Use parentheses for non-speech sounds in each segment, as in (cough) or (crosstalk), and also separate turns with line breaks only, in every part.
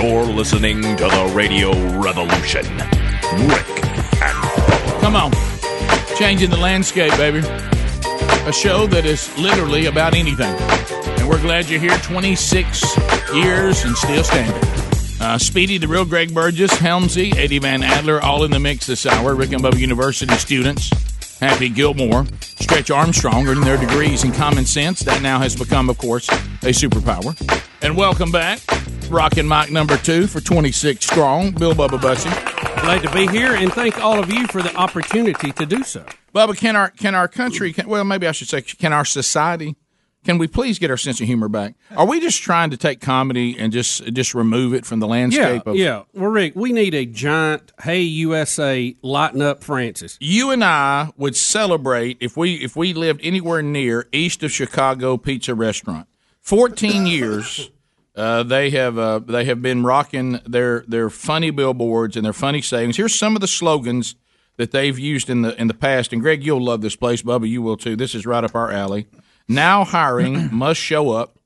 listening to the Radio Revolution. Rick and
Come on. Changing the landscape, baby. A show that is literally about anything. And we're glad you're here 26 years and still standing. Uh, Speedy, the real Greg Burgess, Helmsy, Eddie Van Adler, all in the mix this hour. Rick and Bubba University students, Happy Gilmore, Stretch Armstrong earning their degrees in common sense. That now has become, of course, a superpower. And welcome back, Rockin' Mike number two for 26 strong, Bill Bubba Bussy.
Glad to be here and thank all of you for the opportunity to do so.
Bubba, can our can our country? Can, well, maybe I should say, can our society? Can we please get our sense of humor back? Are we just trying to take comedy and just just remove it from the landscape?
yeah,
of,
yeah. Well, Rick, we need a giant "Hey USA, lighten up, Francis."
You and I would celebrate if we if we lived anywhere near east of Chicago Pizza Restaurant. Fourteen years, uh, they have uh, they have been rocking their their funny billboards and their funny sayings. Here's some of the slogans that they've used in the in the past. And Greg, you'll love this place, Bubba. You will too. This is right up our alley. Now hiring must show up.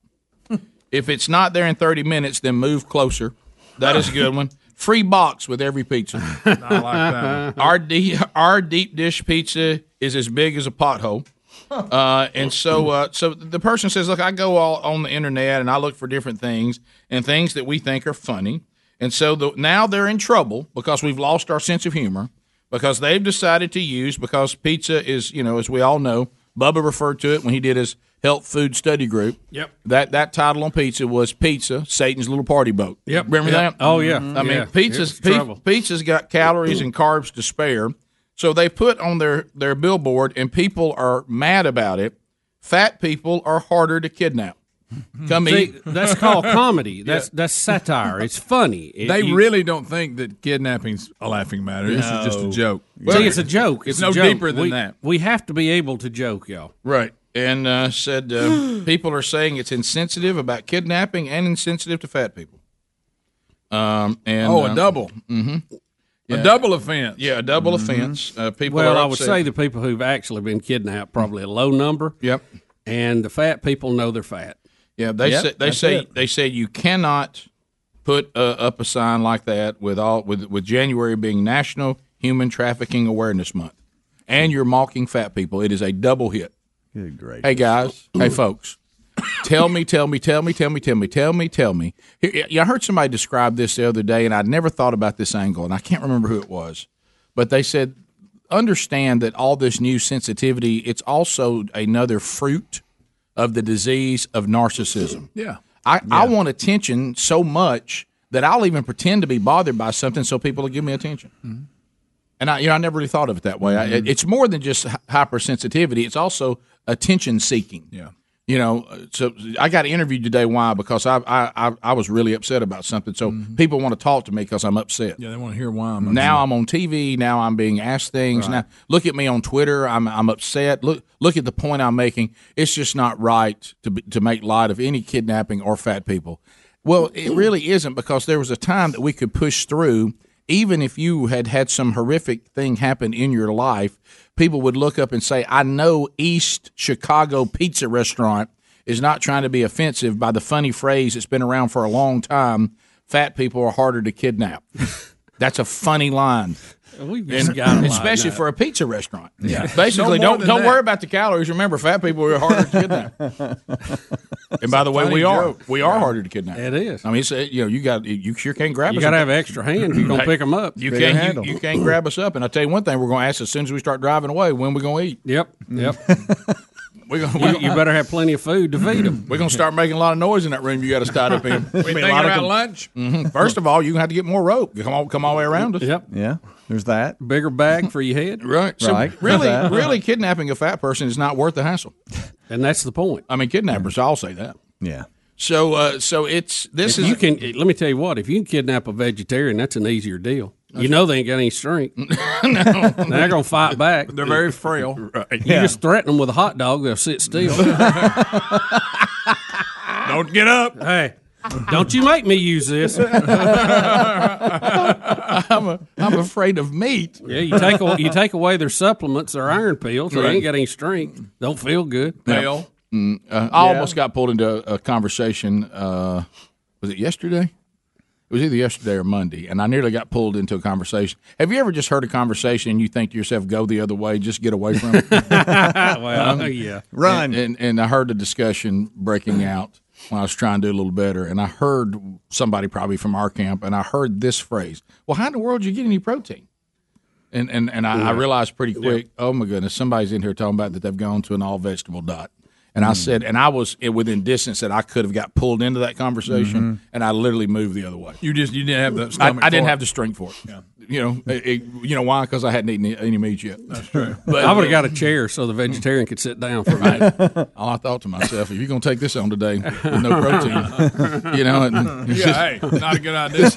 If it's not there in thirty minutes, then move closer. That is a good one. Free box with every pizza.
I like
(laughs)
that.
our de- our deep dish pizza is as big as a pothole. Uh, and so, uh, so the person says, "Look, I go all on the internet and I look for different things and things that we think are funny." And so the, now they're in trouble because we've lost our sense of humor because they've decided to use because pizza is, you know, as we all know, Bubba referred to it when he did his health food study group.
Yep.
That that title on pizza was pizza, Satan's little party boat.
Yep.
Remember
Yep.
that?
Oh, yeah.
I
Yeah.
mean, pizza's
It's trouble.
pi- pizza's got calories and carbs to spare. So they put on their their billboard, and people are mad about it. Fat people are harder to kidnap. Come
Hmm. See,
eat.
that's
(laughs)
called comedy. That's that's satire. It's funny. It-
They
you-
really don't think that kidnapping's a laughing matter. This is just a joke.
See, it's a joke.
it's
It's, a
no
joke.
deeper than
We-
that.
We have to be able to joke, y'all.
Right. And uh, said
(gasps)
uh, people are saying it's insensitive about kidnapping and insensitive to fat people. Um, and
oh,
uh,
a double. Mm-hmm. A double offense. Mm-hmm.
Yeah, a double offense. Uh, people.
Well,
are
I would
upset.
say the people who've actually been kidnapped probably a low number.
Yep.
And the fat people know they're fat.
Yeah, they
Yep,
say they
that's
say
it.
they say you cannot put uh, up a sign like that with all with with January being National Human Trafficking Awareness Month, and you're mocking fat people. It is a double hit.
Great.
Hey guys, hey folks, tell me, tell me, tell me, tell me, tell me, tell me, tell me. Here, yeah, I heard somebody describe this the other day, and I'd never thought about this angle, and I can't remember who it was, but they said understand that all this new sensitivity it's also another fruit of the disease of narcissism.
Yeah.
I, I want attention so much that I'll even pretend to be bothered by something so people will give me attention. And I, you know, I never really thought of it that way. I, it- it's more than just hy- hypersensitivity; it's also attention seeking.
Yeah.
You know, uh, so I got interviewed today. Why? Because I I, I, I was really upset about something. So people want to talk to me because I'm upset.
Yeah, they want to hear why I'm
Now I'm on TV. Now I'm being asked things. Now look at me on Twitter. I'm I'm upset. Look look at the point I'm making. It's just not right to be, to make light of any kidnapping or fat people. Well, it really isn't because there was a time that we could push through. Even if you had had some horrific thing happen in your life, people would look up and say, "I know East Chicago Pizza Restaurant is not trying to be offensive by the funny phrase that's been around for a long time. Fat people are harder to kidnap." That's a funny line,
We've just got to
especially for a pizza restaurant. Yeah,
No
basically,
more
don't
than
don't
that.
worry about the calories. Remember, fat people are harder to
(laughs)
kidnap. and by the way, we are we are harder to kidnap.
It is.
I mean, it's, uh, you know, you got you sure can't grab
You
us.
got to
up.
have an extra hand if you're going to pick them up.
you
bigger
can't
handle.
you, you can't grab us up. And I tell you one thing, we're going to ask as soon as we start driving away when we're going to eat.
Yep, yep.
We're going
you, you better have plenty of food to
(clears throat)
feed them.
we're going to start making a lot of noise in that room. You got to start up
(laughs)
in.
We thinking about lunch.
Mm-hmm. First of all, you have to get more rope. Come all come all the way around us.
Yep.
Yeah, there's
(laughs)
(laughs)
that.
Bigger bag for your head.
Right. So
Right.
really,
That.
really, kidnapping a fat person is not worth the hassle.
And that's the point.
I mean, kidnappers. I'll say
(laughs)
that.
Yeah.
So, uh, so it's this is
You can let me tell you what, if you can kidnap a vegetarian, that's an easier deal. You know they ain't got any
(laughs)
strength. They're gonna fight back.
They're very frail.
You just threaten them with a hot dog, they'll
(laughs)
sit still.
Don't get up.
hey, don't you make me use this? Yeah,
I'm afraid of meat.
you take a, you take away their supplements, their iron pills. They ain't got any strength. Don't feel good.
Fail.
Mm, Uh, I almost got pulled into a, a conversation. Uh, was it yesterday? It was either yesterday or Monday, and I nearly got pulled into a conversation. Have you ever just heard a conversation and you think to yourself, "Go the other way, just get away from it"?
(laughs)
Um,
well,
Um,
yeah.
Run.
And, and and I heard the discussion breaking out when I was trying to do a little better, and I heard somebody probably from our camp, and I heard this phrase: "Well, how in the world do you get any protein?" And and and I, I realized pretty quick, oh my goodness, somebody's in here talking about that they've gone to an all vegetable diet. And
Hmm.
I said, and I was within distance that I could have got pulled into that conversation, and I literally moved the other way.
Mm-hmm. You just you didn't have the
I,
stomach.
I didn't
for it.
have the strength for it. You know, it, it- you know why? Because I hadn't eaten any- any meat yet. That's true. (laughs) But uh,
I would have got a chair so the vegetarian could sit down for a
(laughs)
minute.
All Oh, I thought to myself, if you're going to take this on today with no (laughs) protein, you know, and
Yeah, hey, not a
(laughs)
good idea.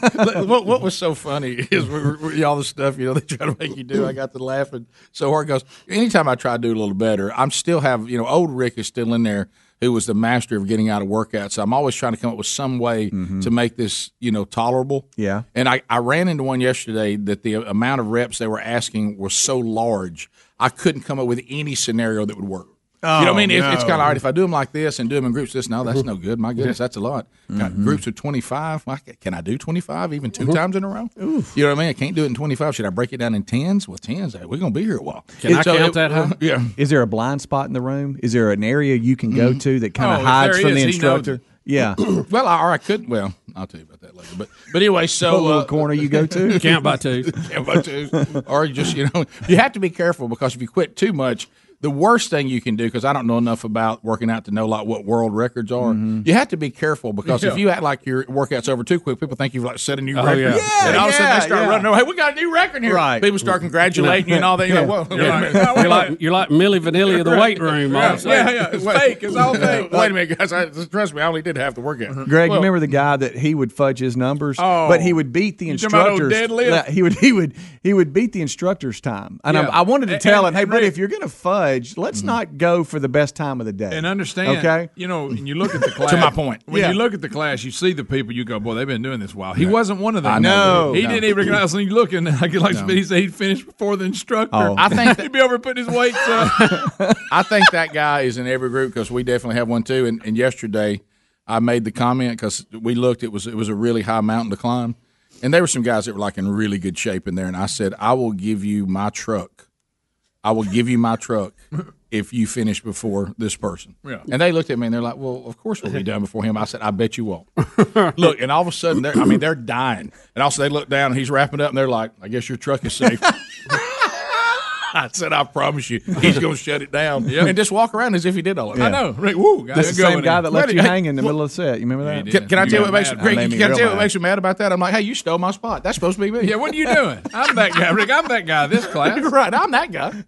what, what was so funny (laughs) is we were, we- all the stuff, you know, they try to make you do. I got to laughing so hard. Goes, anytime I try to do a little better, I'm still have, you know, old Rick is still in there who was the master of getting out of workouts. So I'm always trying to come up with some way to make this, you know, tolerable.
Yeah.
And I, I ran into one yesterday that the amount of reps they were asking was so large, I couldn't come up with any scenario that would work. you
Oh,
know what I mean? It's, it's kind of all right if I do them like this and do them in groups. This no,
Mm-hmm.
that's no good. My goodness, that's a lot. Got Groups of twenty five. Can I do twenty five even 2 times in a row? You know what I mean? I can't do it in twenty five. Should I break it down in tens? Well, tens. hey, We're gonna be here a while.
Can I count that high?
(laughs) Yeah. Mm-hmm.
Is there a blind spot in the room? Is there an area you can go to that kind
Oh,
of
if
hides
there
from
is,
the
he knows
instructor?
it. (coughs)
Yeah.
(clears throat) Well, I, or I could. Well, I'll tell you about that later. But but (laughs) anyway,
what
so
little
uh,
corner you go
(laughs)
to?
Count by two.
Yeah, but to- or you just you know you have to be careful because if you quit too much the worst thing you can do because i don't know enough about working out to know like what world records are you have to be careful because if you act like your workout's over too quick people think you've like set a new record
yeah. Yeah,
Oh, and all of a sudden
yeah,
they start
yeah.
running (laughs) away we got a new record here
Right.
people start congratulating you and all that you're like whoa wait a minute.
You're like, you're like Millie Vanilli of
(laughs)
the weight room. all of a sudden.
Yeah, yeah, it's fake. It's (laughs) all fake. Wait a minute, guys. I, trust me, I only did half the workout.
Greg, you remember the guy that he would fudge his numbers, but he would beat the
Oh. talking about old
instructors.
deadlift?
Yeah, He would he would he would beat the instructors' time. And
Yeah.
I, I wanted to
And-
tell
and-
him, hey,
and
buddy,
Rick-
if you're going to fudge,
Mm.
let's not go for the best time of the day.
And understand,
okay?
you know, and you look
(laughs)
at the class.
my point.
when
Yeah.
you look at the class, you see the people. You go, boy, they've been doing this a while. He wasn't one of them.
I know.
he
No.
didn't even recognize. And you look, and (laughs) like, like Speedy said, he finished before the instructor.
Oh.
I think that-
(laughs) he'd be over putting his weights
(laughs)
up.
I think that guy is in every group because we definitely have one too. And, and yesterday, I made the comment because we looked. It was it was a really high mountain to climb, and there were some guys that were like in really good shape in there. And I said, I will give you my truck. I will give you my truck if you finish before this person.
Yeah.
And they looked at me and they're like, Well, of course we'll be done before him. I said, I bet you won't. Look, and all of a sudden, they're, I mean, they're dying. And also, they look down and he's wrapping up and they're like, I guess your truck
(laughs)
is safe. I said, I promise you, he's going to shut it down and just walk around as if he did all of it.
I know. Rick, woo, guys,
That's the
good
same
one.
guy that left
Ready?
you hanging in the middle of the set. You remember that?
did.
Can, can I
You
tell you
got
what makes you,
mad.
Greg,
That made me
can I tell
real
you what
mad.
makes you mad about that? I'm like, hey, you stole my spot. That's supposed to be me.
(laughs) Yeah, what are you doing? I'm that guy, Rick. I'm that guy.
(laughs)
This class.
You're right. I'm that guy.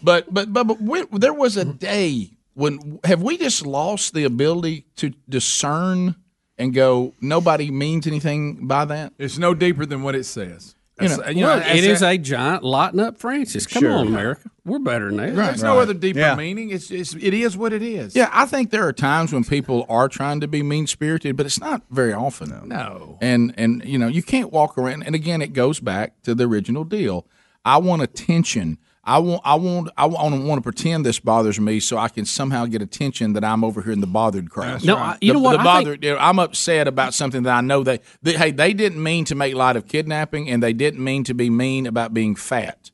but but but, but when, there was a day when have we just lost the ability to discern and go? Nobody means anything by that.
It's no deeper than what it says.
You
That's-
know,
Look,
that's
uh, it is
that-
a giant lotting up Francis. Come on, America. We're better than that.
There's no other deeper
Yeah.
meaning. It's, it's it is what it is.
Yeah, I think there are times when people are trying to be mean spirited, but it's not very often.
No.
and and you know you can't walk around and again it goes back to the original deal i want attention i want i want i want, want to pretend this bothers me so i can somehow get attention that i'm over here in the bothered crowd
No, right. I- you
The-
know what?
the
I
bothered you know, i'm upset about something that i know they, they hey they didn't mean to make light of kidnapping and they didn't mean to be mean about being fat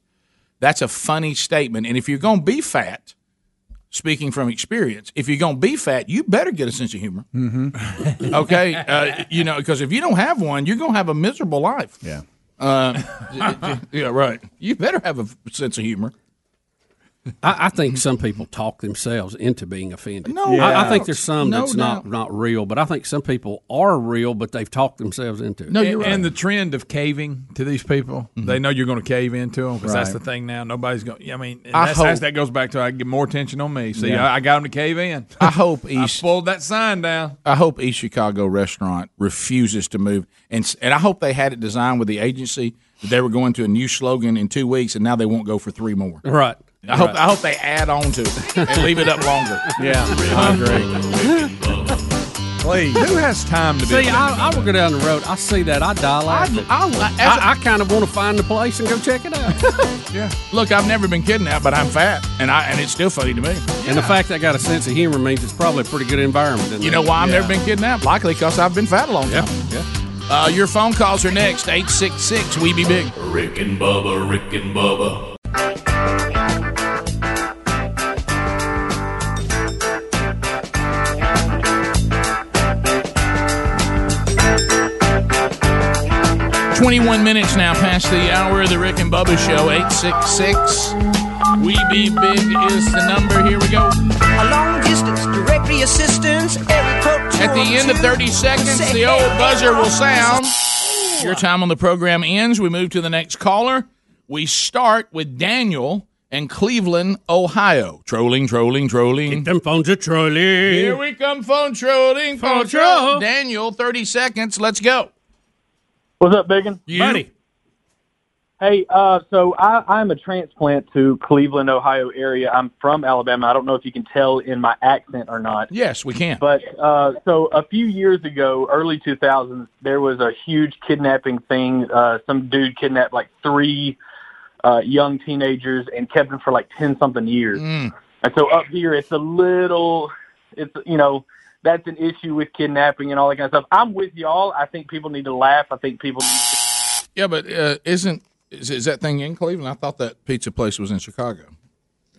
that's a funny statement and if you're going to be fat Speaking from experience, if you're going to be fat, you better get a sense of
(laughs)
humor. Okay, uh, you know, because if you don't have one, you're gonna have a miserable life. Uh,
Yeah.
(laughs) Yeah, right. You better have a sense of humor.
I, I think some people talk themselves into being offended.
No
I, I
doubt.
think there's some
No
that's not
doubt.
not real, but I think some people are real, but they've talked themselves into it.
No,
And,
you're right. Mm-hmm.
and the trend of caving to these people, they know you're going to cave into them because that's the thing now. Nobody's going. I mean, and
I
that's, that's,
hope-
that goes back to I get more attention on me. See, I, I got them to cave in.
I
(laughs)
hope
I
East.
pulled that sign down.
I hope East Chicago restaurant refuses to move, and s- and I hope they had it designed with the agency that they were going to a new slogan in two weeks, and now they won't go for three more.
Right.
I hope I hope they add on to
(laughs)
it and leave it up longer.
Yeah.
(laughs) I agree.
Please.
Who has time to
See,
be?
I, I will go down the road. I see that. I die laughing. I, I, kind of want to find the place and go check it out.
Look, I've never been kidnapped, but I'm fat, and I and it's still funny to me.
And the fact that I got a sense of humor means it's probably a pretty good environment. isn't
You
it?
know why I've never been kidnapped? Likely because I've been fat a long time.
Yeah.
Uh, your phone calls are next. 866 We Be Big.
Rick and Bubba, Rick and Bubba.
Twenty-one minutes now past the hour of the Rick and Bubba Show. Eight six six. We be big is the number. Here we go.
A long distance directory assistance.
At
At
the end of 30 seconds, the old buzzer will sound. Your time on the program ends. We move to the next caller. We start with Daniel in Cleveland, Ohio. Trolling, trolling, trolling.
Them phones are
Here
trolling.
we come, phone trolling, phone
Phone troll.
troll. Daniel, 30 seconds. Let's go.
What's up, Biggin?
You-
Buddy.
Hey, uh, so I, I'm a transplant to Cleveland, Ohio area. I'm from Alabama. I don't know if you can tell in my accent or not.
Yes, we can.
But uh, so a few years ago, early 2000s, there was a huge kidnapping thing. Uh, some dude kidnapped like three uh, young teenagers and kept them for like 10 something years.
Mm.
And so up here, it's a little, it's, you know, that's an issue with kidnapping and all that kind of stuff. I'm with y'all. I think people need to laugh. I think people need to.
Yeah, but uh, isn't is, is that thing in Cleveland? I thought that pizza place was in Chicago.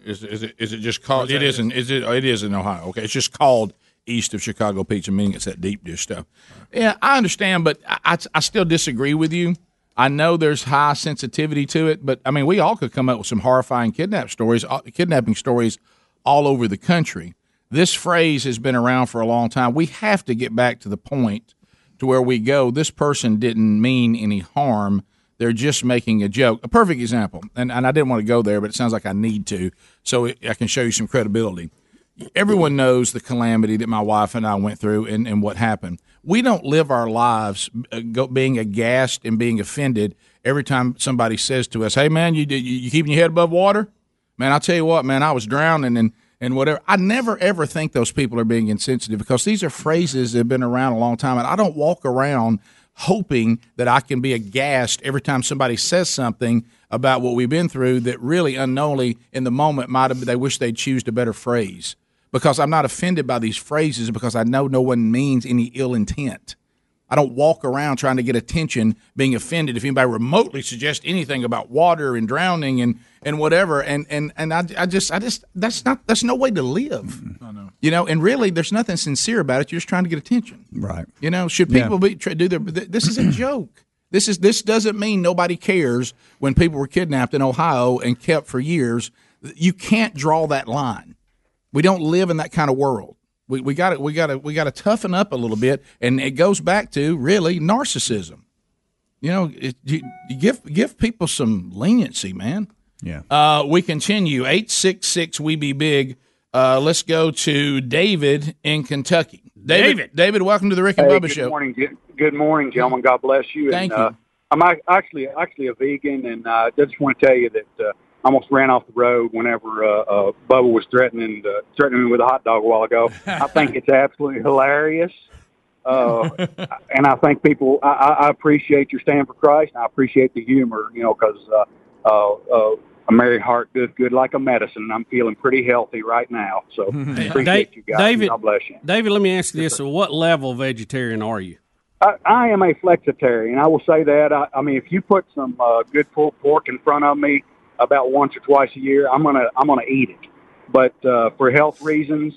Is, is it is it just called? It isn't. Is it? It is in Ohio. Okay, it's just called east of Chicago pizza, meaning it's that deep dish stuff. Yeah, I understand, but I, I, I still disagree with you. I know there's high sensitivity to it, but I mean, we all could come up with some horrifying kidnap stories, uh, kidnapping stories, all over the country. This phrase has been around for a long time. We have to get back to the point to where we go, this person didn't mean any harm. They're just making a joke. A perfect example, and, and I didn't want to go there, but it sounds like I need to, so it, I can show you some credibility. Everyone knows the calamity that my wife and I went through and, and what happened. We don't live our lives uh, go, being aghast and being offended every time somebody says to us, Hey, man, you, you, you keeping your head above water? Man, I'll tell you what, man, I was drowning and, and whatever. I never ever think those people are being insensitive because these are phrases that have been around a long time. And I don't walk around hoping that I can be aghast every time somebody says something about what we've been through that really unknowingly in the moment might have they wish they'd choose a better phrase. Because I'm not offended by these phrases because I know no one means any ill intent. I don't walk around trying to get attention, being offended if anybody remotely suggests anything about water and drowning and, and whatever. And and and I, I just I just that's not that's no way to live. I know. You know, and really, there's nothing sincere about it. You're just trying to get attention.
Right.
You know, should people be try, do their? th- This is a joke. This is this doesn't mean nobody cares when people were kidnapped in Ohio and kept for years. You can't draw that line. We don't live in that kind of world. We we got to we got to we got to toughen up a little bit, and it goes back to really narcissism. You know, it, you, you give give people some leniency, man.
Yeah.
Uh, we continue eight six six. We be big. Uh, let's go to David in Kentucky. David,
David.
David, welcome to the Rick and
Hey,
Bubba
good
Show.
morning, gen- good morning, gentlemen. God bless you.
Thank
and, Uh,
you.
I'm ac- actually actually a vegan, and uh, I just want to tell you that uh, I almost ran off the road whenever uh, uh, Bubba was threatening uh, threatening me with a hot dog a while ago. I think it's absolutely hilarious, uh, and I think people. I, I I appreciate your stand for Christ, and I appreciate the humor. You know, because uh, uh, uh, a merry heart doeth good like a medicine, and I'm feeling pretty healthy right now.
(laughs)
So appreciate
Da-
you guys.
David-
God bless you.
David, let me ask you this. So what level vegetarian are you?
I, I am a flexitarian. I will say that. I, I mean, if you put some uh, good pulled pork in front of me about once or twice a year, I'm gonna I'm gonna eat it. But uh, for health reasons,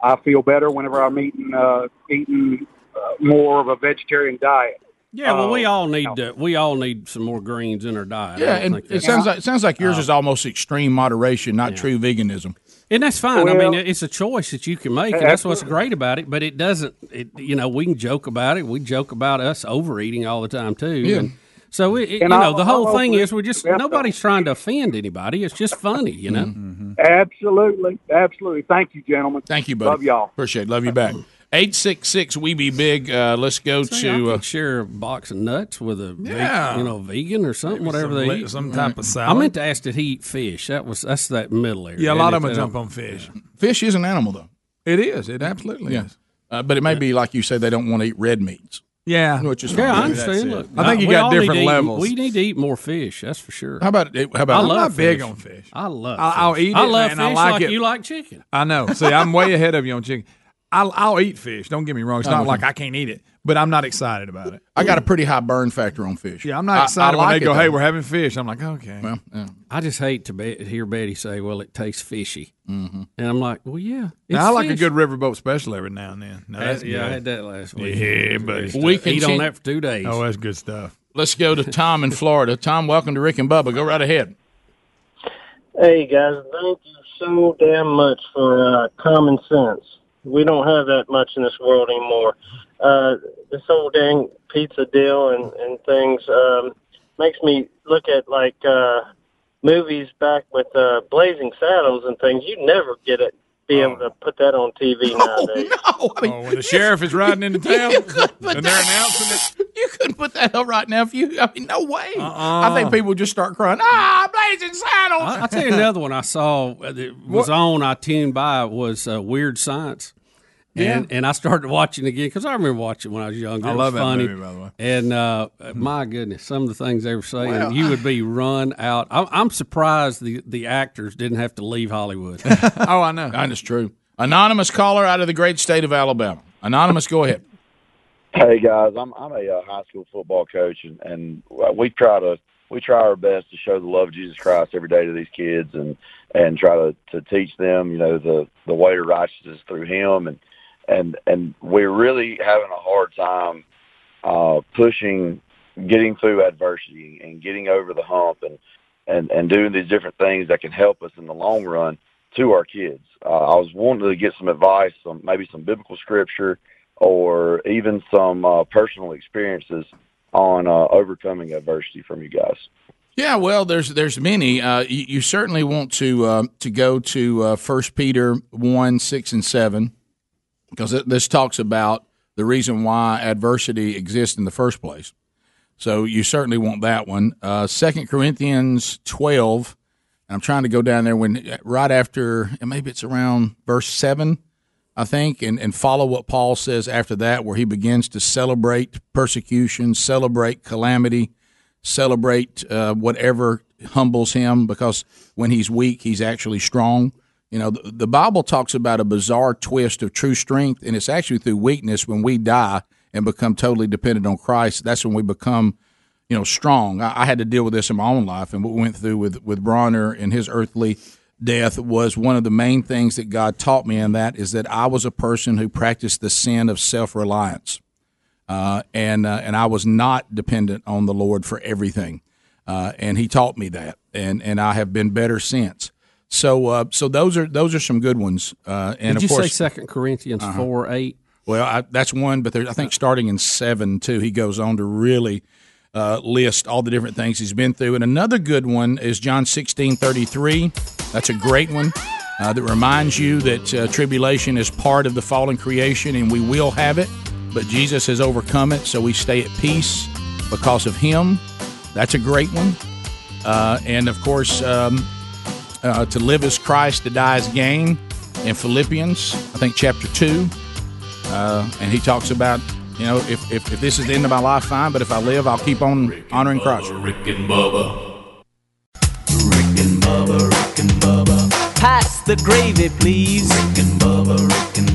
I feel better whenever I'm eating uh, eating uh, more of a vegetarian diet.
Yeah, well,
Oh,
Uh, we all need to, we all need some more greens in our diet. I
Yeah,
don't
and
think
it
that's- Uh,
sounds like it sounds like
Oh.
yours is almost extreme moderation, not true veganism.
and that's fine. I
Well-
mean, it's a choice that you can make, and that's what's great about it. But it doesn't, it, you know, we can joke about it. We joke about us overeating all the time too.
Yeah.
And so, it, it- you
And
know,
I'll-
the whole
I'll
thing
agree
is we're just
with that, though.
nobody's trying to offend anybody. It's just funny, you know.
Mm-hmm.
Absolutely, absolutely. Thank you, gentlemen.
Thank you, buddy.
Love y'all.
Appreciate it. Love you back. Eight six six. We be big. Uh, let's go
Hey, I
to.
could
Uh,
share a box of nuts with a ve-
Yeah.
you know vegan or something, whatever
some,
they
li-
eat.
some type of
I
salad.
meant to ask did he eat fish. That was that's that middle area.
yeah, a lot of them
isn't it?
jump on fish.
fish is an animal though,
It is. It absolutely is.
uh, but it may be like you say they don't want to eat red meats,
Yeah.
which is
Yeah, I
fine.
understand. Look,
I think you
we
got
all need
different
to eat-
levels.
we need to eat more fish. That's for sure.
How about how about
I'm
love
not big
fish.
on fish.
I love.
I- I'll
fish.
eat
I
it,
love
man. I
fish
like
like
it.
you like chicken.
I know. See, I'm way ahead of you on chicken. I'll, I'll eat fish. Don't get me wrong. It's not like I can't eat it, but I'm not excited about it.
I got a pretty high burn factor on fish.
Yeah, I'm not
I-
excited
I
when
like
they
it,
go, "Hey,
though.
we're having fish." I'm like, okay.
Well, yeah.
I just hate to be, hear Betty say, "Well, it tastes fishy," and I'm like, "Well, yeah." it's
Mm-hmm. now, I like
fish."
a good riverboat special every now and then. Now, that's
yeah, I
good.
had that last week.
Yeah, buddy.
We can
Eat
eat
on
on
that
that for two days.
Oh, that's good stuff.
Let's go to Tom in Florida. Tom, welcome to Rick and Bubba. Go right ahead.
Hey guys, thank you so damn much for uh, common sense. We don't have that much in this world anymore. Uh, this whole dang pizza deal and and things um, makes me look at like uh, movies back with uh, Blazing Saddles and things. You'd never get it, be able to put that on TV nowadays.
Oh, I mean,
Oh, when the sheriff is riding into town
you couldn't put
and they're
that.
announcing it.
(laughs) You couldn't put that up right now if you. I mean, no way. I think people would just start crying. Ah, blazing saddles.
Uh-uh. I, I'll tell you another one I saw uh, that was on. I tuned by was uh, Weird Science. And, and I started watching again because I remember watching when I was younger.
I
It
love
was
that
funny.
movie, by the way.
And uh, my goodness, some of the things they were saying, you would be run out. I'm, I'm surprised the, the actors didn't have to leave Hollywood.
(laughs) Oh, I know.
(laughs) That is true. Anonymous caller out of the great state of Alabama. Anonymous, go ahead.
Hey guys, I'm I'm a uh, high school football coach, and and uh, we try to we try our best to show the love of Jesus Christ every day to these kids, and and try to to teach them, you know, the the way to righteousness through Him, and and and we're really having a hard time uh, pushing, getting through adversity and getting over the hump, and and and doing these different things that can help us in the long run to our kids. Uh, I was wanting to get some advice, some maybe some biblical scripture or even some uh, personal experiences on uh, overcoming adversity from you guys.
Yeah, well, there's there's many. Uh, you, you certainly want to uh, to go to uh, First Peter one six and seven because this talks about the reason why adversity exists in the first place. So you certainly want that one. Uh, Second Corinthians twelve. And I'm trying to go down there when uh, right after, and maybe it's around verse seven. I think, and, and follow what Paul says after that, where he begins to celebrate persecution, celebrate calamity, celebrate uh, whatever humbles him, because when he's weak, he's actually strong. You know, the, the Bible talks about a bizarre twist of true strength, and it's actually through weakness when we die and become totally dependent on Christ. That's when we become you know, strong. I, I had to deal with this in my own life, and what we went through with with Bronner and his earthly death was one of the main things that God taught me. In that is that I was a person who practiced the sin of self reliance, uh, and uh, and I was not dependent on the Lord for everything, uh, and He taught me that, and and I have been better since. So uh, so those are those are some good ones. Uh, and
Did
of
you say
course,
Second Corinthians
Uh-huh.
four eight?
Uh-huh.
Uh.
well, I, that's one, but there, I think starting in seven too, he goes on to really uh, list all the different things he's been through. And another good one is John sixteen thirty three. That's a great one uh, that reminds you that uh, tribulation is part of the fallen creation, and we will have it. But Jesus has overcome it, so we stay at peace because of Him. That's a great one. Uh, and of course, um, uh, to live as Christ, to die as gain. In Philippians, I think chapter two, Uh, and he talks about you know if, if, if this is the end of my life fine but if i live i'll keep on honoring christ
Rick and Bubba.
Pass the gravy, please.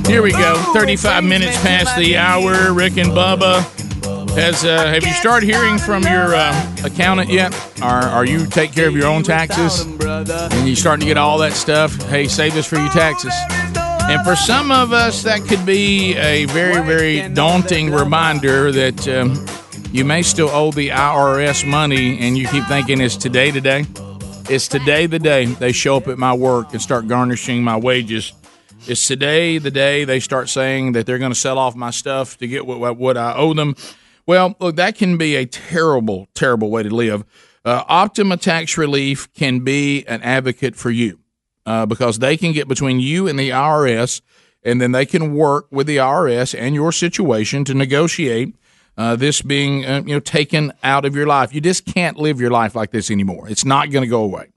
here we go 35 minutes past the hour rick and bubba has uh, have you started hearing from your uh, accountant yet or are you take care of your own taxes and you starting to get all that stuff hey save this for your taxes and for some of us that could be a very very daunting reminder that um, you may still owe the irs money and you keep thinking it's today today It's today the day they show up at my work and start garnishing my wages. It's today the day they start saying that they're going to sell off my stuff to get what, what, what I owe them. Well, look, that can be a terrible, terrible way to live. Uh, Optima Tax Relief can be an advocate for you uh, because they can get between you and the IRS, and then they can work with the IRS and your situation to negotiate uh, this being uh, you know taken out of your life. You just can't live your life like this anymore. It's not going to go away.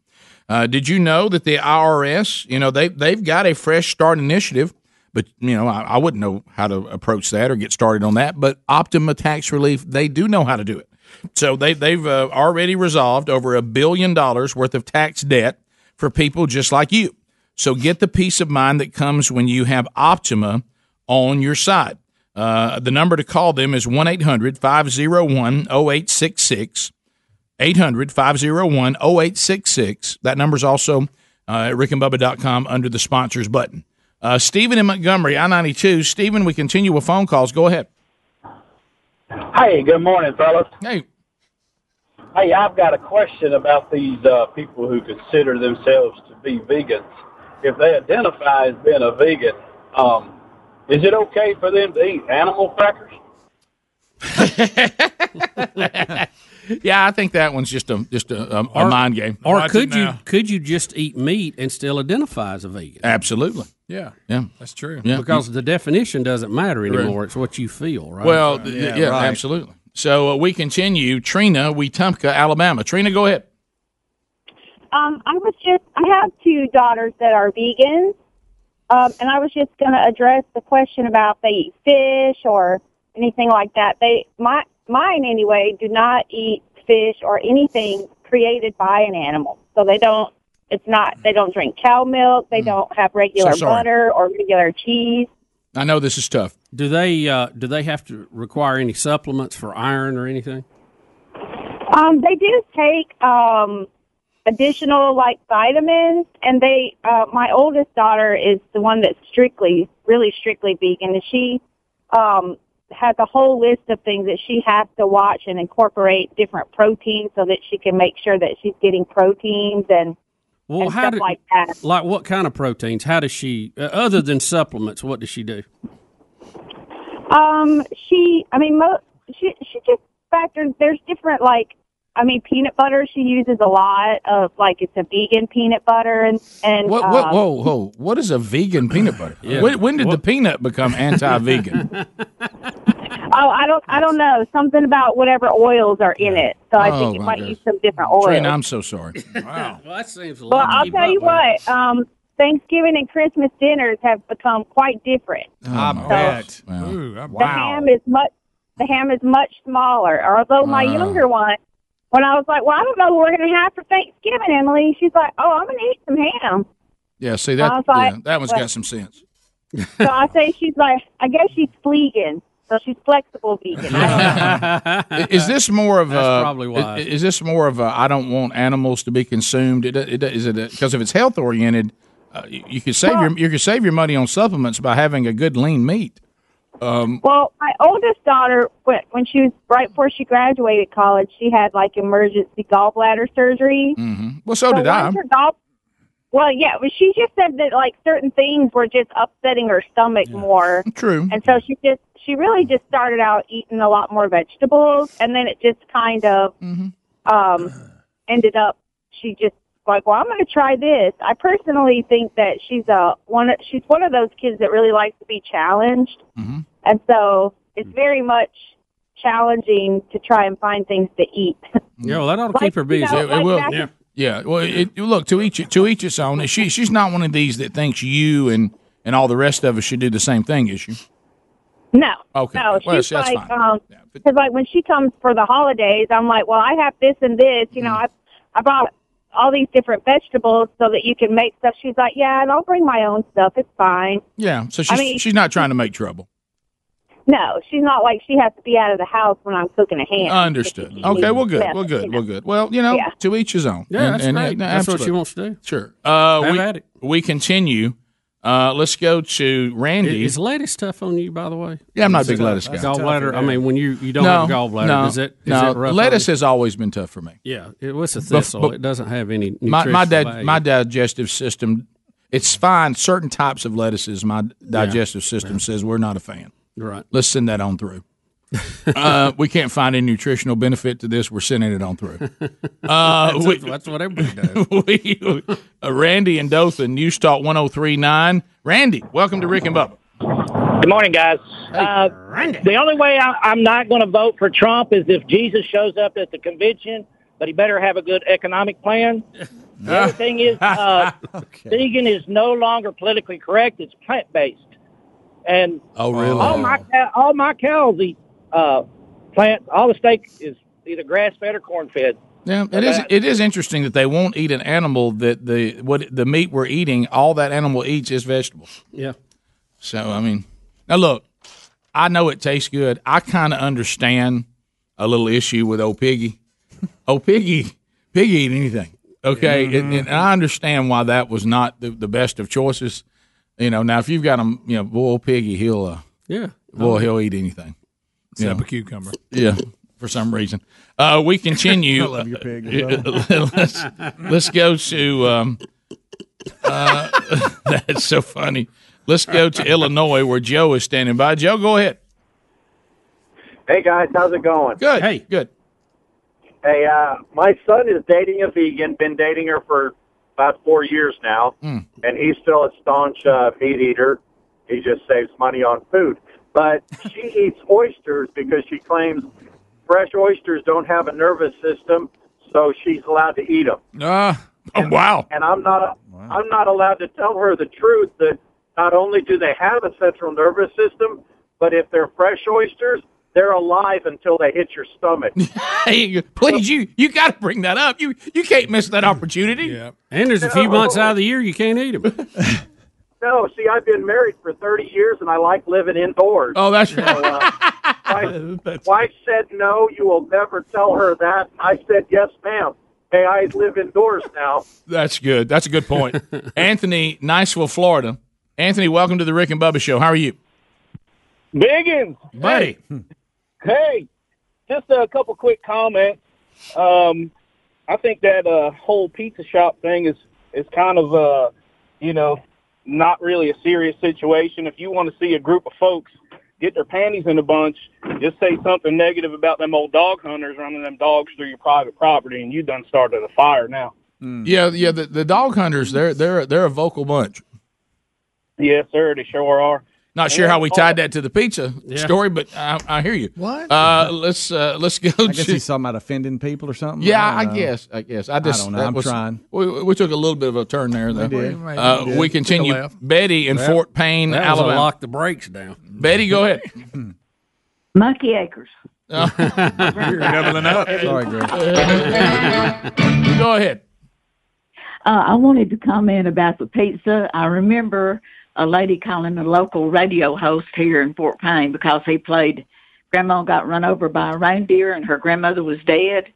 Uh, did you know that the IRS, you know, they they've got a fresh start initiative, but you know, I, I wouldn't know how to approach that or get started on that. But Optima Tax Relief, they do know how to do it. So they they've uh, already resolved over a billion dollars worth of tax debt for people just like you. So get the peace of mind that comes when you have Optima on your side. Uh, the number to call them is 1 800 501 0866. 800 501 0866. That number's also uh, at rickandbubba.com under the sponsors button. Uh, Stephen in Montgomery, I 92. Stephen, we continue with phone calls. Go ahead.
Hey, good morning, fellas.
Hey.
Hey, I've got a question about these uh, people who consider themselves to be vegans. If they identify as being a vegan, um, is it okay for them to eat animal crackers?
Yeah, I think that one's just a just a, a, a
Or-
mind game.
Or could you could you just eat meat and still identify as a vegan?
Absolutely.
Yeah.
Yeah.
That's true.
Yeah.
Because the definition doesn't matter
Right.
anymore. It's what you feel, right?
Well, th- yeah, absolutely. So uh, we continue. Trina, Wetumpka, Alabama. Trina, go ahead.
Um, I was just, I have two daughters that are vegans, um, and I was just going to address the question about they eat fish or anything like that. They, my, mine anyway, do not eat fish or anything created by an animal. So they don't, it's not, they don't drink cow milk, they don't have regular
sorry.
butter or regular cheese.
I know this is tough.
Do they uh, do they have to require any supplements for iron or anything?
Um, they do take um, additional like vitamins, and they. Uh, my oldest daughter is the one that's strictly, really strictly vegan, and she um, has a whole list of things that she has to watch and incorporate different proteins so that she can make sure that she's getting proteins and,
Well,
and
how
stuff
do,
like that.
like what kind of proteins? How does she uh, other than supplements? What does she do?
Um, she, I mean, mo- she she just factors. There's different like, I mean, peanut butter she uses a lot of like it's a vegan peanut butter and and
What,
um,
what, whoa, whoa! What is a vegan peanut butter? when, when did the peanut become anti-vegan?
Oh, I don't, I don't know. Something about whatever oils are in it. So I
Oh,
think it
my
might
goodness.
use some different oils.
Trina, I'm so sorry.
Wow, (laughs) well, that seems a
well,
lot. to
I'll
keep
tell
up
you
with.
what. Um, Thanksgiving and Christmas dinners have become quite different.
I
bet.
The ham is much, the ham is much smaller. Although my
Wow.
younger one, when I was like, "Well, I don't know what we're going to have for Thanksgiving," Emily, she's like, "Oh, I'm going to eat some ham."
Yeah, see that
I was like,
yeah, that one's
well-
got some sense.
So I say she's like, I guess she's vegan, so she's flexible vegan. (laughs) I don't know.
(laughs)
I- is this more of
That's
a
probably why.
Is, is this more of a I don't want animals to be consumed? It, it, is it because if it's health oriented, uh, you, you could save your you could save your money on supplements by having a good lean meat. Um,
Well, my oldest daughter, when, when she was right before she graduated college, she had like emergency gallbladder surgery.
mhm. Well, so, did I.
once her gall- well, yeah, but she just said that like certain things were just upsetting her stomach more.
True.
And so she just she really just started out eating a lot more vegetables, and then it just kind of
Mm-hmm.
um, ended up she just like, well, I'm going to try this. I personally think that she's a one. of- She's one of those kids that really likes to be challenged.
Mm-hmm.
And so it's very much challenging to try and find things to eat.
Yeah, well, that ought to
Like,
keep her
you
busy.
know, It- it like will. back-
Yeah.
Yeah, well, it, look to each to each its own. She she's not one of these that thinks you and and all the rest of us should do the same thing. Is she?
No.
Okay.
No,
Well,
she's
that's
like, um, because like when she comes for the holidays, I'm like, well, I have this and this. You know, I
Mm-hmm.
I bought all these different vegetables so that you can make stuff. She's like, yeah, and I'll bring my own stuff. It's fine.
Yeah. So
I
she's
mean-
she's not trying to make trouble.
No, she's not like she has to be out of the house when I'm cooking a ham.
Understood. Okay. Well, good.
Yeah,
Well, good. Well, good. Well, you know,
Yeah.
to each his own.
Yeah, that's great.
no,
That's what she
absolutely.
wants to do.
Sure. Uh,
Have
we,
at it.
we continue. Uh, let's go to Randy.
Is lettuce tough on you, by the way?
Yeah, I'm not a
Is
big
it-
lettuce guy.
Gallbladder. I mean, when you, you don't
no,
have a gallbladder,
no,
is it is
no,
it rough on
lettuce
you?
has always been tough for me.
Yeah, it was a
Bef-
thistle.
bef-
it doesn't have any.
my, my
nutritional
dad
value.
my digestive system it's fine certain types of lettuces my digestive system says we're not a fan
right
let's send that on through uh, we can't find any nutritional benefit to this we're sending it on
(laughs)
through (laughs) uh,
that's,
we-
that's what
(laughs)
everybody does.
we, uh, randy and dothan news talk 1039 randy welcome to rick and bubba
Good morning, guys. uh, the only way I, I'm not going to vote for Trump is if Jesus shows up at the convention, but he better have a good economic
(laughs)
plan. The other thing is, uh, vegan is no longer politically correct. It's plant based, and
Oh, really?
all my cow- all my cows eat uh, plant. All the steak is either grass fed or corn fed.
yeah, it is. It is interesting that they won't eat an animal that the what the meat we're eating. All that animal eats is vegetables.
Yeah.
So I mean, now look, I know it tastes good. I kind of understand a little issue with old
(laughs)
piggy. old piggy, piggy eat anything. Okay, and, and I understand why that was not the, the best of choices. You know, now if you've got him, you know, boy, old piggy, he'll uh,
Yeah.
boy, he'll eat anything.
Oh. Except
Yeah.
a cucumber.
Yeah, for some reason. Uh, we continue.
(laughs) I love your pig, brother.
(laughs) let's, let's go to. Um, uh, (laughs) that's so funny. Let's go to Illinois where Joe is standing by. Joe, go ahead.
Hey guys, how's it going?
Good. Hey, good.
Hey, uh, my son is dating a vegan. Been dating her for about four years now,
Hmm.
and he's still a staunch uh, meat eater. He just saves money on food, but
(laughs)
she eats oysters because she claims fresh oysters don't have a nervous system, so she's allowed to eat them.
Uh, oh, wow.
And I'm not I'm not allowed to tell her the truth that not only do they have a central nervous system, but if they're fresh oysters, they're alive until they hit your stomach.
Hey, please, you you got to bring that up. You you can't miss that opportunity. Yeah.
And there's a
Oh.
few months out of the year you can't eat them.
No, see, I've been married for 30 years and I like living indoors.
Oh, that's
right. So, uh, wife, wife said no, you will never tell her that. I said yes, ma'am. Hey, I live indoors now.
That's good. That's a good point.
(laughs)
Anthony, Niceville, Florida. Anthony, welcome to the Rick and Bubba Show. How are you?
Biggins,
buddy.
(laughs)
Hey, just a couple quick comments. Um, I think that uh, whole pizza shop thing is is kind of uh, you know not really a serious situation. If you want to see a group of folks get their panties in a bunch, just say something negative about them old dog hunters running them dogs through your private property, and you done started a fire now.
Yeah, yeah. The, the dog hunters, they're they're they're a vocal bunch.
Yes, sir, they sure are.
Not sure how we tied that to the pizza
Yeah.
story, but I, I hear you.
What?
(laughs)
(laughs)
Uh, let's uh, let's go
I guess
to.
he's talking about offending people or something.
Yeah, I,
don't know.
guess. I guess. I just.
I don't know.
that
I'm
was-
trying.
We, we took a little bit of a turn there,
We
though.
did. We
Uh,
did.
we
Took a
continue.
left.
Betty in
That-
Fort Payne,
that was a
Alabama.
lock the brakes down.
Betty,
(laughs)
go ahead.
Monkey Acres.
(laughs)
You're (laughs)
doubling up.
Sorry,
(laughs) "Oh,
Go ahead.
Uh, I wanted to comment about the pizza. I remember a lady calling a local radio host here in Fort Payne because he played Grandma Got Run Over by a Reindeer and her grandmother was dead.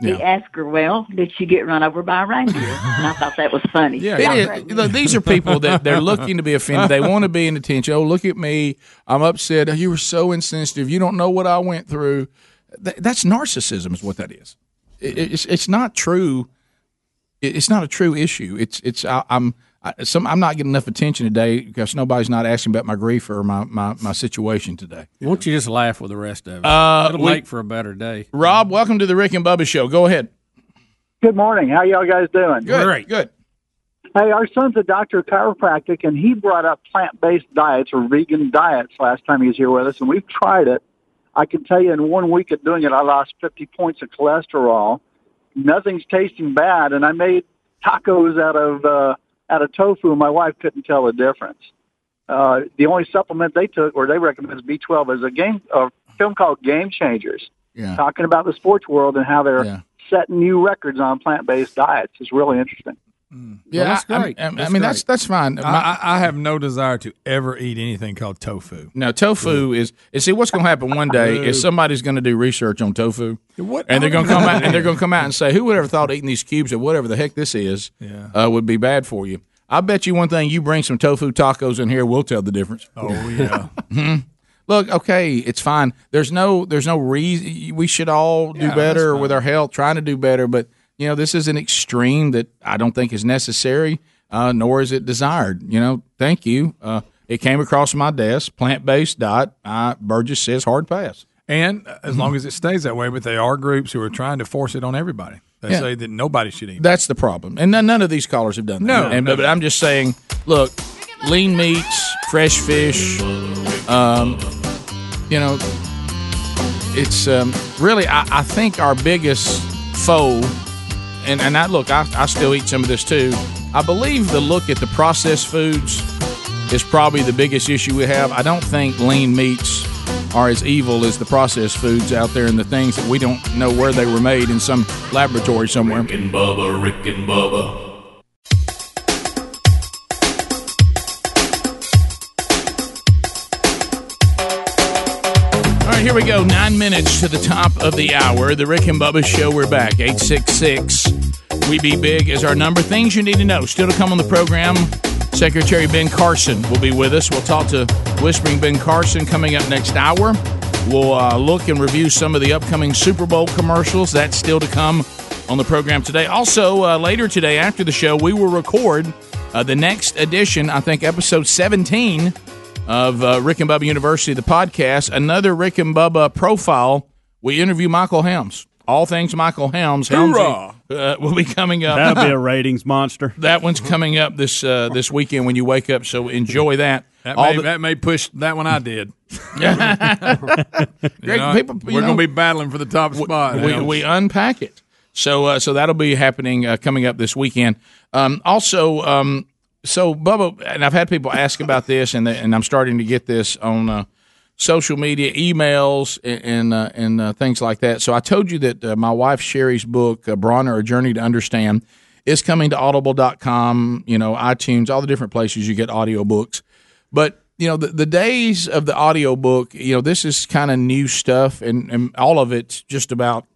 He asked her, Well, did she get run over by a reindeer? and I thought that was funny.
It is- look, these are people that they're looking to be offended. They want to be in attention. Oh, look at me. I'm upset. Oh, You were so insensitive. You don't know what I went through. Th- that's narcissism, is what that is. It- it's, it's not true. It- It's not a true issue. It's it's I, I'm I, some I'm not getting enough attention today because nobody's not asking about my grief or my my, my situation today.
Won't you just laugh with the rest of it?
Uh,
It'll
we-
make for a better day.
Rob, welcome to the Rick and Bubba Show. Go ahead.
Good morning. How y'all guys doing?
Good, Good.
Hey, our son's a doctor of chiropractic, and he brought up plant-based diets or vegan diets last time he was here with us, and we've tried it. I can tell you, in one week of doing it, I lost 50 points of cholesterol. Nothing's tasting bad, and I made tacos out of uh, out of tofu. and My wife couldn't tell the difference. Uh, the only supplement they took, or they recommend, is B12. Is a game a film called Game Changers,
Yeah.
talking about the sports world and how they're setting new records on plant-based diets. It's really interesting.
Yeah,
Well, that's
I- I-
great.
I, I mean, that's that's fine.
I,
My-
I, I have no desire to ever eat anything called tofu.
No, tofu is. And see, what's going to happen one day is somebody's going to do research on tofu,
What-
and they're going (laughs) to come out and they're going to come out and say, "Who would ever thought eating these cubes or whatever the heck this is uh, would be bad for you?" I bet you one thing: you bring some tofu tacos in here, we'll tell the difference. (laughs)
Oh yeah.
Mhm. Look, okay, it's fine. There's no, there's no reason we should all do
Yeah, that's
better with our health, trying to do better. But you know, this is an extreme that I don't think is necessary, uh, nor is it desired. You know, thank you. Uh, it came across my desk, plant based diet. I, Burgess says hard pass.
And uh, as long as it stays that way, but they are groups who are trying to force it on everybody. They
Yeah.
say that nobody should eat.
That's the problem, and none, none of these callers have done that.
No,
and,
no.
but I'm just saying, look, lean meats, fresh fish, um, you know, it's um, really I, I think our biggest foe, and and I look, I, I still eat some of this too. I believe the look at the processed foods is probably the biggest issue we have. I don't think lean meats are as evil as the processed foods out there and the things that we don't know where they were made in some laboratory somewhere.
Rick and Bubba, Rick and Bubba.
right, here we go. Nine minutes to the top of the hour. The Rick and Bubba Show. We're back. 866. We Be Big is our number. Things you need to know. Still to come on the program, Secretary Ben Carson will be with us. We'll talk to Whispering Ben Carson coming up next hour. We'll uh, look and review some of the upcoming Super Bowl commercials. That's still to come on the program today. Also, uh, later today after the show, we will record uh, the next edition, I think episode 17 of uh, Rick and Bubba University, the podcast. Another Rick and Bubba profile. We interview Michael Helms. All things Michael Helms.
Hoorah!
uh, will be coming up.
That'd be a ratings monster.
(laughs) That one's coming up this uh, this weekend when you wake up. So enjoy that.
That
All
may,
the-
that may push that one
(laughs)
I did. You
Greg,
know,
people- you
we're
know-
going to be battling for the top spot.
we,
now.
we unpack it. So uh, so that'll be happening uh, coming up this weekend. Um, also, um, so Bubba, and I've had people ask about this, and they, and I'm starting to get this on uh, social media, emails, and and, uh, and uh, things like that. So I told you that uh, my wife Sherry's book, uh, Bronner: A Journey to Understand, is coming to Audible.com, you know, iTunes, all the different places you get audiobooks. But you know, the, the days of the audiobook, you know, this is kind of new stuff, and, and all of it's just about,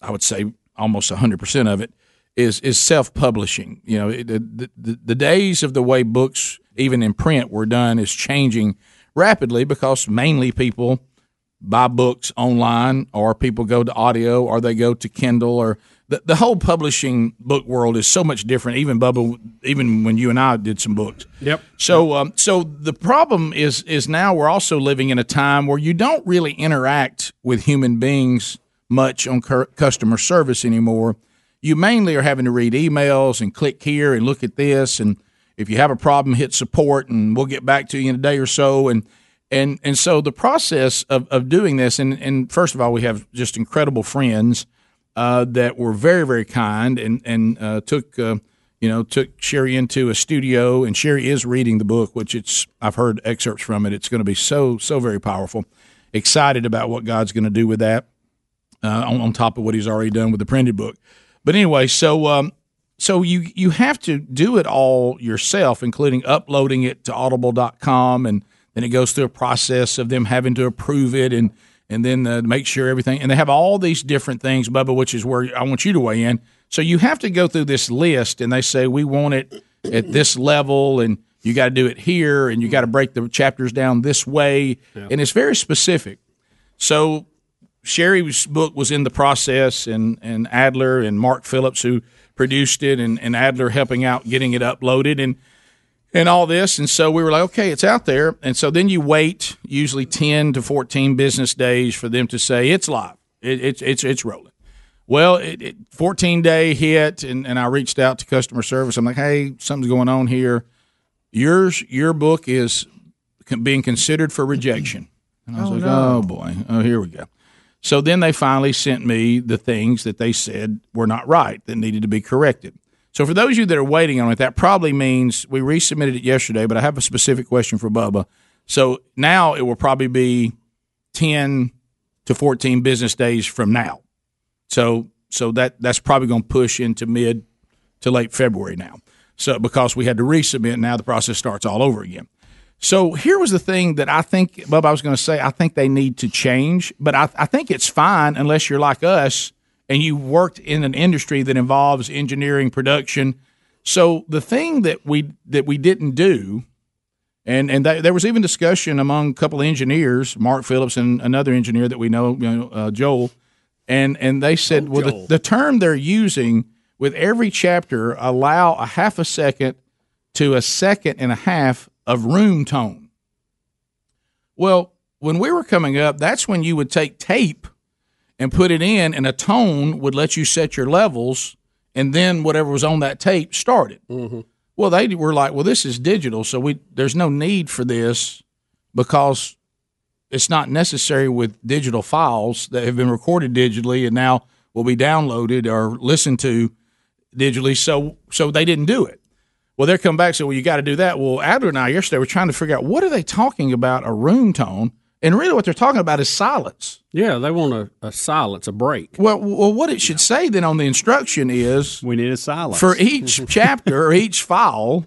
I would say, almost hundred percent of it is is self publishing. You know, it- the, the the days of the way books, even in print, were done is changing rapidly because mainly people buy books online, or people go to audio, or they go to Kindle, or the, the whole publishing book world is so much different. Even Bubba, even when you and I did some books.
Yep.
So, um, so the problem is is now we're also living in a time where you don't really interact with human beings much on cur- customer service anymore. You mainly are having to read emails and click here and look at this, and if you have a problem, hit support, and we'll get back to you in a day or so. And and and so the process of of doing this, and and first of all, we have just incredible friends uh, that were very very kind and and uh, took. Uh, you know, took Sherry into a studio, and Sherry is reading the book, which it's I've heard excerpts from it. It's going to be so so very powerful. Excited about what God's going to do with that, uh, on, on top of what He's already done with the printed book. But anyway, so um, so you you have to do it all yourself, including uploading it to Audible.com, and then it goes through a process of them having to approve it and and then uh, make sure everything. And they have all these different things, Bubba, which is where I want you to weigh in. So you have to go through this list, and they say we want it at this level, and you got to do it here, and you got to break the chapters down this way, and it's very specific. So Sherry's book was in the process, and, and Adler and Mark Phillips, who produced it, and, and Adler helping out getting it uploaded, and and all this. And so we were like, okay, it's out there. And so then you wait usually ten to fourteen business days for them to say it's live, it, it's it's it's rolling. Well, it, it 14 day hit, and, and I reached out to customer service. I'm like, hey, something's going on here. Yours, your book is con- being considered for rejection. And I was
Oh,
like,
no.
oh boy, oh here we go. So then they finally sent me the things that they said were not right that needed to be corrected. So for those of you that are waiting on it, that probably means we resubmitted it yesterday. But I have a specific question for Bubba. So now it will probably be 10 to 14 business days from now. So so that that's probably going to push into mid to late February now. So because we had to resubmit, now the process starts all over again. So here was the thing that I think, Bubba, I was going to say, I think they need to change, but I, I think it's fine unless you're like us and you worked in an industry that involves engineering, production. So the thing that we that we didn't do, and and th- there was even discussion among a couple of engineers, Mark Phillips and another engineer that we know, you know uh, Joel, and and they said, well, the, the term they're using with every chapter allow a half a second to a second and a half of room tone. Well, when we were coming up, that's when you would take tape and put it in, and a tone would let you set your levels, and then whatever was on that tape started. Well, they were like, "Well, this is digital, so we there's no need for this because it's not necessary with digital files that have been recorded digitally and now will be downloaded or listened to digitally." So, so they didn't do it. Well, they're coming back and say, well, you got to do that. Well, Adler and I yesterday were trying to figure out what are they talking about a room tone, and really what they're talking about is silence.
Yeah, they want a, a silence, a break.
Well, well, what it should say then on the instruction is
we need a silence
(laughs)
for each chapter or each file.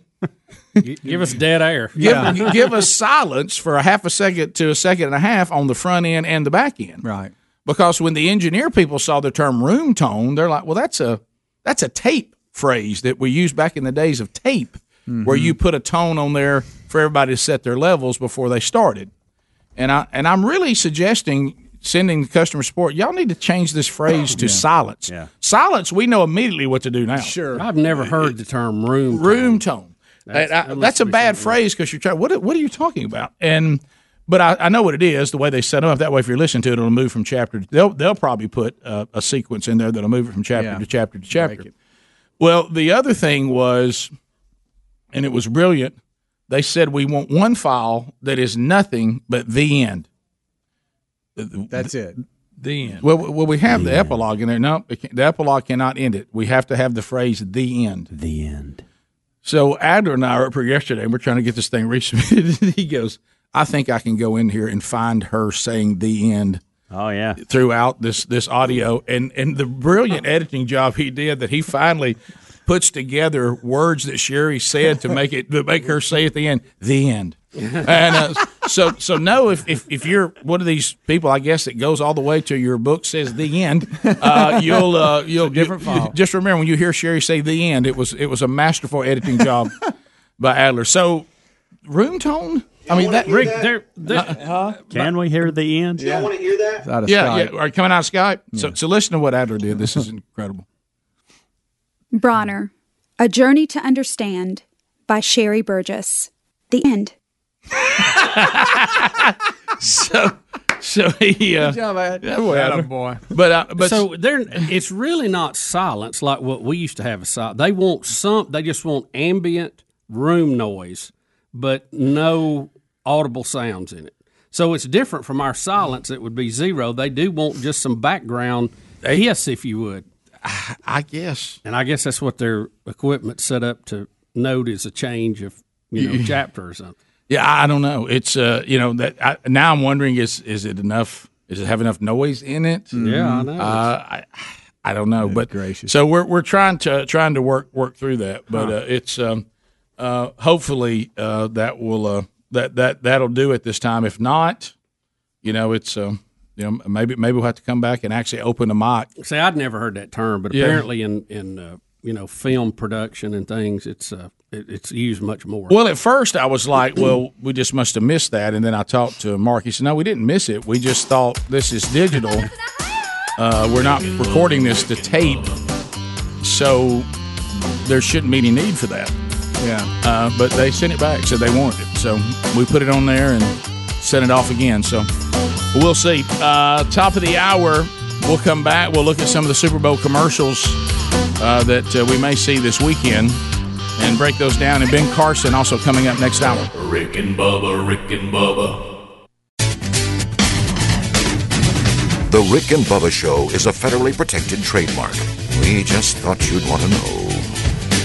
Give us dead air.
Give, (laughs)
(laughs)
give us silence for a half a second to a second and a half on the front end and the back end.
Right.
Because when the engineer people saw the term room tone, they're like, well, that's a that's a tape phrase that we used back in the days of tape, (laughs) where you put a tone on there for everybody to set their levels before they started. And I and I'm really suggesting sending the customer support, y'all need to change this phrase to silence.
Yeah.
Silence, we know immediately what to do now. Sure.
I've never heard the term room
room tone.
That's-
And I-
that must
that's a
be
bad phrase because you're trying. What what are you talking about? And but I, I know what it is. The way they set them up that way, if you're listening to it, it'll move from chapter. They'll they'll probably put uh, a sequence in there that'll move it from chapter
Yeah.
to chapter to chapter. Well, the other thing was, and it was brilliant. They said we want one file that is nothing but the end.
That's it.
The end.
Well, well, we have the, epilogue in there. No, it can't- the epilogue cannot end it. We have to have the phrase "the end." The end. So Adler and I were up here yesterday, and we're trying to get this thing (laughs) resubmitted. and he goes, "I think I can go in here and find her saying the end."
Oh yeah.
Throughout this this audio, and and
(laughs)
the brilliant editing job he did that he finally puts together words that Sherry said to make it to make her say at the end, "the end." and uh, so so no if, if if you're one of these people i guess that goes all the way to your book says the end uh, you'll uh, you'll different just remember when you hear sherry say the end it was it was a masterful editing
(laughs)
job by adler so room tone i mean that Uh,
Rick, there, there- can we hear the end?
Yeah.
want to hear that?
Out of
yeah,
Skype.
yeah, or coming out of Skype. So, so listen to what Adler did. This is incredible.
Bronner, A Journey to Understand by Sherry Burgess. The end.
so, (laughs) so he. Uh,
Good job, Ad.
yeah, boy, Adler.
boy.
But uh, but
so they're it's really not silence like what we used to have a silence. They want some. They just want ambient room noise, but no audible sounds in it. So it's different from our silence. It would be zero. They do want just some background hiss, if you would.
I guess.
And I guess that's what their equipment set up to note is a change of you know
(laughs) Yeah.
chapter or something.
Yeah, I I don't know. It's uh, you know that I, now I'm wondering is is it enough? Is it have enough noise in it?
Yeah, I know.
Uh, I, I don't know, but so we're we're trying to trying to work work through that, but
Huh.
uh, it's um, uh, hopefully uh, that will uh, that that that'll do it this time. If not, you know it's um, you know maybe maybe we'll have to come back and actually open the mic.
See, I'd never heard that term, but
Yeah.
apparently in in uh, you know film production and things, it's uh, it, it's used much more.
Well, at first I was like, well, we just must have missed that. And then I talked to Mark. He said, no, we didn't miss it. We just thought this is digital. Uh, we're not recording this to tape. So there shouldn't be any need for that.
Yeah.
Uh, but they sent it back, said they wanted it. So we put it on there and sent it off again. So we'll see. Uh, top of the hour, we'll come back. We'll look at some of the Super Bowl commercials uh, that uh, we may see this weekend and break those down. And Ben Carson also coming up next hour.
Rick and Bubba, Rick and Bubba.
The Rick and Bubba Show is a federally protected trademark. We just thought you'd want to know.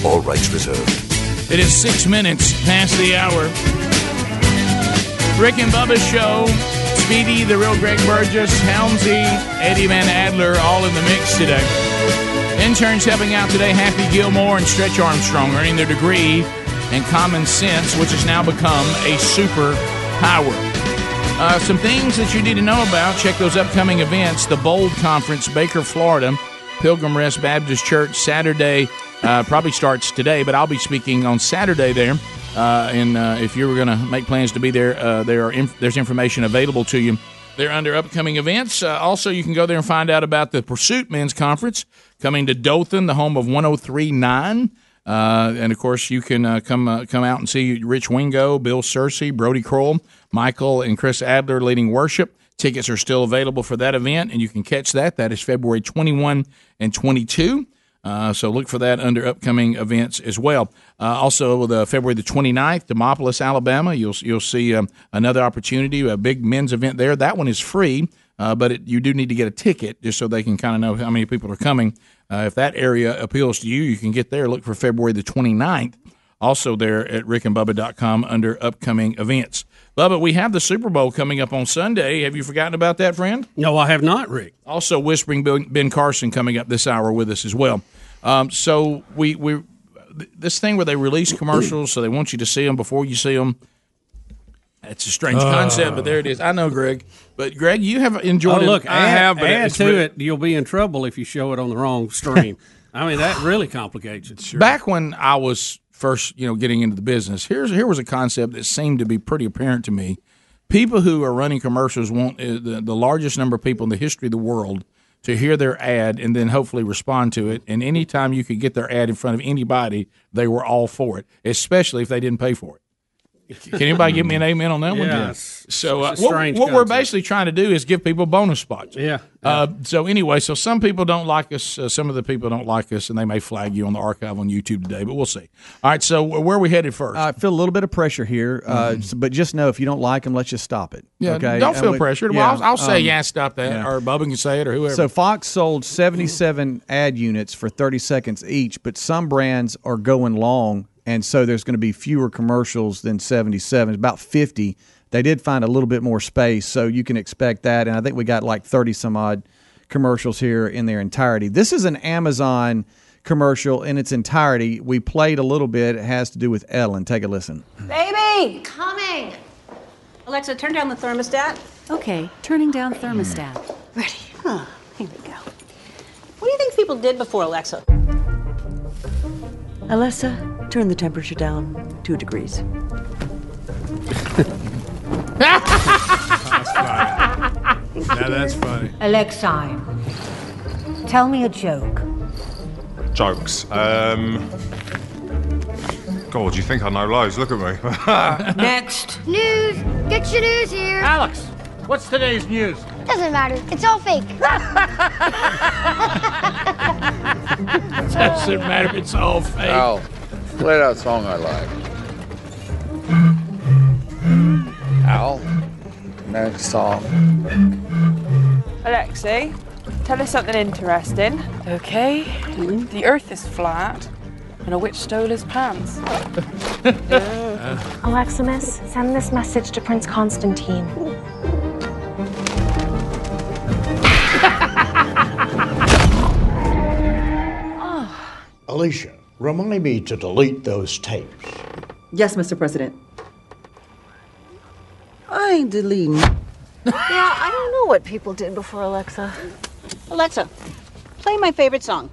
All rights reserved.
It is six minutes past the hour. Rick and Bubba show. Speedy, the real Greg Burgess, Helmsy, Eddie Van Adler, all in the mix today. Interns helping out today, Happy Gilmore and Stretch Armstrong, earning their degree in common sense, which has now become a super power. Uh, some things that you need to know about. Check those upcoming events. The Bold Conference, Baker, Florida, Pilgrim Rest Baptist Church, Saturday. Uh, probably starts today, but I'll be speaking on Saturday there. Uh, and uh, if you were going to make plans to be there, uh, there are inf- there's information available to you. They're under upcoming events. Uh, also, you can go there and find out about the Pursuit Men's Conference coming to Dothan, the home of 1039. Uh, and of course, you can uh, come uh, come out and see Rich Wingo, Bill Searcy, Brody Kroll, Michael, and Chris Adler leading worship. Tickets are still available for that event, and you can catch that. That is February 21 and 22. Uh, so look for that under upcoming events as well. Uh, also, the February the 29th, Demopolis, Alabama, you'll you'll see um, another opportunity, a big men's event there. That one is free, uh, but it, you do need to get a ticket just so they can kind of know how many people are coming. Uh, if that area appeals to you, you can get there. Look for February the 29th. Also there at rickandbubba.com under upcoming events. Bubba, we have the Super Bowl coming up on Sunday. Have you forgotten about that, friend?
No, I have not, Rick.
Also, Whispering Ben Ben Carson coming up this hour with us as well. Um, so we we th- this thing where they release commercials so they want you to see them before you see them. It's a strange
Uh.
concept, but there it is. I know, Greg. But Greg, you have enjoyed
oh,
it.
look, add, add
it's
to
really-
it, you'll be in trouble if you show it on the wrong stream. I mean, that really complicates it.
Back when I was first, you know, getting into the business, here's here was a concept that seemed to be pretty apparent to me. People who are running commercials want uh, the, the largest number of people in the history of the world to hear their ad and then hopefully respond to it. And anytime you could get their ad in front of anybody, they were all for it, especially if they didn't pay for it. Can anybody give me an amen on that one?
Yeah,
So uh,
it's a
what,
strange
what we're basically trying to do is give people bonus spots.
Yeah.
Uh, so anyway, so some people don't like us. Uh, some of the people don't like us, and they may flag you on the archive on YouTube today. But we'll see. All right. So where are we headed first?
I feel a little bit of pressure here, uh,
Mhm.
so- but just know if you don't like them, let's just stop it.
yeah.
okay.
Don't
And
feel
we-
pressured.
yeah,
well, I'll, I'll say
um,
yeah, stop that,
yeah.
or Bubba can say it, or whoever.
So Fox sold 77 ad units for 30 seconds each, but some brands are going long, and so there's going to be fewer commercials than 77. It's about 50. They did find a little bit more space, so you can expect that. And I think we got like 30 some odd commercials here in their entirety. This is an Amazon commercial in its entirety. We played a little bit. It has to do with Ellen. Take a listen.
Baby, coming. Alexa, turn down the thermostat. Okay, turning down thermostat.
Hmm.
Ready. Huh, here we go. What do you think people did before Alexa?
Alessa, turn the temperature down two degrees.
Now that's funny.
Alexei, tell me a joke.
Jokes. Um, God, you think I know loads? Look at me. (laughs)
Next.
News. Get your news here. Alex, what's today's news? Doesn't matter. It's all (laughs) fake.
Doesn't matter. It's all fake.
Al, Oh, play that song I like. Al, next song.
Alexei, tell us something interesting. Okay. The earth is flat and a witch stole his pants.
(laughs) Aleximus, send this message to Prince
(laughs)
Constantine. Ah.
Alicia, remind me to delete those tapes.
Yes, Mr. President. I ain't deleting. yeah, I don't know what people did before Alexa. Alexa, play my favorite song.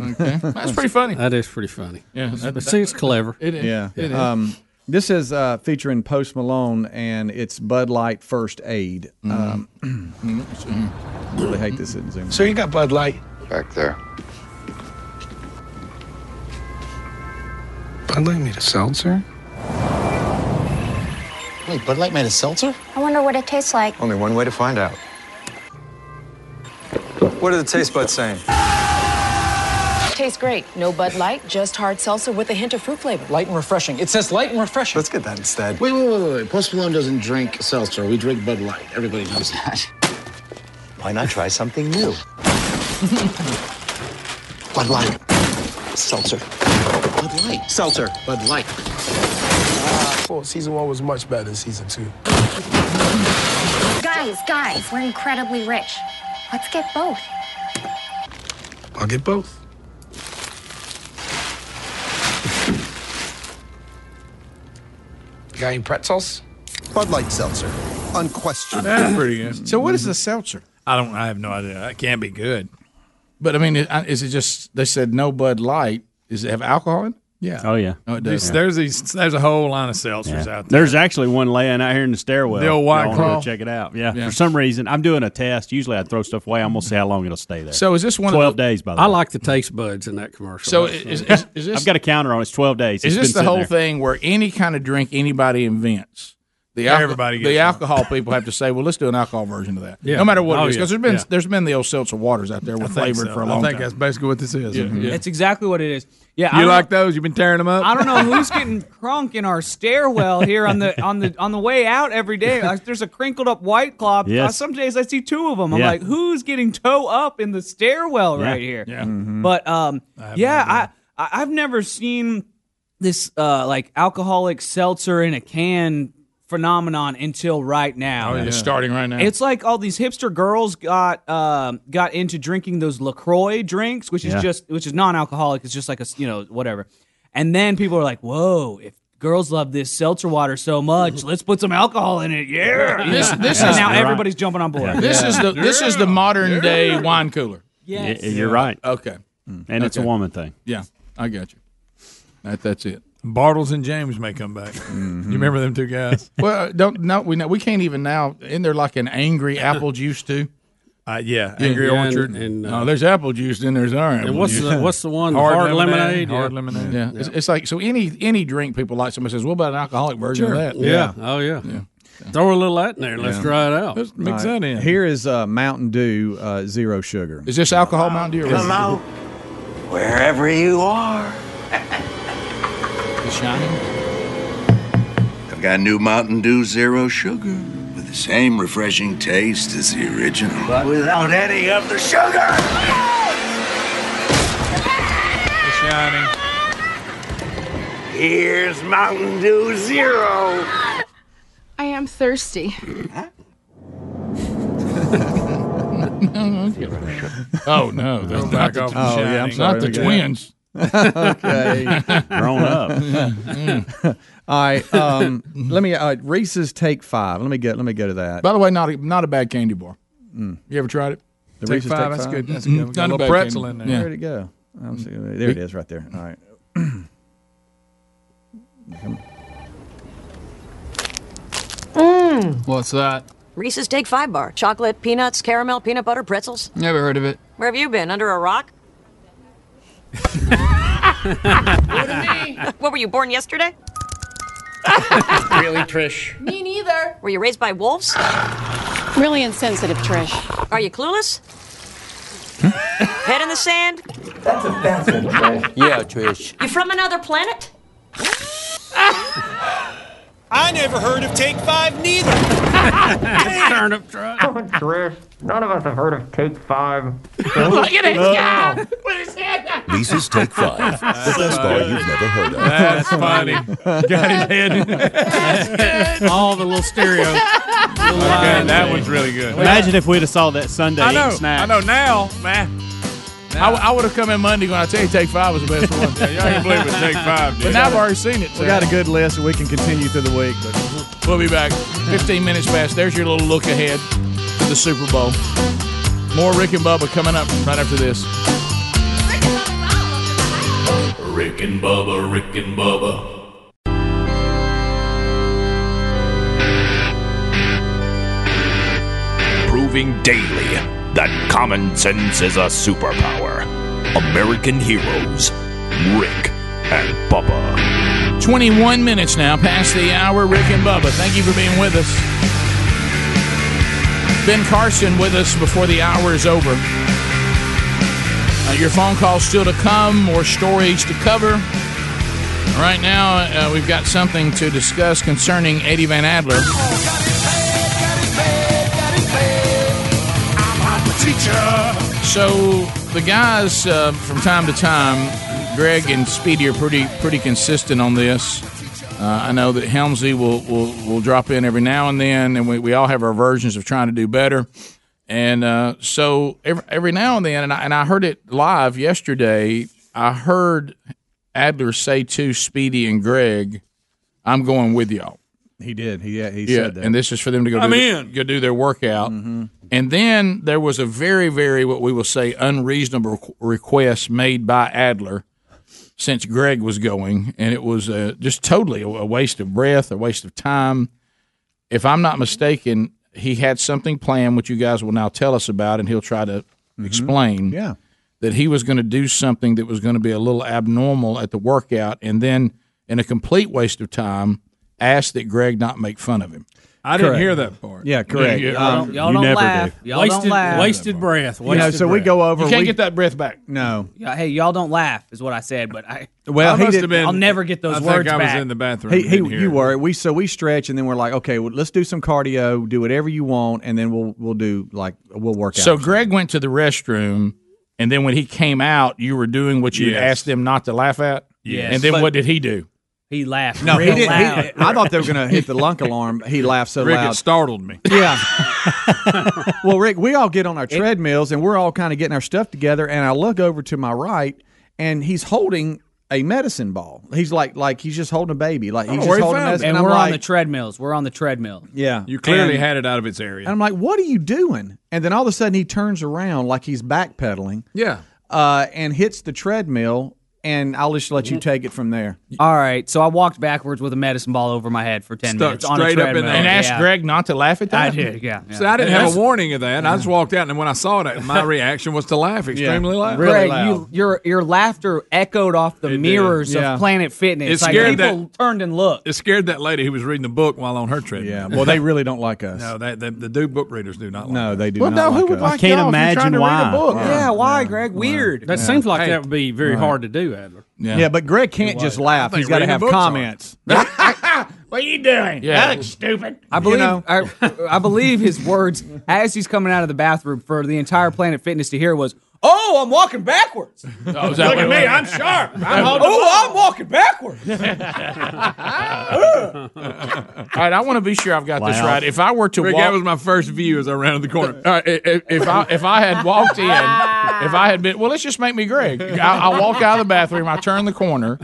Okay. (laughs) That's pretty funny.
That is pretty funny.
Yeah, that-
but see, it's clever.
It is.
Yeah. Um, this is uh, featuring Post Malone, and it's Bud Light First Aid.
Mm-hmm.
Um, (clears throat) really hate this in Zoom.
So you got Bud Light.
Back there.
Bud Light made a seltzer? Wait, Bud Light made a seltzer?
I wonder what it tastes like.
Only one way to find out. What are the taste buds saying?
Tastes great. No Bud Light, just hard seltzer with a hint of fruit flavor.
Light and refreshing. It says light and refreshing. Let's get that instead. Wait, wait, wait, wait, wait. Post Malone doesn't drink seltzer. We drink Bud Light. Everybody knows that. Why not try something new? (laughs) Bud Light. Seltzer. Bud Light. Seltzer. Bud Light. Well, Ah, season one was much better than season two.
Guys, guys, we're incredibly rich. Let's get both.
I'll get
(laughs)
both. Got any pretzels? Bud Light seltzer. Unquestioned.
That's pretty good.
So what is the seltzer?
I don't. I have no idea. That can't be good.
But I mean, it- I- is it just they said no Bud Light? Is it have alcohol in? it?
Yeah.
Oh, yeah.
No, it
There's,
does.
there's these. There's a whole line of seltzers
Yeah.
out there.
There's actually one laying out here in the stairwell.
The old White
Y'all wanna go
Claw.
Check it out. Yeah.
Yeah.
For some reason, I'm doing a test. Usually, I throw stuff away. I'm gonna see how long it'll stay there.
So is this one of
twelve
the-
days? By the
I
way,
like the taste buds in that commercial.
So
That's
is-
funny.
is- is this-
I've got a counter on. it. It's twelve days.
Is
It's
this
been
the
sitting
whole
there.
thing where any kind of drink anybody invents? The
Yeah,
alco-
everybody
the
gets
alcohol people have to say, "Well, let's do an alcohol version of that."
Yeah.
No matter what
Oh,
it is,
yeah.
because there's been
Yeah.
there's been the old seltzer waters out there
I
with
think
flavored
so.
for a long
I think
time.
that's basically what this is.
Yeah.
isn't it?
Yeah.
That's exactly what it is. Yeah, I
you
don't
like those? You've been tearing them up.
I don't know who's getting crunk in our stairwell here on the on the on the way out every day. Like, There's a crinkled up white cloth. Uh,
Yes.
some days I see two of them. I'm
Yeah.
like, who's getting toe up in the stairwell
Yeah.
right here?
Yeah.
Mm-hmm.
Mhm.
But um, yeah, I, I I've never seen this uh like alcoholic seltzer in a can phenomenon until right now.
Oh, yeah. It's starting right now.
It's like all these hipster girls got um, got into drinking those Lacroix drinks, which
Yeah.
is just which is non-alcoholic. It's just like a s- you know whatever. And then people are like, "Whoa, if girls love this seltzer water so much, let's put some alcohol in it." Yeah, You (laughs)
This-
know?
this
And
is-
now
Right.
everybody's jumping on board.
This is the this is the modern day wine
(laughs)
cooler.
Yes.
Y- you're right.
Okay,
Mm.
and it's a
Okay.
woman thing.
Yeah, I got you. That, that's it.
Bartles and James may come back. Mm-hmm. You remember them
(laughs)
two guys?
Well, don't no, we know we can't even now. Isn't there like an angry apple juice too?
Uh, yeah, Angry Yeah, and- Orchard. and, uh,
no, there's apple juice, then there's orange.
And what's
(laughs) juice.
the- what's the one, the Hard hard lemonade, lemonade? hard Yeah. lemonade.
Yeah, It's, it's like so. Any any drink people like, somebody says, "What about an alcoholic version
Sure.
of that?"
Yeah.
Oh yeah. Throw a little of that in there. Let's
Yeah.
try it out.
Right. Here is uh, Mountain Dew uh, zero sugar.
Is this alcohol Mountain Dew? or-
Come out
Wherever you are.
The Shining.
I've got new Mountain Dew Zero Sugar with the same refreshing taste as the original. But
Without any of the sugar.
The Shining.
Here's Mountain Dew Zero.
I am thirsty.
(laughs)
Mm-hmm.
Oh
(laughs)
no, that's
Throw
not
back
the,
off The
oh, yeah, I'm
Shining.
sorry, not the
Okay.
twins.
(laughs) okay.
(laughs)
Grown up.
Mm. (laughs) All right. Um, let me uh, Reese's take five. Let me get. Let me go to that.
By the way, not a, not a bad candy bar.
Mm.
You ever tried it?
The Take Reese's Five, Take that's Five? good, that's good.
Mm,
We got a
not
little
bad
pretzel
candy.
in there.
Yeah.
Where'd it go? I'm see- there it is, right there. All right.
Mmm. What's that?
Reese's Take Five Bar. Chocolate, peanuts, caramel, peanut butter, pretzels.
Never heard of it.
Where have you been? Under a (laughs) rock? (laughs) what were you born yesterday?
(laughs) really, Trish?
Me neither. Were you raised by wolves?
Really insensitive, Trish.
Are you clueless? Head in the sand?
(laughs) Yeah, Trish.
You from another planet?
(laughs) I never heard of Take Five neither. (laughs)
Turnip truck.
None of us have heard of Take
(laughs)
Five.
Look at it, yeah. Reese's Take Five. The best bar you've never heard of.
(laughs)
That's funny. Got his head.
All the
(laughs)
little stereos.
Okay, that one's really good.
Imagine if we'd have saw that Sunday
I know.
eating snack.
I know now, man.
I, I would have come in Monday when I tell you Take Five was the best one.
Yeah, y'all can believe it. Take Five did.
But now I've already seen it.
We
so-
got a good list, and we can continue through the week. But
We'll be back. 15 minutes past. There's your little look ahead to the Super Bowl. More Rick and Bubba coming up right after this.
Rick and Bubba, Rick and Bubba. Proving daily that common sense is a superpower. American heroes, Rick and Bubba.
21 minutes now past the hour. Rick and Bubba, thank you for being with us. Ben Carson with us before the hour is over. Uh, your phone calls still to come, more stories to cover. Right now, uh, we've got something to discuss concerning Eddie Van Adler. So the guys uh, from time to time, Greg and Speedy are pretty pretty consistent on this. Uh, I know that Helmsley will, will will drop in every now and then, and we, we all have our versions of trying to do better. And uh, so every, every now and then, and I, and I heard it live yesterday. I heard Adler say to Speedy and Greg, "I'm going with y'all."
he did. He yeah, he said that. Mm-hmm.
and this is for them to go.
I'm
do Go do their workout. And then there was a very, very what we will say unreasonable requ- request made by Adler, since Greg was going, and it was uh, just totally a, a waste of breath, a waste of time. If I'm not mistaken, he had something planned, which you guys will now tell us about, and he'll try to explain.
Mm-hmm. Yeah.
That he was going to do something that was going to be a little abnormal at the workout, and then, in a complete waste of time, asked that Greg not make fun of him.
I didn't hear that part.
Yeah, correct.
Yeah,
Um,
y'all don't laugh.
Y'all don't
Wasted-
laugh.
wasted breath.
You know, so we go over. we-
that breath back.
No.
Yeah, hey, y'all don't laugh is what I said, but I
Well,
I
he
must
did-
have been- I'll never get those
I think
words
I was
back.
in the bathroom.
He, he,
Didn't hear
you
it.
were we so we stretch and then we're like, okay, well, let's do some cardio, do whatever you want, and then we'll we'll do like we'll work out.
So Greg went to the restroom, and then when he came out, you were doing what you had
Yes.
asked them not to laugh at.
Yes.
And then
But- (laughs)
what did he do?
He laughed.
No,
real
he didn't.
loud.
He, I thought they were going to hit the lunk alarm. He laughed so
Rick, it
loud.
startled me.
Yeah. (laughs) well, Rick, we all get on our treadmills and we're all kind of getting our stuff together. And I look over to my right, and he's holding a medicine ball. He's like, like he's just holding a baby. Like
Oh,
he's just holding a medicine.
and
I'm
we're on
like,
the treadmills. We're on the treadmill.
yeah,
You clearly
And-
had it out of its area.
And I'm like, what are you doing? And then all of a sudden, he turns around like he's backpedaling.
Yeah.
Uh, and hits the treadmill. And I'll just let you take it from there.
All right, so I walked backwards with a medicine ball over my head for ten
Stuck
minutes on a
straight up in
treadmill.
there. And asked
Greg not to laugh at
that? I did, yeah.
(laughs) See, I didn't have
That's-
a warning of that. I just walked out, and when I saw that, my reaction was to laugh
(laughs)
extremely loud.
Greg, You, your your laughter echoed off the mirrors
Yeah.
of Planet Fitness.
It
Like,
scared
people turned and looked.
It scared that lady who was reading the book while on her trip. Yeah,
well, they really don't like us.
(laughs) No, they, they, the dude book readers do
(laughs)
not like
No, they do
Well,
not.
no, who
like
would
us.
like I can't y'all if you're imagine trying to read a why. book?
Yeah, why, Greg? Weird.
That seems like
Hey.
that would be very
Right.
hard to do, Adler.
Yeah. but Greg can't just laugh. He's got to have comments.
What are you doing?
Yeah.
That looks stupid.
I believe I, I believe his words as he's coming out of the bathroom for the entire Planet Fitness to hear was, "Oh, I'm
(laughs)
walking backwards."
is that Look what at it me, was? I'm sharp. I'm holding the
oh,
ball."
I'm walking backwards.
(laughs)
All right, I want to be sure I've got this
Wow.
right. If I were to
Rick,
walk,
that was my first view as I rounded the corner.
All right, i- i- if I if I had walked in, if I had been well, let's just make me Greg. I, I walk out of the bathroom, I turn the corner,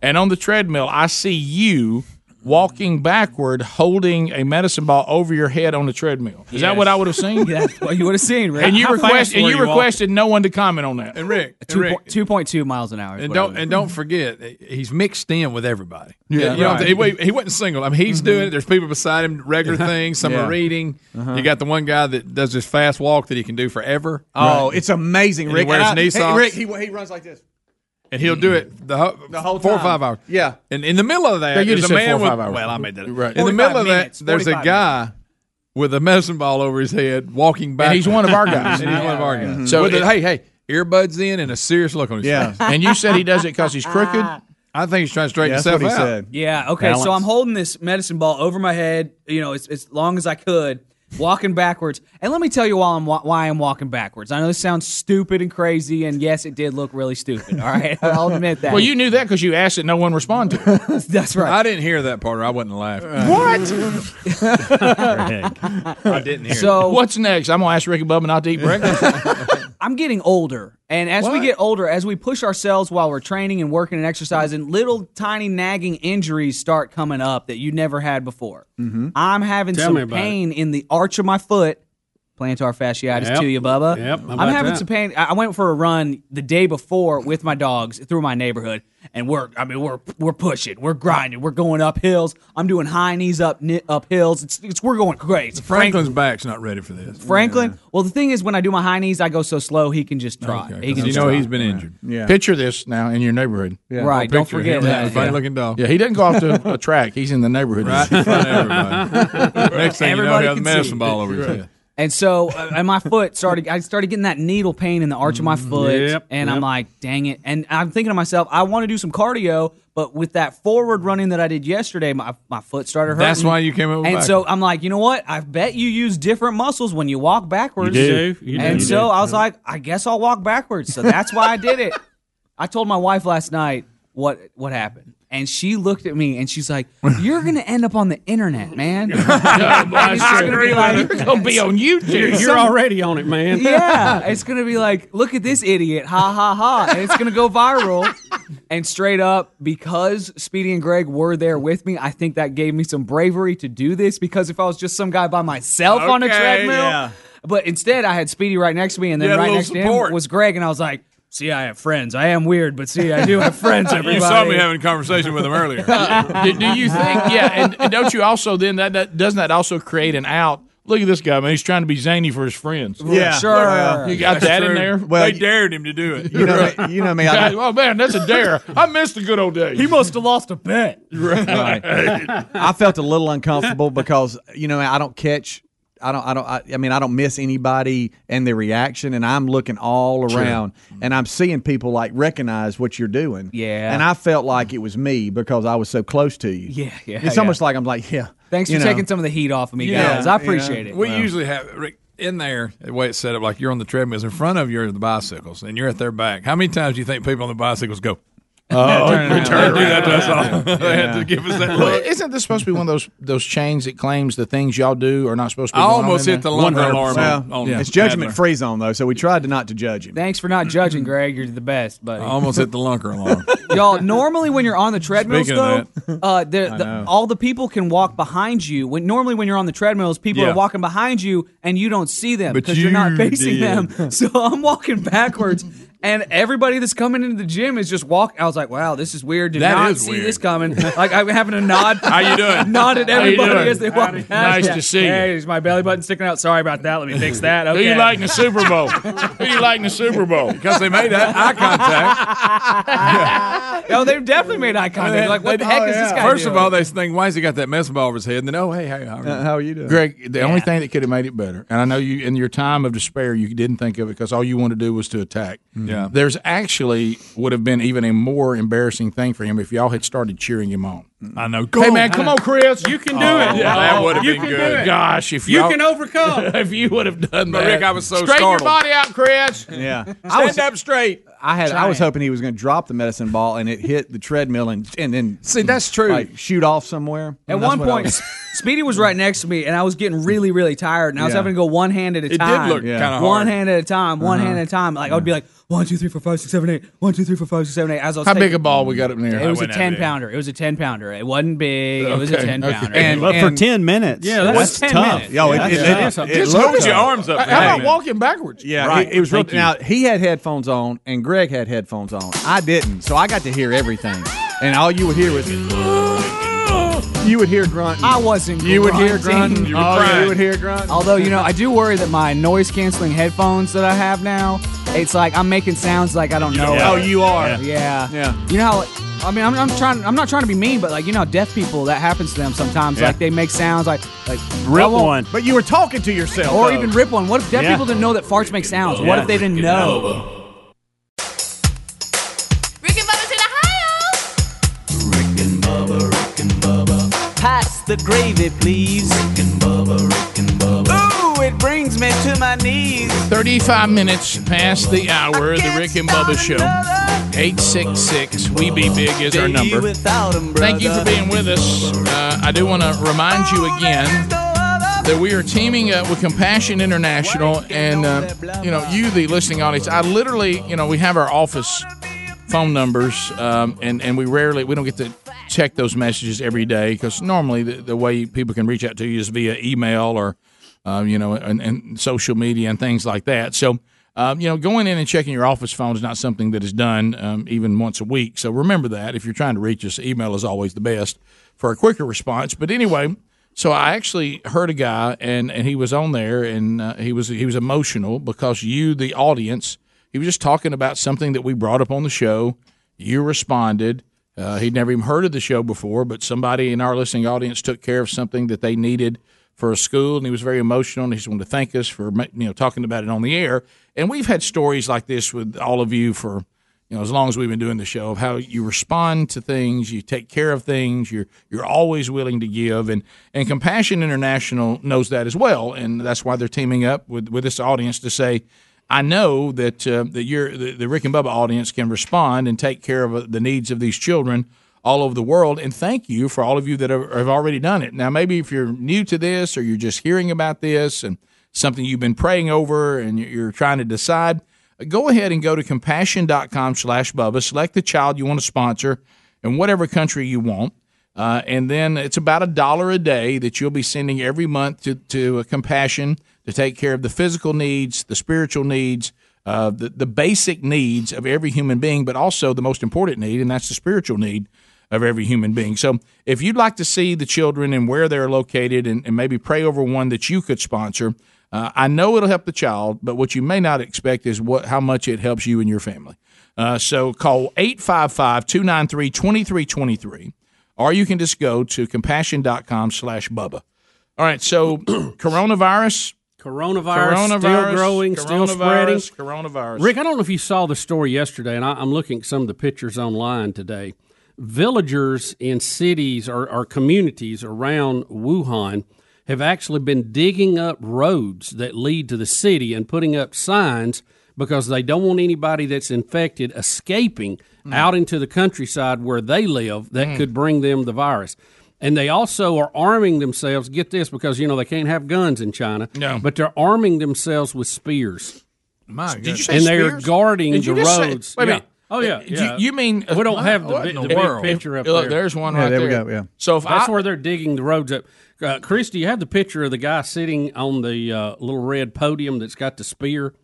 and on the treadmill, I see you walking backward, holding a medicine ball over your head on the treadmill. Is that what I would have seen?
(laughs) That's what you would have seen, Rick.
And you request and you, requested no one to comment on that.
And Rick, and
Two
Rick,
po- two point two miles an hour. is
and
what I
don't
was-
and don't forget, eh, he's mixed in with everybody.
Yeah,
You know,
right.
he, wa- he wasn't single. I mean, he's doing it. There's people beside him,
(laughs)
regular things. Some
Mm-hmm. Yeah.
are reading.
Uh-huh.
You got the one guy that does this fast walk that he can do forever.
Oh, it's amazing,
And
Rick.
He wears
And I-
knee
hey,
socks.
Rick, he, he runs like this.
and he'll do it the, ho-
The whole
four or
time.
five hours.
Yeah.
and in the middle of that,
No, you
there's
just
a
said
man
four or
with-
five hours.
Well, I made that. up.
Right.
In the middle
45
of that,
minutes,
there's a
45
guy with a medicine ball over his head walking back,
he's one of our guys.
(laughs) and he's one of our
Mm-hmm.
guys.
Mhm.
So
So
with a-
it-
hey, hey, earbuds in and a serious look on his
Yeah.
face.
(laughs)
(laughs) And you said he does it because he's crooked.
I think he's trying to straighten himself out.
Yeah. Okay. So I'm holding this medicine ball over my head, you know, as, as long as I could, walking backwards. And let me tell you why I'm wa- why I'm walking backwards. I know this sounds stupid and crazy, and yes, it did look really stupid. All right, (laughs) I'll admit that.
Well, you knew that because you asked it, no one responded.
(laughs) That's right.
I didn't hear that part, or I wouldn't laugh.
(laughs)
(laughs) I didn't hear.
So-
it.
what's next? I'm gonna ask Ricky Bubba not to eat breakfast.
I'm getting older, and as we get older, as we push ourselves while we're training and working and exercising, little tiny nagging injuries start coming up that you never had before.
Mm-hmm.
Mhm.
I'm having
Tell me
some
about
pain in the arch of my foot. Plantar fasciitis
Yep.
to you, Bubba.
Yep, how
I'm
about
having
that?
some pain. I I went for a run the day before with my dogs through my neighborhood, and we're I mean we're we're pushing, we're grinding, we're going up hills. I'm doing high knees up ni- up hills. It's, it's we're going crazy.
Franklin's back's not ready for this.
Franklin. Well, the thing is, when I do my high knees, I go so slow he can just trot. (laughs) he can just trot.
injured.
Yeah.
Picture this now in your neighborhood.
Yeah. Right, Picture don't forget him. that. Yeah.
Funny looking dog.
Yeah, he doesn't go off
(laughs)
to a track. He's in the neighborhood.
Right in front of
(laughs)
(laughs)
everybody. Next thing you know, he
Everybody
has a
can see.
medicine ball over his head.
And so, uh, and my foot started. I started getting that needle pain in the arch of my foot,
Mm, Yep,
and I'm
yep.
like, "Dang it!" And I'm thinking to myself, "I want to do some cardio, but with that forward running that I did yesterday, my, my foot started hurting."
That's why you came up with
And
back.
so I'm like, you know what? I bet you use different muscles when you walk backwards.
You do. You do.
and
You
so
do.
I was like, I guess I'll walk backwards. So that's why I did it. I told my wife last night what what happened. And she looked at me and she's like, You're gonna end up on the
(laughs)
internet, man. (laughs) And it's gonna be like-
You're gonna be on YouTube.
Some-
You're already on it, man.
yeah, it's gonna be like, look at this idiot, ha ha ha, and it's gonna
(laughs)
go viral. And straight up, because Speedy and Greg were there with me, I think that gave me some bravery to do this. Because if I was just some guy by myself on a
Okay,
treadmill,
yeah.
but instead I had Speedy right next to me, and
You
then
had a
right
little
next to
support.
him was Greg, and I was like, see, I have friends. I am weird, but see, I do have
(laughs)
(laughs) friends. Everybody,
You saw me having a conversation with him
(laughs)
earlier.
(laughs) do, do you think? Yeah, and, and don't you also then that, that doesn't that also create an out? Look at this guy, man. He's trying to be zany for his friends.
Yeah. Sure. uh,
you got
That's
that
true.
in there.
Well, They dared him to do it. (laughs)
You know
me- you know me, I-
God, oh man, that's a dare. I missed the good old days. He
must have lost
(laughs)
a bet.
Right. (laughs) I felt a little uncomfortable because you know I don't catch. I don't. I don't. I, I mean, I don't miss anybody and their reaction, and I'm looking all
Sure.
around, and I'm seeing people like recognize what you're doing.
Yeah.
And I felt like it was me because I was so close to you.
Yeah, yeah,
It's
yeah.
almost like I'm like, yeah.
Thanks for
you know.
taking some of the heat off of me, guys. I appreciate it.
We usually have Rick in there the way it's set up, like
(laughs)
you're on the treadmills in front of you are the bicycles, and you're at their back. How many times do you think people on the bicycles go? Oh, return.
around.
Do that to us all. (laughs) They had to give us
(laughs)
that
Well,
look.
isn't this supposed to be one of those those chains that claims the things y'all do are not supposed to? be
I
going on
almost
in
hit
there?
the lumber alarm on- on
It's judgment free zone though, so we tried to not to judge him.
Thanks for not judging, Greg. You're the best, buddy.
almost hit
the lunker alarm.
Y'all, normally when you're on the treadmills,
Speaking
though,
of
uh, the,
I
the,
know.
all the people can walk behind you. When normally when you're on the treadmills, people
Yeah.
are walking behind you and you don't see them
But
because you are not
you
facing
did.
them. (laughs) So I'm walking backwards, and everybody that's coming into the gym is just walking. I was like, wow, this is weird. Did
That
not
is
see
weird.
this coming. Like I'm having a
(laughs)
nod.
How you doing?
(laughs) Nod at
How you doing?
everybody as they walk.
Howdy.
past.
Nice to see you.
Hey, is my belly button sticking out? Sorry about that. Let me fix that.
Who
Okay.
you like in the
Super
(laughs)
Bowl? Who you like in the Super Bowl?
Because they made that eye contact. (laughs)
No, they definitely made eye contact. They're like, what the
Oh,
heck is this guy
First
doing?
of all, they think, why has he got that mess ball over his head? And then, oh, hey, hey, how are you?
Uh, how are you doing?
Greg, the only thing that could have made it better, and I know you in your time of despair, you didn't think of it because all you wanted to do was to attack.
Mm-hmm.
Yeah.
There's actually would have been even a more embarrassing thing for him if y'all had started cheering him on.
I know.
hey man, come on, Chris,
you
can
do it.
Yeah,
that would have
you
been
can do
good.
it. Gosh, if
You
y'all-
can overcome. (laughs)
if you would have done
But
that,
Rick, I was so
straighten
startled.
your body out, Chris.
Yeah. Stand
I was, up straight.
(laughs) I had I was hoping he was going to drop the medicine ball and it hit the treadmill and and then
See, that's true.
Like shoot off somewhere.
At
That's
one
what I
point,
was-
(laughs) Speedy was right next to me, and I was getting really, really tired, and I was
Yeah.
having to go one hand at a
It did
time.
look Yeah. kinda hard.
One hand at a time, one
Uh-huh.
hand at a time. Like I would be like one, two, three, four, five, six, seven, eight. One, two, three, four, five, six, seven, eight. As I was
How big
taking-
a ball we got up in there?
It was a ten pounder. It was a ten pounder. It wasn't big. It was a
Okay,
ten
okay.
pounder.
And- But for and-
10 minutes, yeah,
That's
that's, 10
tough.
Minutes.
Yo, it-
Yeah,
it-
that's
it-
tough.
it- Just hold looked your tough. arms up for a
How about
minute.
walking backwards?
Yeah, it, it was real. Now he had headphones on, and Greg had headphones on. I didn't, so I got to hear everything, and all you would hear was. You would hear grunting.
I wasn't.
You would hear
grunting.
grunting. Oh, yeah, you would hear grunting.
Although you know, I do worry that my noise canceling headphones that I have now, it's like I'm making sounds like I don't know.
Yeah.
it.
Oh, you are.
Yeah.
Yeah.
You know how? I mean, I'm, I'm trying. I'm not trying to be mean, but like you know, deaf people that happens to them sometimes.
Yeah.
Like they make sounds like like I
Rip
won't-
one. But you were talking to yourself.
Or
though.
even rip one. What if deaf
Yeah.
people didn't know that farts make sounds? What if they didn't know? Pass the gravy, please. Ooh, it brings me to my knees.
35 minutes past the hour of the Rick and Bubba Show. 866 We Be Big is our number. Thank you for being with us. Uh, I do want to remind you again that we are teaming up with Compassion International. And, uh, you know, you, the listening audience, I literally, you know, we have our office phone numbers, um, and, and we rarely, we don't get to check those messages every day because normally the, the way people can reach out to you is via email or um, you know, and, and social media and things like that. So, um, you know, going in and checking your office phone is not something that is done um, even once a week. So remember that if you're trying to reach us, email is always the best for a quicker response. But anyway, so I actually heard a guy, and, and he was on there, and uh, he was he was emotional because you, the audience, he was just talking about something that we brought up on the show. You responded. Uh, he'd never even heard of the show before, but somebody in our listening audience took care of something that they needed for a school, and he was very emotional, and he just wanted to thank us for ma- you know talking about it on the air. And we've had stories like this with all of you for you know as long as we've been doing the show of how you respond to things, you take care of things, you're you're always willing to give, and and Compassion International knows that as well, and that's why they're teaming up with with this audience to say. I know that uh, that your the, the Rick and Bubba audience can respond and take care of uh, the needs of these children all over the world. And thank you for all of you that have have already done it. Now, maybe if you're new to this or you're just hearing about this and something you've been praying over and you're- you're trying to decide, go ahead and go to compassion.com slash Bubba, select the child you want to sponsor in whatever country you want. Uh, and then it's about a dollar a day that you'll be sending every month to, to a compassion to take care of the physical needs, the spiritual needs, uh, the, the basic needs of every human being, but also the most important need, and that's the spiritual need of every human being. So if you'd like to see the children and where they're located and, and maybe pray over one that you could sponsor, uh, I know it'll help the child, but what you may not expect is what how much it helps you and your family. Uh, so call 855 293 2323, or you can just go to compassion.com slash Bubba. All right, so (clears throat) coronavirus.
Coronavirus, still growing, still spreading.
coronavirus, Coronavirus.
Rick, I don't know if you saw the story yesterday, and I, I'm looking at some of the pictures online today. Villagers in cities or, or communities around Wuhan have actually been digging up roads that lead to the city and putting up signs because they don't want anybody that's infected escaping out into the countryside where they live that
Mm.
could bring them the virus. And they also are arming themselves. Get this, because you know they can't have guns in China. No, but they're arming themselves with spears.
My
Did
goodness.
you say And they are spears? guarding
Did you
the
just say-
roads.
wait a
Yeah.
minute.
Oh, yeah,
You-
yeah.
You, mean
We don't have the
what
big-
in
the big picture up
Look,
there.
There's one
Yeah,
right
there we
there.
go, yeah.
So if
That's
I,
where they're digging the roads up. Uh, Chris, do you have the picture of the guy sitting on the uh, little red podium that's got the spear?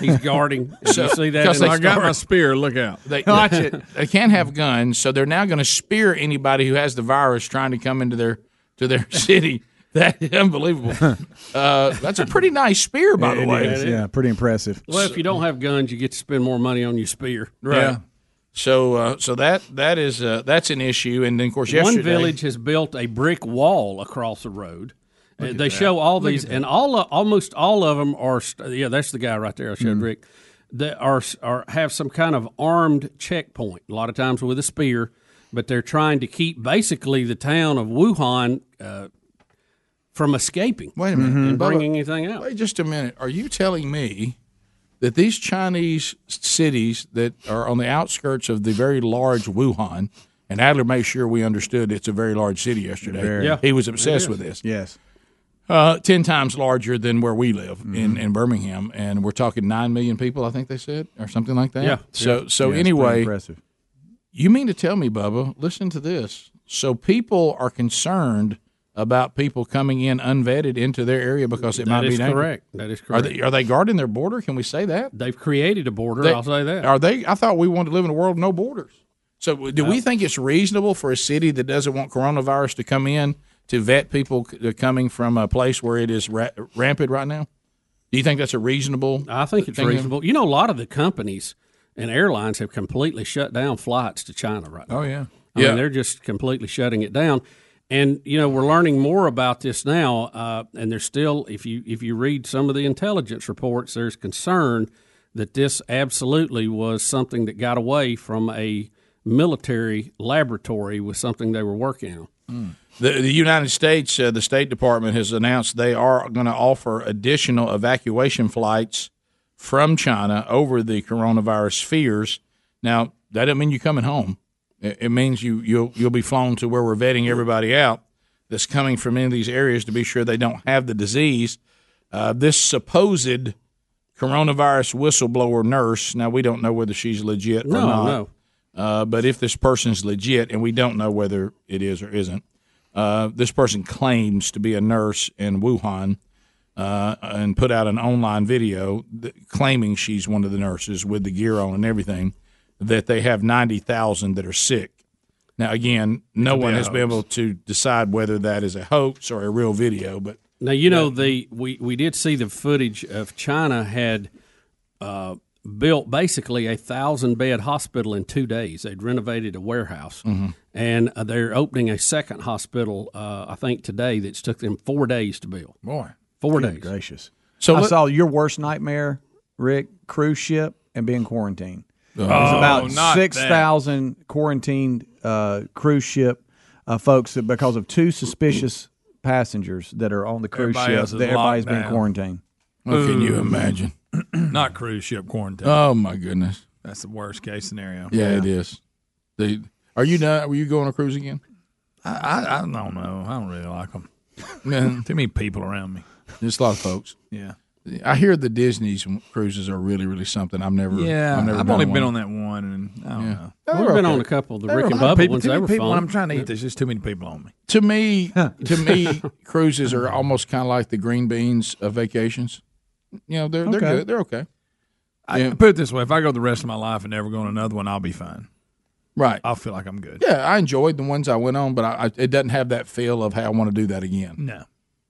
He's guarding.
(laughs) So-
you see that?
because
in
they
the
got
story?
my
spear. Look out!
They, they can't have guns, so they're now going to spear anybody who has the virus trying to come into their to their (laughs) city. That unbelievable. Uh, that's a pretty nice spear, by the
It
way.
is, yeah, pretty impressive.
Well, if you don't have guns, you get to spend more money on your spear.
Right. So uh, so that that is uh, that's an issue, and then of course yesterday
One village has built a brick wall across the road.
Look
Uh,
at
They
that.
show all
Look
these,
at
and all uh, almost all of them are. St- yeah, that's the guy right there. I showed
Mhm.
Rick. That are s- are have some kind of armed checkpoint. A lot of times with a spear, but they're trying to keep basically the town of Wuhan uh, from escaping.
Wait a minute.
and
Bubba,
bringing anything out.
Wait just a minute. Are you telling me that these Chinese cities that are on the outskirts of the very large Wuhan, and Adler made sure we understood it's a very large city yesterday.
Very. Yeah.
He was
It is.
obsessed with this.
Yes.
Uh, 10 times larger than where we live
Mm-hmm.
in, in Birmingham. And we're talking 9 million people, I think they said, or something like that.
Yeah. Yeah.
So, so
Yeah, it's pretty
anyway,
impressive.
you mean to tell me, Bubba, listen to this. So people are concerned about people coming in unvetted into their area because it
That
might
is
be dangerous.
correct. That is
Are
correct.
they, are they guarding their border? Can we say that?
They've created a border. I'll say that.
Are they? I thought we wanted to live in a world of no borders. So do we think it's reasonable for a city that doesn't want coronavirus to come in to vet people c- uh, coming from a place where it is ra- rampant right now? Do you think that's a reasonable?
I think it's
thing?
reasonable. You know, a lot of the companies and airlines have completely shut down flights to China right now.
Oh, yeah.
I
Yeah.
mean, they're just completely shutting it down. And you know, we're learning more about this now. Uh, and there's still, if you if you read some of the intelligence reports, there's concern that this absolutely was something that got away from a military laboratory with something they were working on.
Hmm. The, the United States, uh, the State Department has announced they are going to offer additional evacuation flights from China over the coronavirus fears. Now, that doesn't mean you're coming home. It, it means you you'll you'll be flown to where we're vetting everybody out that's coming from any of these areas to be sure they don't have the disease. Uh, this supposed coronavirus whistleblower nurse. Now we don't know whether she's legit or
No,
not.
no.
Uh, but if this person's legit, and we don't know whether it is or isn't, uh, this person claims to be a nurse in Wuhan uh, and put out an online video th- claiming she's one of the nurses with the gear on and everything. That they have ninety thousand that are sick. Now, again, no
Could be
one
a
has been
hoax.
able to decide whether that is a hoax or a real video. But
Now you know the we we did see the footage of China had uh, built basically a thousand bed hospital in two days. They'd renovated a warehouse,
Mhm.
and uh, they're opening a second hospital. Uh, I think today that's took them four days to build.
Boy,
four
Good
days.
Gracious.
So
So I
let-
saw your worst nightmare, Rick, cruise ship and being quarantined.
Oh,
There's about
not that.
six thousand quarantined uh, cruise ship uh, folks that- because of two suspicious passengers that are on the cruise
Everybody
ship.
else is
That everybody's
locked
been
down.
quarantined.
Well, can you imagine?
(clears throat) Not cruise ship quarantine.
Oh, my goodness.
That's the worst case scenario.
yeah, it is. The, are you done? Were you going on a cruise again?
I, I, I don't know. I don't really like (laughs) them.
(laughs) Yeah.
Too many people around me.
There's a lot of folks.
Yeah.
I hear the Disney's cruises are really, really something. I've never.
Yeah,
I've, never
I've only
done
been
one.
on that one, and I don't
Yeah.
know.
They We've were been okay. on a couple of the
There
Rick
were a
and
lot of
Bubba
people,
ones.
Too
They
many
were
people.
fun.
When I'm trying to eat, there's just too many people on me.
To me, to me, (laughs) cruises are almost kind of like the green beans of vacations. You know, they're they're good. They're okay.
I,
Yeah.
Put it this way: if I go the rest of my life and never go on another one, I'll be fine.
Right.
I'll feel like I'm good.
Yeah, I enjoyed the ones I went on, but I, I, it doesn't have that feel of how I want to do that again.
No.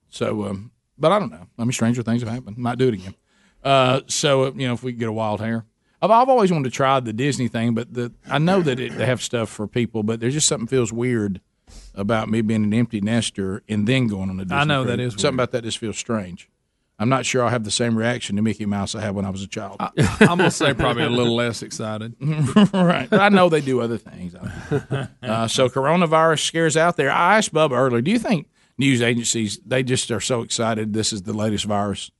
So, um, but I don't know. I mean, stranger things have happened. Might do it again. Uh, so uh, you know, if we could get a wild hair, I've, I've always wanted to try the Disney thing, but the I know that it, they have stuff for people, but there's just something feels weird about me being an empty nester and then going on a Disney.
I know that
cruise.
is
something about that just feels strange. I'm not sure I'll have the same reaction to Mickey Mouse I had when I was a child. I,
(laughs) I'm gonna say probably a little less excited.
right. But I know they do other things. (laughs) (laughs) Uh, so coronavirus scares out there. I asked Bubba earlier, do you think news agencies they just are so excited this is the latest virus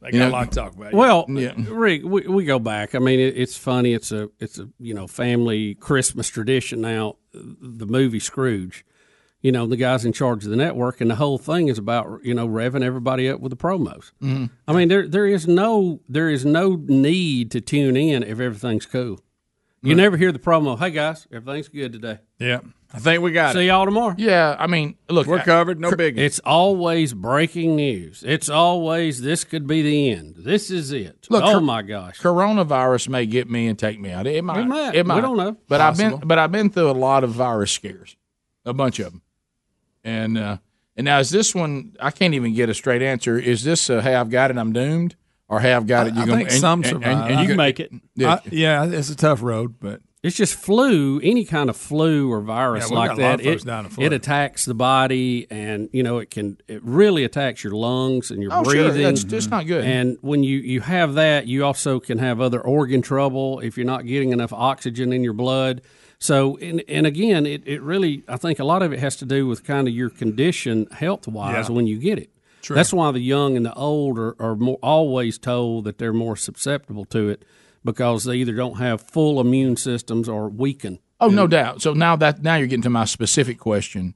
They got a lot to talk about.
Well, Rick, we, we go back. I mean, it, it's funny. It's a it's a you know family Christmas tradition now. The movie Scrooge, you know, the guy's in charge of the network, and the whole thing is about you know revving everybody up with the promos.
Mm-hmm.
Mhm.
I mean, there there is no there is no need to tune in if everything's cool. You
Right.
never hear the promo. Hey guys, everything's good today.
Yeah, I think we got
See y'all tomorrow.
Yeah, I mean,
(laughs)
(laughs)
look,
We're covered, no biggie.
It's always breaking news. It's always this could be the end. This is it.
Look,
oh
cor-
my gosh.
Coronavirus may get me and take me out. It might.
It might.
It might.
We don't know.
But I've been
Possible.
but I've been through a lot of virus scares, a bunch of them, and uh, and now is this one? I can't even get a straight answer. Is this a, hey I've got it I'm doomed or hey I've got it
I
gonna-
think some
and- and-
survive.
and
I-
gonna-
Yeah.
Yeah.
yeah, it's a tough road, but
It's just flu, any kind of flu or virus
Yeah, we've
like
got a lot
that.
of folks
it,
dying of flu.
it attacks the body, and you know it can. It really attacks your lungs and your
Oh, sure.
breathing.
That's- that's not good.
And when you you have that, you also can have other organ trouble if you're not getting enough oxygen in your blood. So, and, and again, it, it really, I think a lot of it has to do with kind of your condition health wise
Yeah.
when you get it.
True.
That's why the young and the old are, are more, always told that they're more susceptible to it because they either don't have full immune systems or weaken.
Oh, no doubt. So now that now you're getting to my specific question.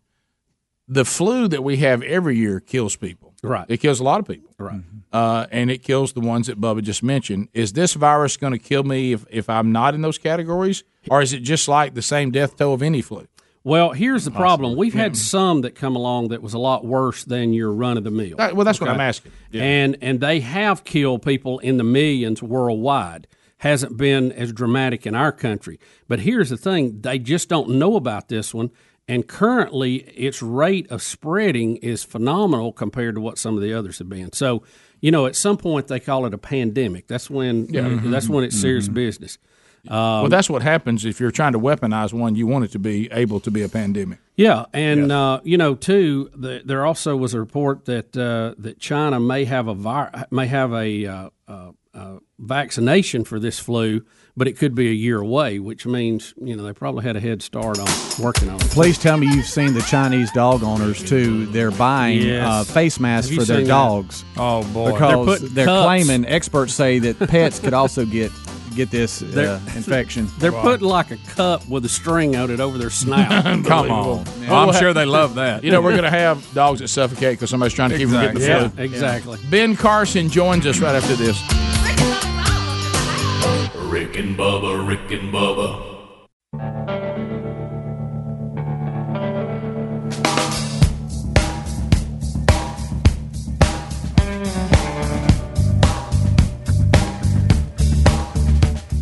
The flu that we have every year kills people.
Right.
It kills a lot of people.
Right.
Uh, and it kills the ones that Bubba just mentioned. Is this virus going to kill me if, if I'm not in those categories? Or is it just like the same death toll of any flu?
Well, here's the problem. We've had some that come along that was a lot worse than your run of the mill.
That- well, that's what I'm asking. Yeah.
And and they have killed people in the millions worldwide. Hasn't been as dramatic in our country. But here's the thing, they just don't know about this one. And currently, its rate of spreading is phenomenal compared to what some of the others have been. So, you know, at some point they call it a pandemic. That's when
Yeah. Mm-hmm.
that's when it's serious business. Um,
well, that's what happens if you're trying to weaponize one. You want it to be able to be a pandemic.
Yeah, and Uh, you know, too, the, there also was a report that uh, that China may have a vir- may have a uh, uh, uh, vaccination for this flu, but it could be a year away, which means you know they probably had a head start on working on it.
Please tell me you've seen the Chinese dog owners too. They're buying
Yes.
uh, face masks
Have you
for their
seen that?
dogs.
Oh, boy. They're
because
putting
they're,
cups.
claiming experts say that
(laughs)
pets could also get get this
They're-
uh, infection.
(laughs) They're putting like a cup with a string on it over their snout.
Come on. We'll have- You know, we're going to have dogs that suffocate because somebody's trying to keep them
Exactly.
getting the flu.
Yeah, exactly.
Ben Carson joins us right after this.
Rick and Bubba, Rick and Bubba.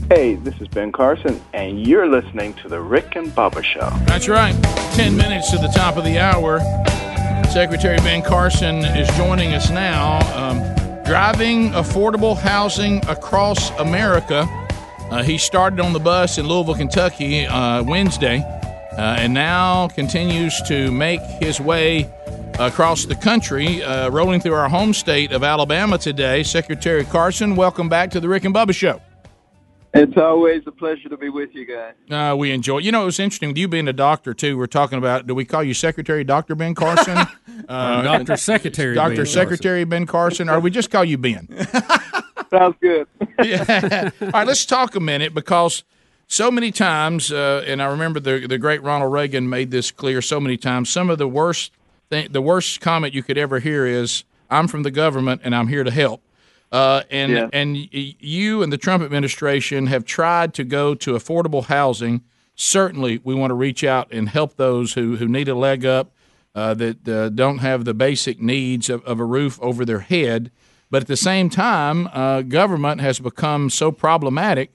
Hey, this is Ben Carson, and you're listening to The Rick and Bubba Show.
That's right. 10 minutes to the top of the hour. Secretary Ben Carson is joining us now. Um, driving affordable housing across America. Uh, he started on the bus in Louisville, Kentucky uh, Wednesday, uh, and now continues to make his way across the country, uh, rolling through our home state of Alabama today. Secretary Carson, welcome back to the Rick and Bubba Show.
It's always a pleasure to be with you guys.
Uh, we enjoy. You know, it was interesting with you being a doctor too. We're talking about. Do we call you Secretary Doctor Ben
(laughs)
Carson?
Or Dr. Uh, Secretary Ben
Doctor
Carson.
Secretary Ben Carson, or we just call you Ben?
Sounds good.
Yeah. All right, let's talk a minute because so many times, uh, and I remember the the great Ronald Reagan made this clear so many times. Some of the worst thing, the worst comment you could ever hear is, "I'm from the government and I'm here to help." Uh, and
Yeah.
and y- you and the Trump administration have tried to go to affordable housing. Certainly, we want to reach out and help those who who need a leg up, uh, that uh, don't have the basic needs of, of a roof over their head. But at the same time, uh, government has become so problematic.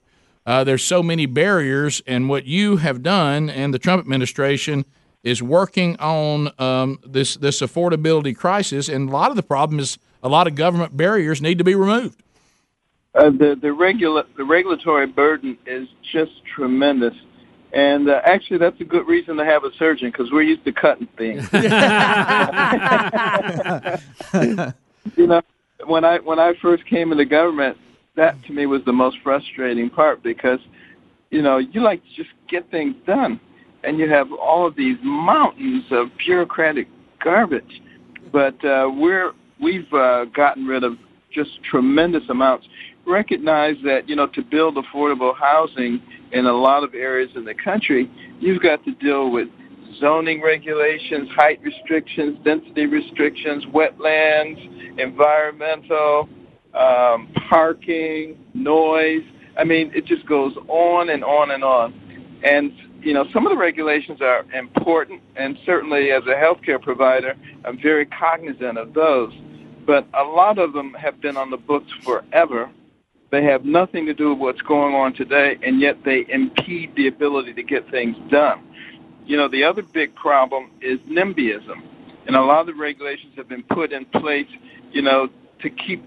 Uh, there's so many barriers, and what you have done and the Trump administration is working on um, this this affordability crisis. And a lot of the problem is a lot of government barriers need to be removed.
Uh, the the regula- the regulatory burden is just tremendous, and uh, actually that's a good reason to have a surgeon because we're used to cutting things. you know, when I when I first came into government, that to me was the most frustrating part because, you know, you like to just get things done, and you have all of these mountains of bureaucratic garbage, but uh, we're we've uh, gotten rid of just tremendous amounts. Recognize that, you know, to build affordable housing in a lot of areas in the country, you've got to deal with zoning regulations, height restrictions, density restrictions, wetlands, environmental, um, parking, noise. I mean, it just goes on and on and on. And, you know, some of the regulations are important, and certainly as a healthcare provider, I'm very cognizant of those. But a lot of them have been on the books forever. They have nothing to do with what's going on today, and yet they impede the ability to get things done. You know, the other big problem is NIMBYism. And a lot of the regulations have been put in place, you know, to keep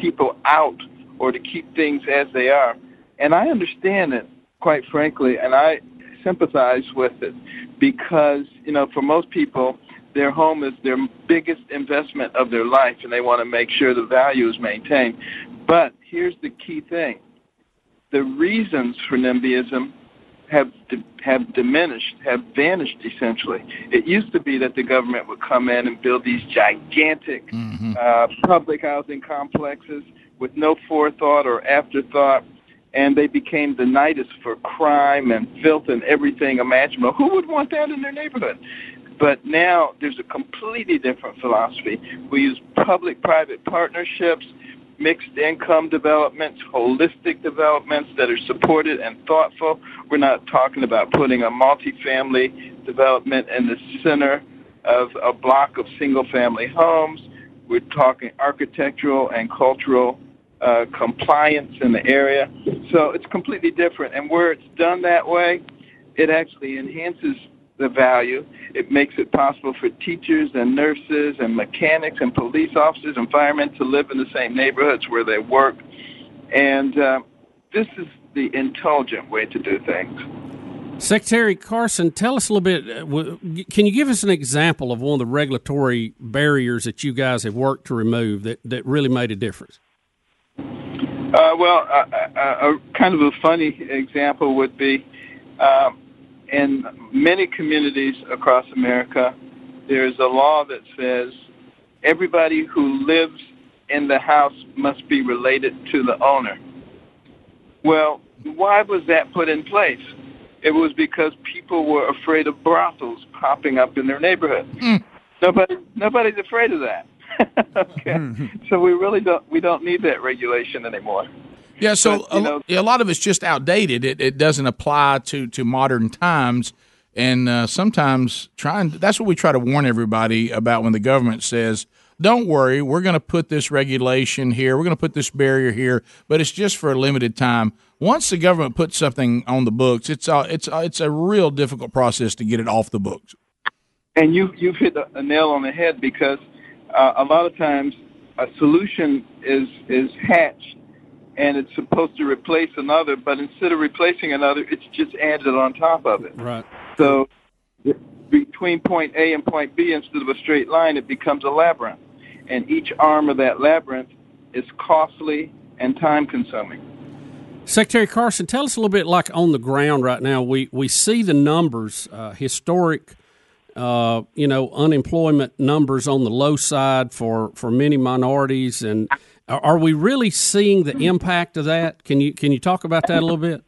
people out or to keep things as they are. And I understand it, quite frankly, and I sympathize with it because, you know, for most people, their home is their biggest investment of their life and they want to make sure the value is maintained. But here's the key thing the reasons for NIMBYism have have diminished, have vanished essentially. It used to be that the government would come in and build these gigantic uh, public housing complexes with no forethought or afterthought, and they became the nidus for crime and filth and everything imaginable. Who would want that in their neighborhood? But now there's a completely different philosophy. We use public-private partnerships, mixed income developments, holistic developments that are supported and thoughtful. We're not talking about putting a multifamily development in the center of a block of single-family homes. We're talking architectural and cultural uh, compliance in the area. So it's completely different. And where it's done that way, it actually enhances the value. It makes it possible for teachers and nurses and mechanics and police officers and firemen to live in the same neighborhoods where they work. And uh, this is the intelligent way to do things.
Secretary Carson, tell us a little bit. uh, w- Can you give us an example of one of the regulatory barriers that you guys have worked to remove that, that really made a difference?
Uh, well, a, a, a kind of a funny example would be um, in many communities across America, there's a law that says everybody who lives in the house must be related to the owner. Well, why was that put in place? It was because people were afraid of brothels popping up in their neighborhood.
Mm-hmm.
Nobody, nobody's afraid of that. (laughs) okay, so we really don't we don't need that regulation anymore.
Yeah, so a, lo- yeah, a lot of it's just outdated. It, it doesn't apply to, to modern times, and uh, sometimes trying that's what we try to warn everybody about when the government says, "Don't worry, we're going to put this regulation here, we're going to put this barrier here, but it's just for a limited time." Once the government puts something on the books, it's a, it's a, it's a real difficult process to get it off the books.
And you you've hit a a nail on the head because uh, a lot of times a solution is is hatched and it's supposed to replace another, but instead of replacing another, it's just added on top of it.
Right.
So between point A and point B, instead of a straight line, it becomes a labyrinth, and each arm of that labyrinth is costly and time consuming.
Secretary Carson, tell us a little bit like on the ground right now. We we see the numbers, uh, historic, uh, you know, unemployment numbers on the low side for for many minorities, and are, are we really seeing the impact of that? Can you can you talk about that a little bit?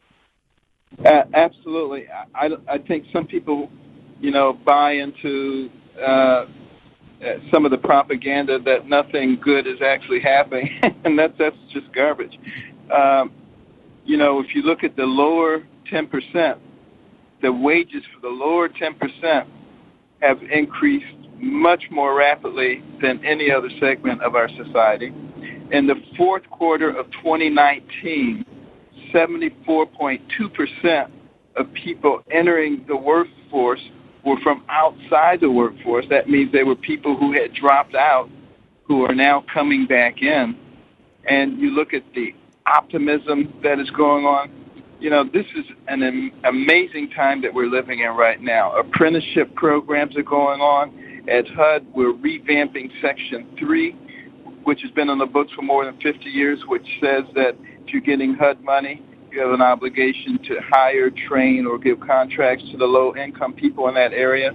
Uh, absolutely. I, I, I think some people, you know, buy into uh, uh, some of the propaganda that nothing good is actually happening, (laughs) and that, that's just garbage. Um, you know, if you look at the lower 10%, the wages for the lower 10% have increased much more rapidly than any other segment of our society. In the fourth quarter of 2019, 74.2% of people entering the workforce were from outside the workforce. That means they were people who had dropped out who are now coming back in. And you look at the optimism that is going on. You know, this is an am- amazing time that we're living in right now. Apprenticeship programs are going on. At HUD, we're revamping Section 3 which has been on the books for more than 50 years, which says that if you're getting HUD money, you have an obligation to hire, train, or give contracts to the low-income people in that area.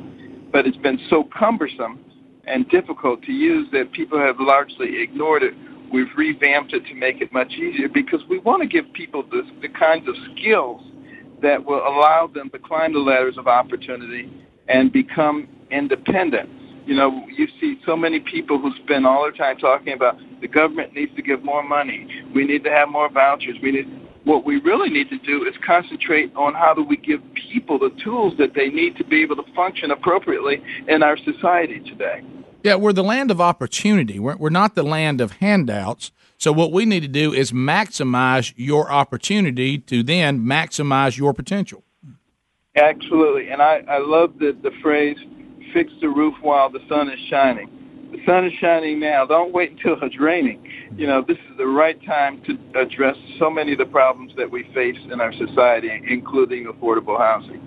But it's been so cumbersome and difficult to use that people have largely ignored it. We've revamped it to make it much easier because we want to give people the, the kinds of skills that will allow them to climb the ladders of opportunity and become independent. You know, you see so many people who spend all their time talking about the government needs to give more money. We need to have more vouchers. We need what we really need to do is concentrate on how do we give people the tools that they need to be able to function appropriately in our society today.
Yeah, we're the land of opportunity. We're, we're not the land of handouts. So what we need to do is maximize your opportunity to then maximize your potential.
Absolutely. And I, I love the, the phrase, fix the roof while the sun is shining. The sun is shining now. Don't wait until it's raining. You know, this is the right time to address so many of the problems that we face in our society, including affordable housing.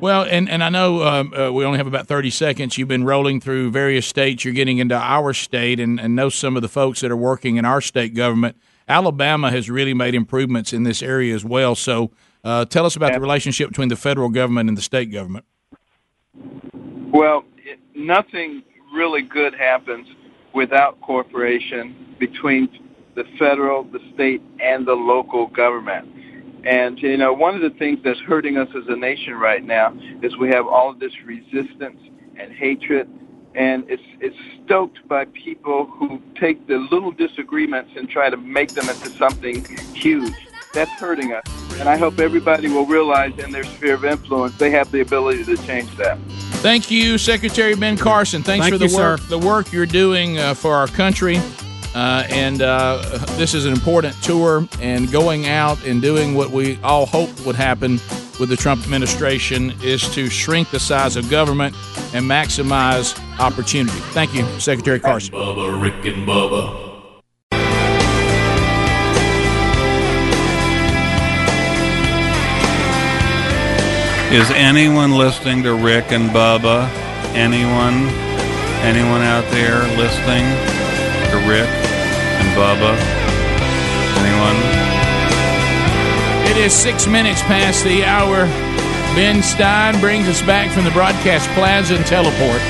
Well, and, and I know um, uh, we only have about 30 seconds. You've been rolling through various states. You're getting into our state and, and know some of the folks that are working in our state government. Alabama has really made improvements in this area as well. So uh, tell us about the relationship between the federal government and the state government.
Well, it, nothing really good happens without cooperation between the federal, the state, and the local government. And you know, one of the things that's hurting us as a nation right now is we have all of this resistance and hatred, and it's it's stoked by people who take the little disagreements and try to make them into something huge. That's hurting us. And I hope everybody will realize in their sphere of influence they have the ability to change that.
Thank you, Secretary Ben Carson. Thanks
Thank
for the
you,
work
sir.
the work you're doing uh, for our country. Uh, and uh, this is an important tour and going out and doing what we all hoped would happen with the Trump administration is to shrink the size of government and maximize opportunity. Thank you, Secretary Carson.
Bubba, Rick and Bubba.
Is anyone listening to Rick and Bubba? Anyone? Anyone out there listening to Rick and Bubba? Anyone?
It is six minutes past the hour. Ben Stein brings us back from the broadcast plaza and teleport.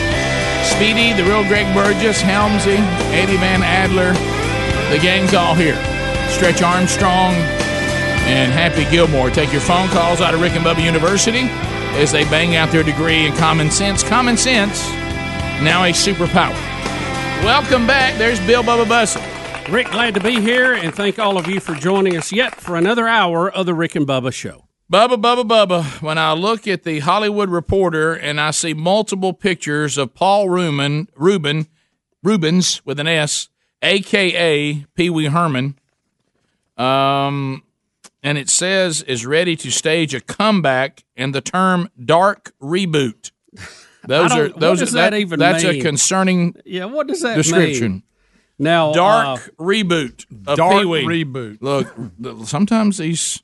Speedy, the real Greg Burgess, Helmsy, Eddie Van Adler, the gang's all here. Stretch Armstrong and Happy Gilmore take your phone calls out of Rick and Bubba University as they bang out their degree in common sense. Common sense, now a superpower. Welcome back. There's Bill Bubba Bussett.
Rick, glad to be here, and thank all of you for joining us yet for another hour of the Rick and Bubba Show.
Bubba, Bubba, Bubba. When I look at the Hollywood Reporter and I see multiple pictures of Paul Rubin, Rubin, Rubens with an S, aka Pee Wee Herman, um, and it says is ready to stage a comeback and the term dark reboot. Those are
I don't- what
those.
does
are-
that even
That's a
mean?
concerning
Yeah, what does that
description.
mean? Now,
dark
uh,
reboot. Of
dark
Pee-wee.
reboot.
Look, th- sometimes these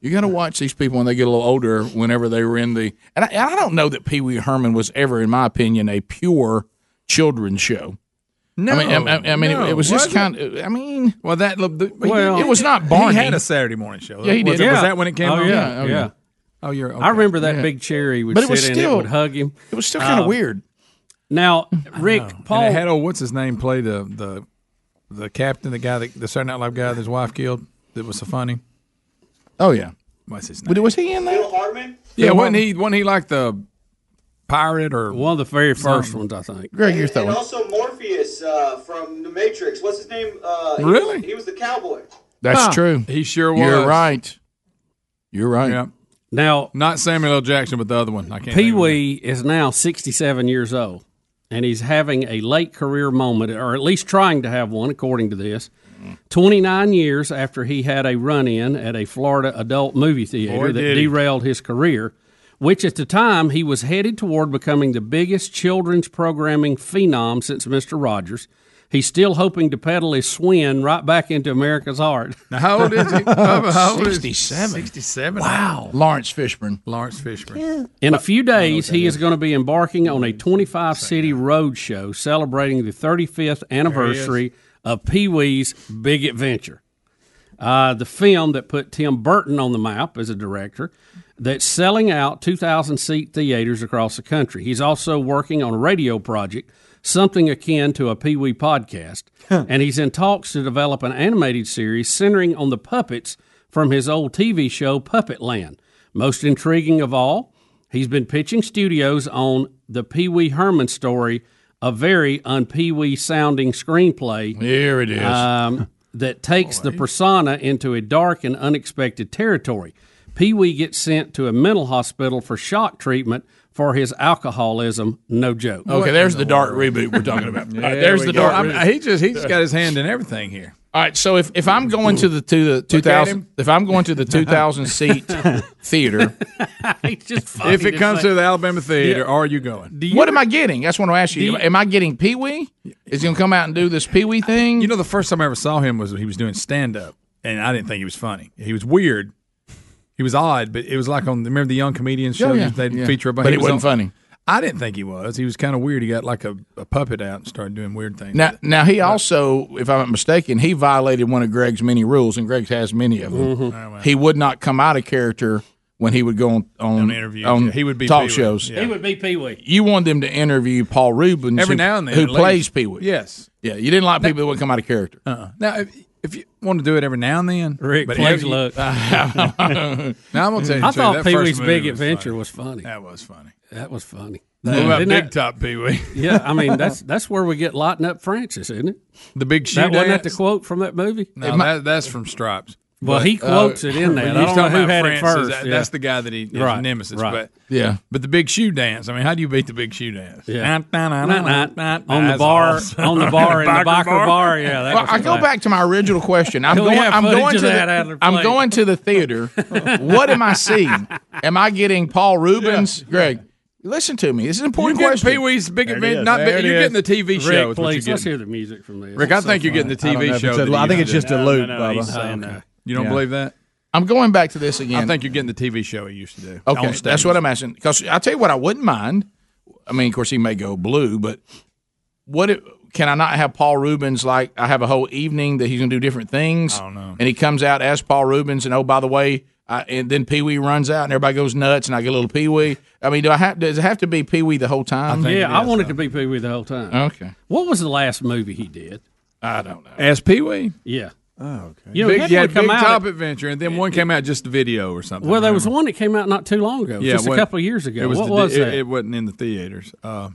you got to watch these people when they get a little older. Whenever they were in the and I, and I don't know that Pee Wee Herman was ever, in my opinion, a pure children's show.
No,
I mean, I, I- I mean,
no,
it, it was just
was it?
kind. of, I mean,
Well, that look, the,
Well- It was not
He
Barney.
had a Saturday morning show.
Yeah, he
was
did.
It,
Yeah.
Was that when it came
Oh,
out?
yeah,
Oh,
yeah.
Oh, you're. Okay.
I remember that
Yeah.
big cherry would
But it
sit
was
in
still-
it would hug him. Um,
It was still kinda weird.
Now, Rick, Paul,
And it had old what's his name play the the the captain, the guy that the Saturday Night Live guy that his wife killed. That was so funny.
Oh yeah.
What's his name?
But was he in there?
Yeah,
Phil
wasn't he? Wasn't he like the pirate or
one of the very first
something?
ones, I think.
Greg, your
And also Morpheus uh, from The Matrix. What's his name? Uh, he was-
Really?
He was the cowboy.
That's
Huh.
true.
He sure was.
You're right. You're right.
Yeah.
Now,
not Samuel L. Jackson, but the other one. I can't.
Pee Wee is now 67 years old, and he's having a late career moment, or at least trying to have one, according to this. 29 years after he had a run in at a Florida adult movie
Boy,
theater that
did he.
derailed his career, which at the time he was headed toward becoming the biggest children's programming phenom since Mr. Rogers. He's still hoping to peddle his swing right back into America's heart.
Now, how
(laughs)
old
(laughs)
is he? Bubba, how old is he?
67.
67.
Wow. Lawrence Fishburne.
Lawrence Fishburne.
In a few days, he is going to be embarking on a 25 city road show celebrating the 35th anniversary of Pee Wee's Big Adventure. Uh, the film that put Tim Burton on the map as a director that's selling out 2,000 seat theaters across the country. He's also working on a radio project something akin to a Pee Wee podcast, and he's in talks to develop an animated series centering on the puppets from his old TV show Puppet Land. Most intriguing of all, he's been pitching studios on the Pee Wee Herman story, a very un Pee Wee sounding screenplay.
Here it is. (laughs)
Um, that takes the persona into a dark and unexpected territory. Pee Wee gets sent to a mental hospital for shock treatment for his alcoholism. No joke.
Okay, there's the dark reboot we're talking about. All right,
There
there's
we
the
go.
dark.
I'm-
reboot.
he just he just got his hand in everything here.
All right, so if, if I'm going to the to the two
Look at
thousand
him.
if I'm going to the two thousand
(laughs)
seat theater,
if it comes to the Alabama theater, are you going?
what am I getting? That's what I'm asking you.
Do you-
am I getting Pee Wee? Is he gonna come out and do this Pee Wee thing?
You know, the first time I ever saw him was he was doing stand up, and I didn't think he was funny. He was weird. He was odd, but it was like on remember the young comedians
Oh,
show
yeah,
they'd
yeah.
feature a bunch.
But
he
it
was
wasn't funny.
I didn't think he was. He was kind of weird. He got like a, a puppet out and started doing weird things.
Now, now he also, if I'm not mistaken, he violated one of Greg's many rules, and Greg has many of them.
Mhm. Oh, wow.
He would not come out of character when he would go on on,
interviews.
on
Yeah, he would be
talk
Pee Wee.
shows.
Yeah.
He would be Pee Wee.
You wanted him to interview Paul Rubens
Every
who,
now and then, at
who
least.
plays Pee Wee.
Yes.
yeah. You didn't like people that would come out of character.
Uh-uh. Now, if, if you want to do it every now and then, Rick,
plays
(laughs)
look.
now I'm gonna tell you.
I
the truth,
thought
that
Pee
first
Wee's
movie
Big
was funny.
Adventure was funny.
That was funny.
That was funny.
What about
Didn't
Big
that-
Top Pee Wee?
(laughs) yeah, I mean that's that's where we get lighting up Francis, isn't it?
The big
That wasn't that
dance?
the quote from that movie.
No,
It might-
that, that's from Stripes.
Well, he quotes it in there.
when
I
you
don't
talk
know who
about
had it
Francis,
first,
that-
yeah.
That's the guy that he is
Right,
nemesis.
right.
But
Yeah.
but the big shoe dance. I mean, how do you beat the big shoe dance?
Yeah.
Na-na-na-na-na.
On the
That's
bar,
awesome. (laughs)
on the bar, in the biker bar. Yeah, that
Well,
was
I go
classic.
back to my original question. I'm
(laughs) Can we
going.
have
I'm
footage
going
of
to
that,
the.
Adler,
I'm
please?
going to the
(laughs)
theater. what am I seeing? Am I getting Paul Rubens? Greg, listen to me. This is an important
You're getting
question.
Pee Wee's big event. Not big, you're getting the TV show.
Rick,
is what you're
please, let's
getting.
hear the music from this.
Rick, I think you're getting the
I don't know
TV
if
show.
it's a-
that
I
you
think it's
used to
just a
do.
loop, No, no, no, he's Bubba. saying
Okay.
that.
You don't
Yeah.
believe that?
I'm going back to this again.
I think you're getting the TV show he used to do.
Okay,
on stage.
that's what I'm asking. Because I tell you what, I wouldn't mind. I mean, of course, he may go blue, but what if, can I not have Paul Rubens? Like, I have a whole evening that he's going to do different things. I don't know. And he comes out as Paul Rubens, and oh, by the way, I, and then Pee Wee runs out, and everybody goes nuts, and I get a little Pee Wee. I mean, do I have? Does it have to be Pee Wee the whole time?
yeah, I wanted to be Pee Wee the whole time.
Okay.
What was the last movie he did?
I don't know.
As Pee Wee?
Yeah.
Oh, okay.
You know, he
big,
had
yeah,
one come
Big
out
Top
at-
Adventure, and then one came out just a video or something.
Well, there was one that came out not too long ago, just
what-
a couple of years ago.
It was
what
the-
was
it,
that?
It wasn't in the theaters. Uh,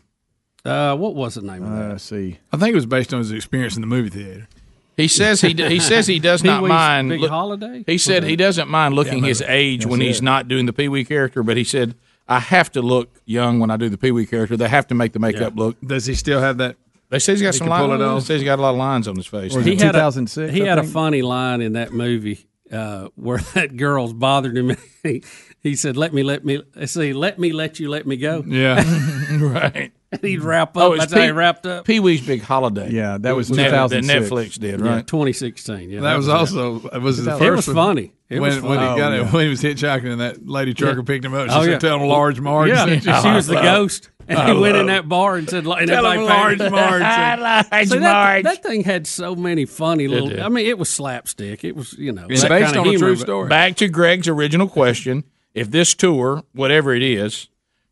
uh, what was the name of that?
see.
I think it was based on his experience in the movie theater.
He says he d-
(laughs)
he says he
(laughs)
does not
Pee-wee's
mind.
Big
look-
Holiday?
He said he doesn't mind looking
maybe.
his age when
That's
he's
it.
not doing the Pee Wee character, but he said I have to look young when I do the Pee Wee character. They have to make the makeup look.
Does he still have that?
They say he's got
He
some
can pull
lines.
it
on
off?
It says he's got a lot of lines on his face.
He had a- He
I
had a
think?
funny line in that movie uh, where (laughs) that girl's bothered him. (laughs) he, he said, "Let me, let me, let's see, let me, let you, let me go." (laughs)
Yeah.
right.
And he'd wrap up.
Oh, it's
That's how he
Pee-
wrapped up.
Pee Wee's Big Holiday.
Yeah, that was
Net-
2006.
That Netflix did
Yeah,
right.
2016. Yeah,
that was
it.
also it was the
It
first.
was
one.
funny. It
when,
was
when
funny.
he got
Oh,
it,
yeah.
when he was hitchhiking, and that lady trucker
Yeah.
picked him up. She
Oh,
said,
yeah.
"Tell him large Marge." (laughs)
Yeah, Oh,
And
she was the
I
ghost, and
love-
he went in that bar and said, and
Tell
everybody
him
paid-
large
(laughs)
Marge.
See, that, that thing had so many funny
did.
little. I mean, it was slapstick. It was you know
It's
that
based
kinda
on a
humor,
true
but-
story. Back to Greg's original question: If this tour, whatever it is,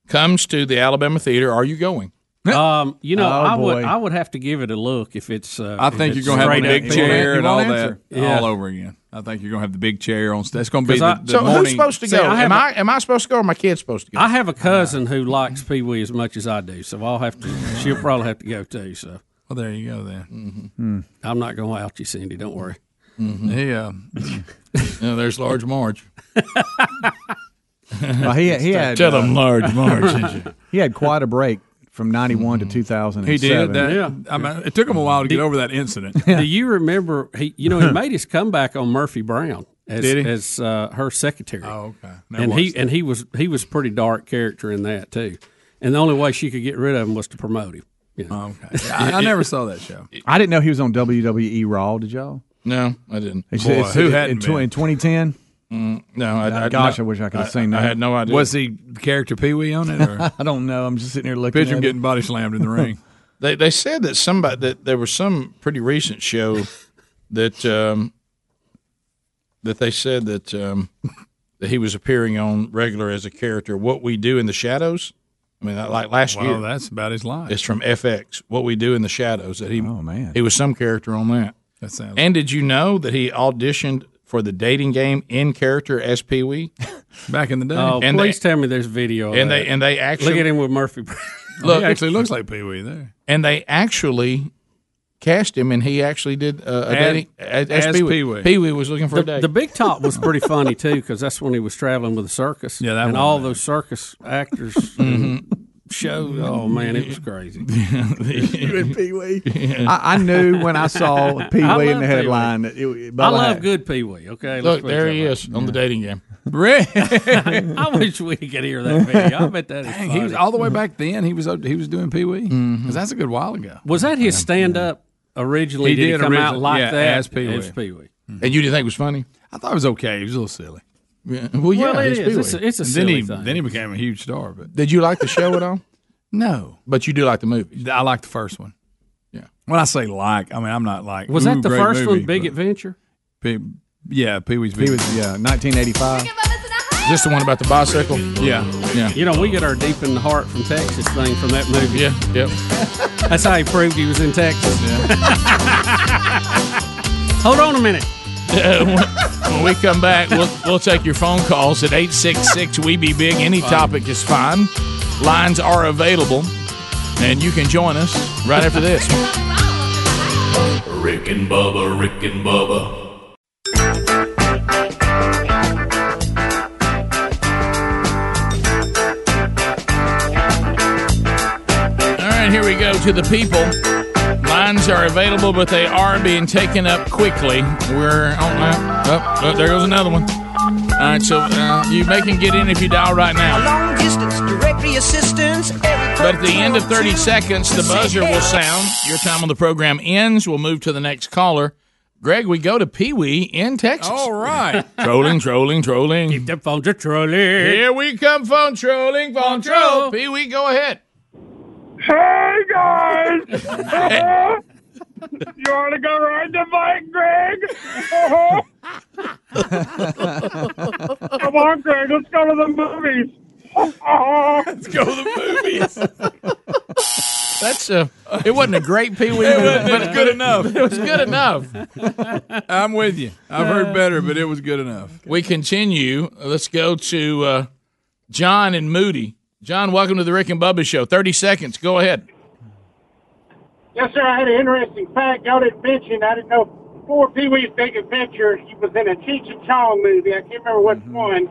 comes to the Alabama Theater, are you going?
Um, you know,
Oh,
I would
boy.
I would have to give it a look if it's. Uh,
I
if
think you're
it's
gonna have a
straight up
big
people.
chair and all that
Yeah.
all over again. I think you're gonna have the big chair on. That's gonna be
'Cause
the,
I-
the
So who's
morning.
Who's supposed to
See,
go?
I
am
haven't-
I am I supposed to go or my kids supposed to go?
I have a cousin who likes Pee Wee as much as I do, so I'll have to. She'll probably have to go too. So Mm-hmm.
Well, there you go. Then
I'm not going to out you, Cindy. Don't worry.
he, uh,
(laughs)
no, there's large Marge.
Well, he had, he had
Tell
uh, (laughs)
him large Marge, did you?
he had quite a break from 91 to 2007.
He did that. I mean, it took him a while to get
Did-
over that incident.
(laughs) Do you remember? He, you
(laughs)
know, he made his comeback on Murphy Brown as,
Did he?
as uh, her secretary.
Oh, okay. Never
And he
watched
and he was he was pretty dark character in that too. And the only way she could get rid of him was to promote him. You know?
Oh, Okay. I,
(laughs)
I never saw that show.
I didn't know he was on WWE Raw. Did y'all?
No, I didn't.
It's-
Boy,
it's-
who
it-
hadn't
in, tw-
been?
in 2010?
no, I, I,
Gosh,
no,
I wish I could have
I-
seen that.
I had no idea.
Was he character Pee Wee on it? (laughs) Or?
I don't know. I'm just sitting here looking.
Picture him
at
getting body slammed in the ring.
(laughs) They they said that somebody that there was some pretty recent show that um, that they said that um, that he was appearing on regular as a character. What we do in the shadows. I mean, like last
Wow,
year.
that's about his life.
It's from FX. What we do in the shadows. That he. Oh man. He was some character on that.
That sounds.
And did you know that he auditioned for the dating game in character as Pee Wee?
(laughs) Back in the day.
Oh,
And
please
they-
tell me there's video. of
and they
that.
and they actually
look at him with Murphy.
Look,
He actually
looks like Pee Wee there.
And they actually cast him, and he actually did uh, a
As-
dating as, as Pee Wee. Pee Wee was looking for
the,
a date.
The Big Top was pretty funny too because that's when he was traveling with the circus. Yeah,
that one,
and
Mm-hmm.
all those circus
(laughs)
actors show. Oh man, it was crazy.
you
(laughs)
and Pee Wee. I, I knew when I
(laughs)
saw Pee
I
Wee in
love
the
Pee
headline.
Wee.
That it,
I
Bubba
love
had-
good Pee Wee.
(laughs)
Okay,
Look, there he is on the dating
(laughs)
game. Rick,
I wish we could hear that video. I bet that is
Dang, he was
funny. Mm-hmm.
all the way back then. He was he was doing Pee Wee because that's a good while ago.
Was that his stand up originally? did, he come out
origi-
like
yeah,
that?
as Mm-hmm. Pee Wee.
As Pee Wee.
And you didn't think it was funny?
I thought it was okay. He was a little silly.
Yeah, well, yeah, Well, it he's is. Pee-wee. It's a- it's a
And
silly
then he,
thing.
Then he became a huge star. But
did you like the show at (laughs) all?
No,
but you do like the movies.
I like the first one.
Yeah.
When I say like, I mean I'm not like.
Was
"Ooh,
that the
great
first
movie,"
one, Big
but-
Adventure?
Pee, yeah, Pee Wee's. Pee
Wee's. Yeah, 1985.
Just the one about the bicycle.
Yeah,
yeah.
You know, we get our deep in the heart from Texas thing from that movie.
Yeah, yep.
(laughs) That's how he proved he was in Texas. (laughs) Hold on a minute.
when we come back, we'll, we'll take your phone calls at 866 We Be Big. Any topic is fine. Lines are available, and you can join us right after this.
Rick and Bubba, Rick and Bubba.
All right, here we go to the people. Lines are available, but they are being taken up quickly. We're on that. Oh, oh, there goes another one. All right, so uh, you may can get in if you dial right now.
Long distance directory assistance.
But at the end of 30 seconds, the buzzer will sound. Your time on the program ends. We'll move to the next caller. Greg, we go to Pee Wee in Texas. All
right.
(laughs) trolling, trolling, trolling. Keep
them phones a trolling.
Here we come, phone trolling, phone troll. Pee Wee, go ahead.
Hey guys! you want to go ride the bike, Greg? Uh-huh.
(laughs)
Come on, Greg, let's go to the
(laughs)
movies. let's
go to the movies. That's a. It wasn't a great Pee Wee, but, but
It's good
(laughs)
enough.
It was good enough.
I'm with you. I've heard better, but it was good enough.
We continue. Let's go to uh, John and Moody. John, welcome to the Rick and Bubba Show. Thirty seconds. Go ahead.
Yes, sir. I had an interesting fact. Y'all didn't mention. I didn't know before Pee Wee's Big Adventure, he was in a Cheech and Chong movie. I can't remember
Mm-hmm.
which one,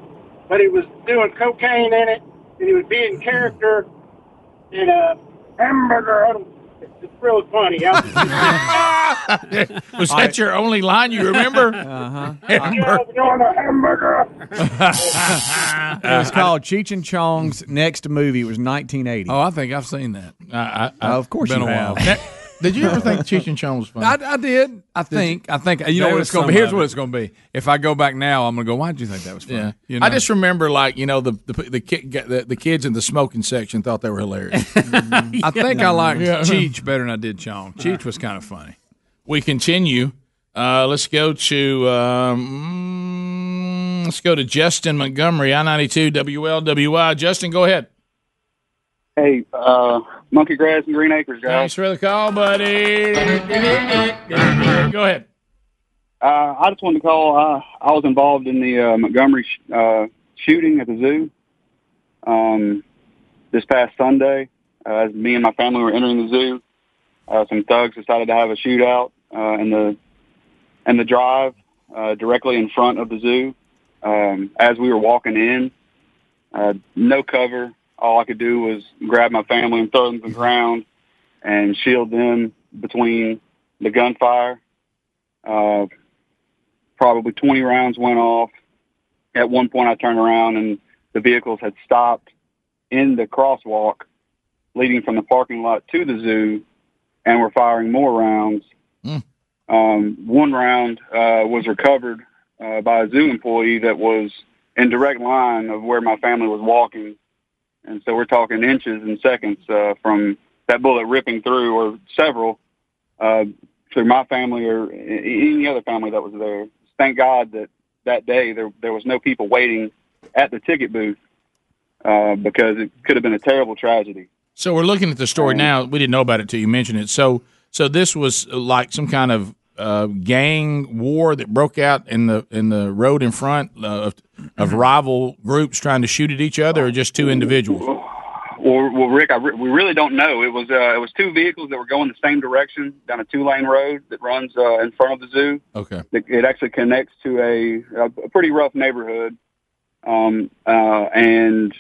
but he was doing cocaine in it, and he was being character in a hamburger. I don't- It's really funny. I
Was that your only line
(laughs)
you remember? (laughs)
Uh,
Uh-huh.
It was called Cheech and Chong's next movie. It was 1980. Oh,
I think I've seen that.
I,
I, of course,
been
you
a while.
have.
Did you ever think Cheech and Chong was funny?
I, I did. I
Did you?
think. I think. You know
There
what
was
it's going to
some
be. Here's
of
what
it.
it's going to be. If I go back now, I'm going to go. Why did you think that was funny?
Yeah.
You know?
I just remember, like you know, the the the, kid, the the kids in the smoking section thought they were hilarious. (laughs)
I think I liked
Yeah.
Cheech better than I did Chong. Cheech was kind of funny.
We continue. Uh, let's go to um, mm, let's go to Justin Montgomery, I ninety two WLWI. Justin, go ahead.
Hey, uh, Monkey Grass and Green Acres, guys.
Thanks for the call, buddy. Go ahead.
Uh, I just wanted to call. Uh, I was involved in the uh, Montgomery sh- uh, shooting at the zoo um, this past Sunday. Uh, as me and my family were entering the zoo, uh, some thugs decided to have a shootout uh, in the in the drive uh, directly in front of the zoo. Um, as we were walking in, uh, no cover. All I could do was grab my family and throw them to the ground and shield them between the gunfire. Uh, probably 20 rounds went off. At one point, I turned around and the vehicles had stopped in the crosswalk leading from the parking lot to the zoo and were firing more rounds.
Mm.
Um, one round uh, was recovered uh, by a zoo employee that was in direct line of where my family was walking. And so we're talking inches and seconds uh, from that bullet ripping through, or several, uh, through my family or a- a- any other family that was there. Thank God that that day there there was no people waiting at the ticket booth uh, because it could have been a terrible tragedy.
So we're looking at the story now. We didn't know about it till you mentioned it. So so this was like some kind of uh, gang war that broke out in the in the road in front uh, of, of rival groups trying to shoot at each other, or just two individuals.
Well, well Rick, I re- we really don't know. It was uh, it was two vehicles that were going the same direction down a two lane road that runs uh, in front of the zoo.
Okay.
It, it actually connects to a, a pretty rough neighborhood, um, uh, and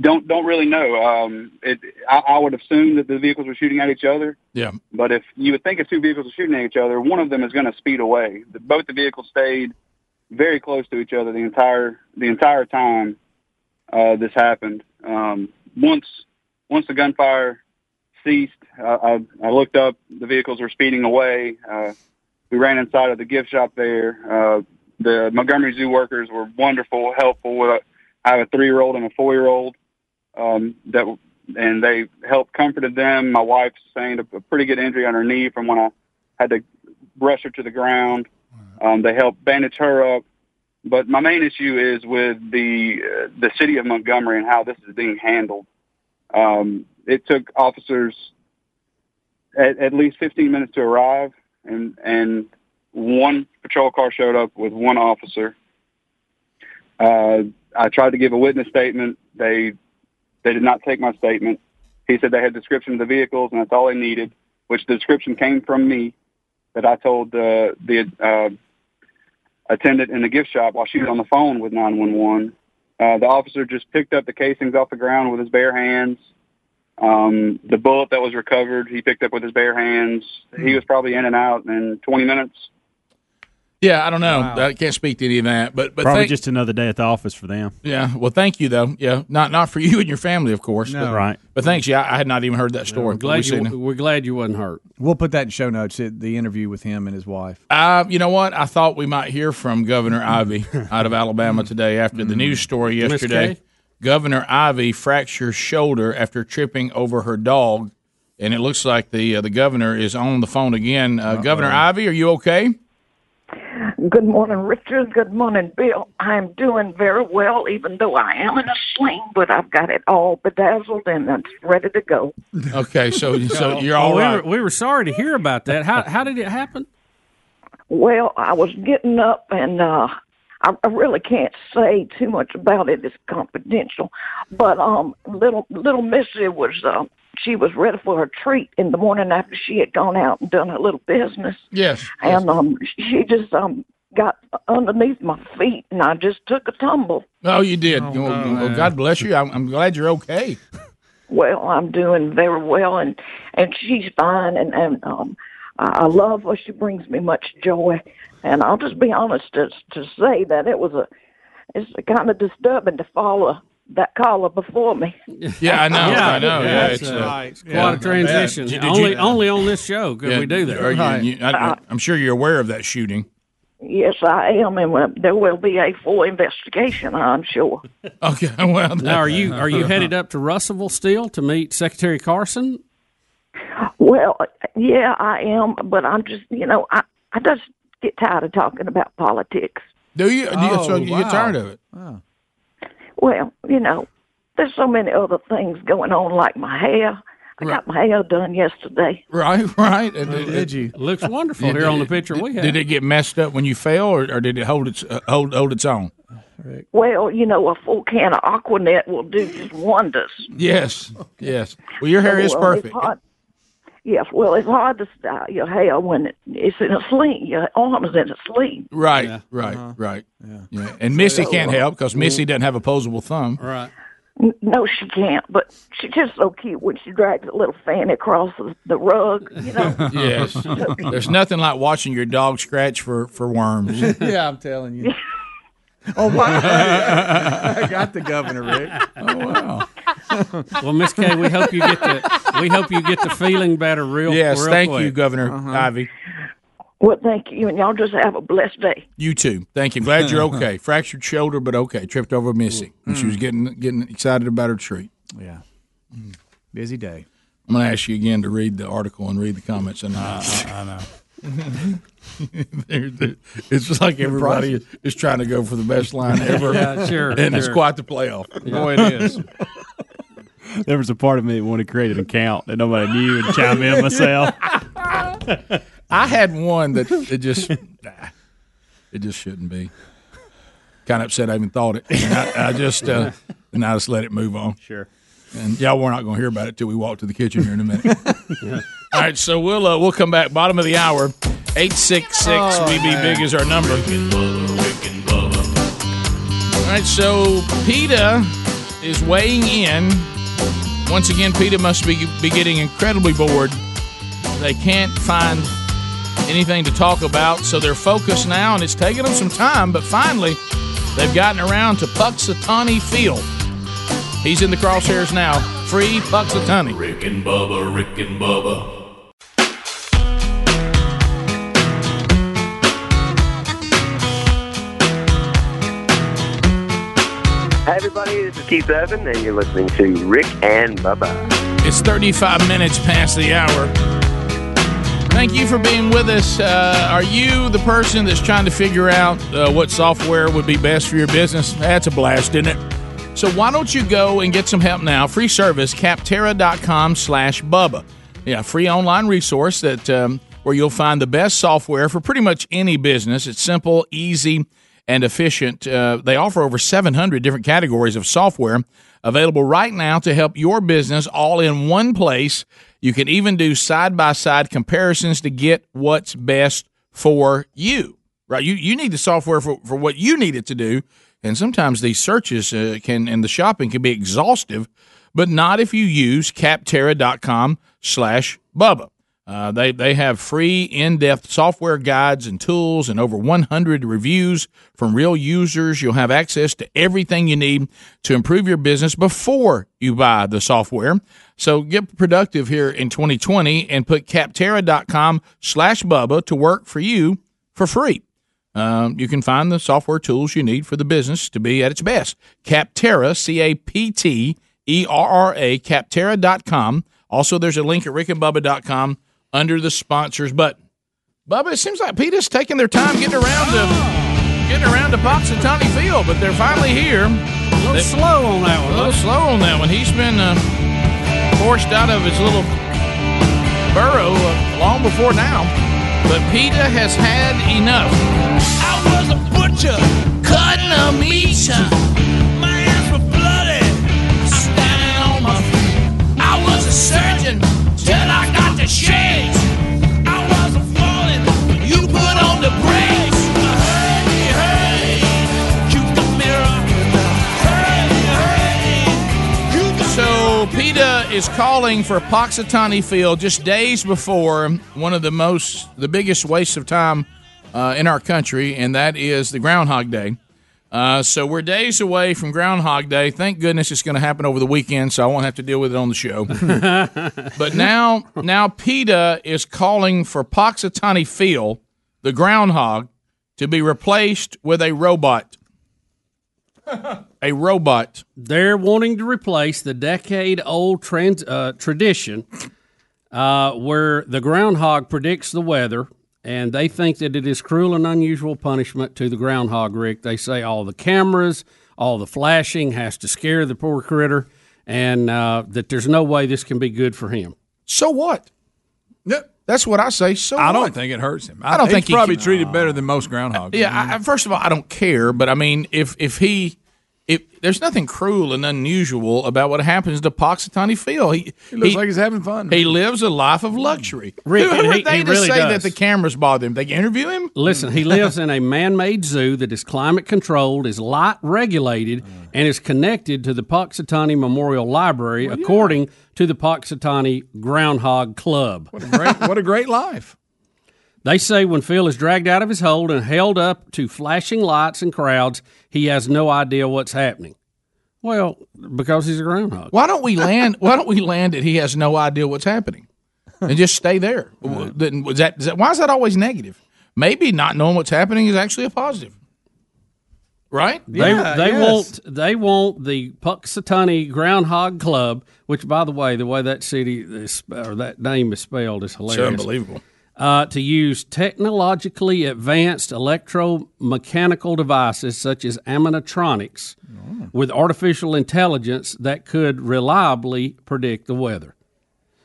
don't don't really know. Um, it, I, I would assume that the vehicles were shooting at each other,
Yeah.
but if you would think if two vehicles are shooting at each other, one of them is going to speed away. The, both the vehicles stayed very close to each other the entire the entire time uh, this happened. Um, once once the gunfire ceased, uh, I, I looked up. The vehicles were speeding away. Uh, we ran inside of the gift shop there. Uh, the Montgomery Zoo workers were wonderful, helpful. With a, I have a three year old and a four year old um, that w- and they helped comforted them. My wife sustained a, a pretty good injury on her knee from when I had to rush her to the ground. Um, they helped bandage her up. But my main issue is with the uh, the city of Montgomery and how this is being handled. Um, it took officers at, at least 15 minutes to arrive, and and one patrol car showed up with one officer. Uh, I tried to give a witness statement. They they did not take my statement. He said they had description of the vehicles and that's all they needed, which the description came from me that I told the the uh, attendant in the gift shop while she was on the phone with 911. Uh, the officer just picked up the casings off the ground with his bare hands. Um, the bullet that was recovered, he picked up with his bare hands. He was probably in and out in 20 minutes.
Yeah, I don't know. I can't speak to any of that, but but
Probably
thank-
just another day at the office for them.
Yeah. Well, thank you though. Yeah. Not not for (laughs) you and your family, of course.
No.
But,
Right.
But thanks. Yeah, I had not even heard that story. We seen it.
we're glad you wasn't hurt. We'll put that in show notes. it- The interview with him and his wife.
Uh, you know what? I thought we might hear from Governor
(laughs)
Ivy out of Alabama today after the news story
Mm.
Miss
yesterday.
Kay?
Governor Ivy fractures shoulder after tripping over her dog, and it looks like the uh, the governor is on the phone again. Uh, governor Ivy, are you okay?
(laughs) Good morning, Richard. Good morning, Bill. I'm doing very well, even though I am in a sling, but I've got it all bedazzled and it's ready to go.
Okay,
(laughs)
so so you're
all
all
we
right.
Were, we were sorry to hear about that. How how did it happen?
Well, I was getting up and uh I, I really can't say too much about it. It's confidential. But um little little Missy was uh, she was ready for her treat in the morning after she had gone out and done her little business.
(laughs) Yes.
And um she just um got underneath my feet and I just took a tumble.
Oh, you did. well, well, God bless you. I'm, I'm glad you're okay.
well i'm doing very well and and she's fine and and um i I love her she brings me much joy and i'll just be honest to to say that it was a it's kind of disturbing to follow that caller before
(laughs)
me
Yeah, I know.
Yeah,
I know.
yeah,
Yeah,
it's,
it's,
uh,
uh,
right. It's quite
yeah,
a transition.
Did- did
Only- only on this show could we do that.
are you-
Right.
you- I, am sure you're aware of that shooting.
yes i am and uh, there will be a full investigation i'm sure
Okay. (laughs) Well,
now are you
(laughs)
are you headed up to Russellville still to meet Secretary Carson?
well yeah i am but i'm just you know i i just get tired of talking about politics
Do you? Do you
Oh,
so you get tired of it?
Well, you know, there's so many other things going on, like my hair. I got my hair done yesterday.
Right, (laughs) right. And it-
did
it-
you?
Looks wonderful here on the picture we have.
Did it get messed up when you fell, or, or did it hold its uh, hold hold its own?
(laughs) Well, you know, a full can of Aquanet will do just wonders. Oh,
Yes, yes. Well, your hair is
Well, it's
perfect.
hard- Yes, well, it's hard to style your hair when it, it's in a sling. Your arm is in a sling.
Right, right,
Uh-huh.
right. Yeah. And Missy can't help because Missy doesn't have a posable thumb.
Right.
N- No, she can't, but she's just so cute when she drags a little fan across the, the rug,
(laughs)
you know.
(laughs) yes.
(laughs)
There's nothing like watching your dog scratch for for
(laughs)
worms.
(laughs) yeah, I'm telling you. Oh (laughs) wow! I got the governor, Rick. Oh wow!
Well, Miss Kay, we hope you get the we hope you get the feeling better real.
Yes,
real
thank
quick.
you, Governor Ivy.
Well, thank you, and y'all just have a blessed day.
You too. Thank you. Glad you're okay. Fractured shoulder, but okay. Tripped over Missy when she was getting getting excited about her treat.
Yeah. Mm. Busy day.
I'm going to ask you again to read the article and read the comments. And I know. (laughs) (laughs) They're- they're- it's just like everybody is, is trying to go for the best
(laughs)
line ever.
Yeah, sure,
And it's
sure.
quite the playoff.
Yeah.
(laughs)
There was a part of me that wanted to create an account that nobody knew and (laughs) chime in myself.
I had one that it just nah, it just shouldn't be. Kind of upset I even thought it. And I, I
(laughs)
just uh, and I just let it move on.
Sure.
And y'all were not going to hear about it till we walk to the kitchen here in a minute. All right, so we'll uh, we'll come back bottom of the hour. Eight (laughs) six six.
Oh,
We be
man.
big is our number. All right, so PETA is weighing in. Once again, PETA must be, be getting incredibly bored. They can't find anything to talk about, so they're focused now, and it's taking them some time, but finally, they've gotten around to Puxatawny Field. He's in the crosshairs now. Free Puxatawny.
Rick and Bubba, Rick and Bubba.
Hey everybody, this is Keith Urban, and you're listening to Rick and Bubba.
It's 35 minutes past the hour. Thank you for being with us. Uh, are you the person that's trying to figure out uh, what software would be best for your business? That's a blast, isn't it? So why don't you go and get some help now? Free service, capterra.com slash Bubba. Yeah, free online resource that um, where you'll find the best software for pretty much any business. It's simple, easy, and efficient. Uh, they offer over 700 different categories of software available right now to help your business all in one place. You can even do side by side comparisons to get what's best for you. Right? You you need the software for, for what you need it to do, and sometimes these searches uh, can and the shopping can be exhaustive, but not if you use capterra.com slash bubba. Uh, they, they have free in-depth software guides and tools and over 100 reviews from real users. You'll have access to everything you need to improve your business before you buy the software. So get productive here in 2020 and put capterra.com slash Bubba to work for you for free. Um, you can find the software tools you need for the business to be at its best. Capterra, C A P T E R R A, Capterra.com. Also, there's a link at rickandbubba.com under the sponsors button. (laughs) Bubba, it seems like PETA's taking their time getting around to getting around to Pops and Tony Field, but they're finally here. A little
slow on that one.
A little slow on that one. He's been uh, forced out of his little burrow uh, long before now, but PETA has had enough. I was a butcher cutting a meat. My hands were bloody, standing on my feet. I was a surgeon till I got the shades. I wasn't falling, but you put on the brakes. Hurry, hurry, shoot the mirror. Hurry, hurry, so PETA is calling for Poxitani Field just days before one of the most, the biggest waste of time uh, in our country, and that is the Groundhog Day. Uh, so we're days away from Groundhog Day. Thank goodness it's going to happen over the weekend, so I won't have to deal with it on the show. but now, now PETA is calling for Poxitani Field, the groundhog, to be replaced with a robot. A robot.
They're wanting to replace the decade old trans, uh, tradition uh, where the groundhog predicts the weather, and they think that it is cruel and unusual punishment to the groundhog, Rick. They say all the cameras, all the flashing has to scare the poor critter, and uh, that there's no way this can be good for him.
So what? That's what I say. So
I
what?
don't think it hurts him.
I don't
he's
think he
probably
can-
treated better than most groundhogs.
Yeah. I, I- first of all, I don't care, but I mean, if if he, if there's nothing cruel and unusual about what happens to Poxitani Phil, he,
He looks like he's having fun.
He lives a life of luxury.
(laughs) Rick,
who
and
who
he-
are they
he
to
really
say that
does.
the cameras bother him? They can interview him. (laughs)
Listen, he lives in a man-made zoo that is climate controlled, is light regulated, and is connected to the Poxitani Memorial Library, according to the Poxitani Groundhog Club. What a
great, what a great
(laughs)
life!
They say when Phil is dragged out of his hold and held up to flashing lights and crowds, he has no idea what's happening. Well, because he's a groundhog.
Why don't we land? Why don't we land that he has no idea what's happening, and just stay
(laughs)
there? W- then Was that, is that why is that always negative? Maybe not knowing what's happening is actually a positive, right?
They, they want they want the Puxatani Groundhog Club, which, by the way, the way that city is, or that name is spelled is hilarious.
unbelievable.
uh, to use technologically advanced electromechanical devices such as aminotronics
Oh.
with artificial intelligence that could reliably predict the weather.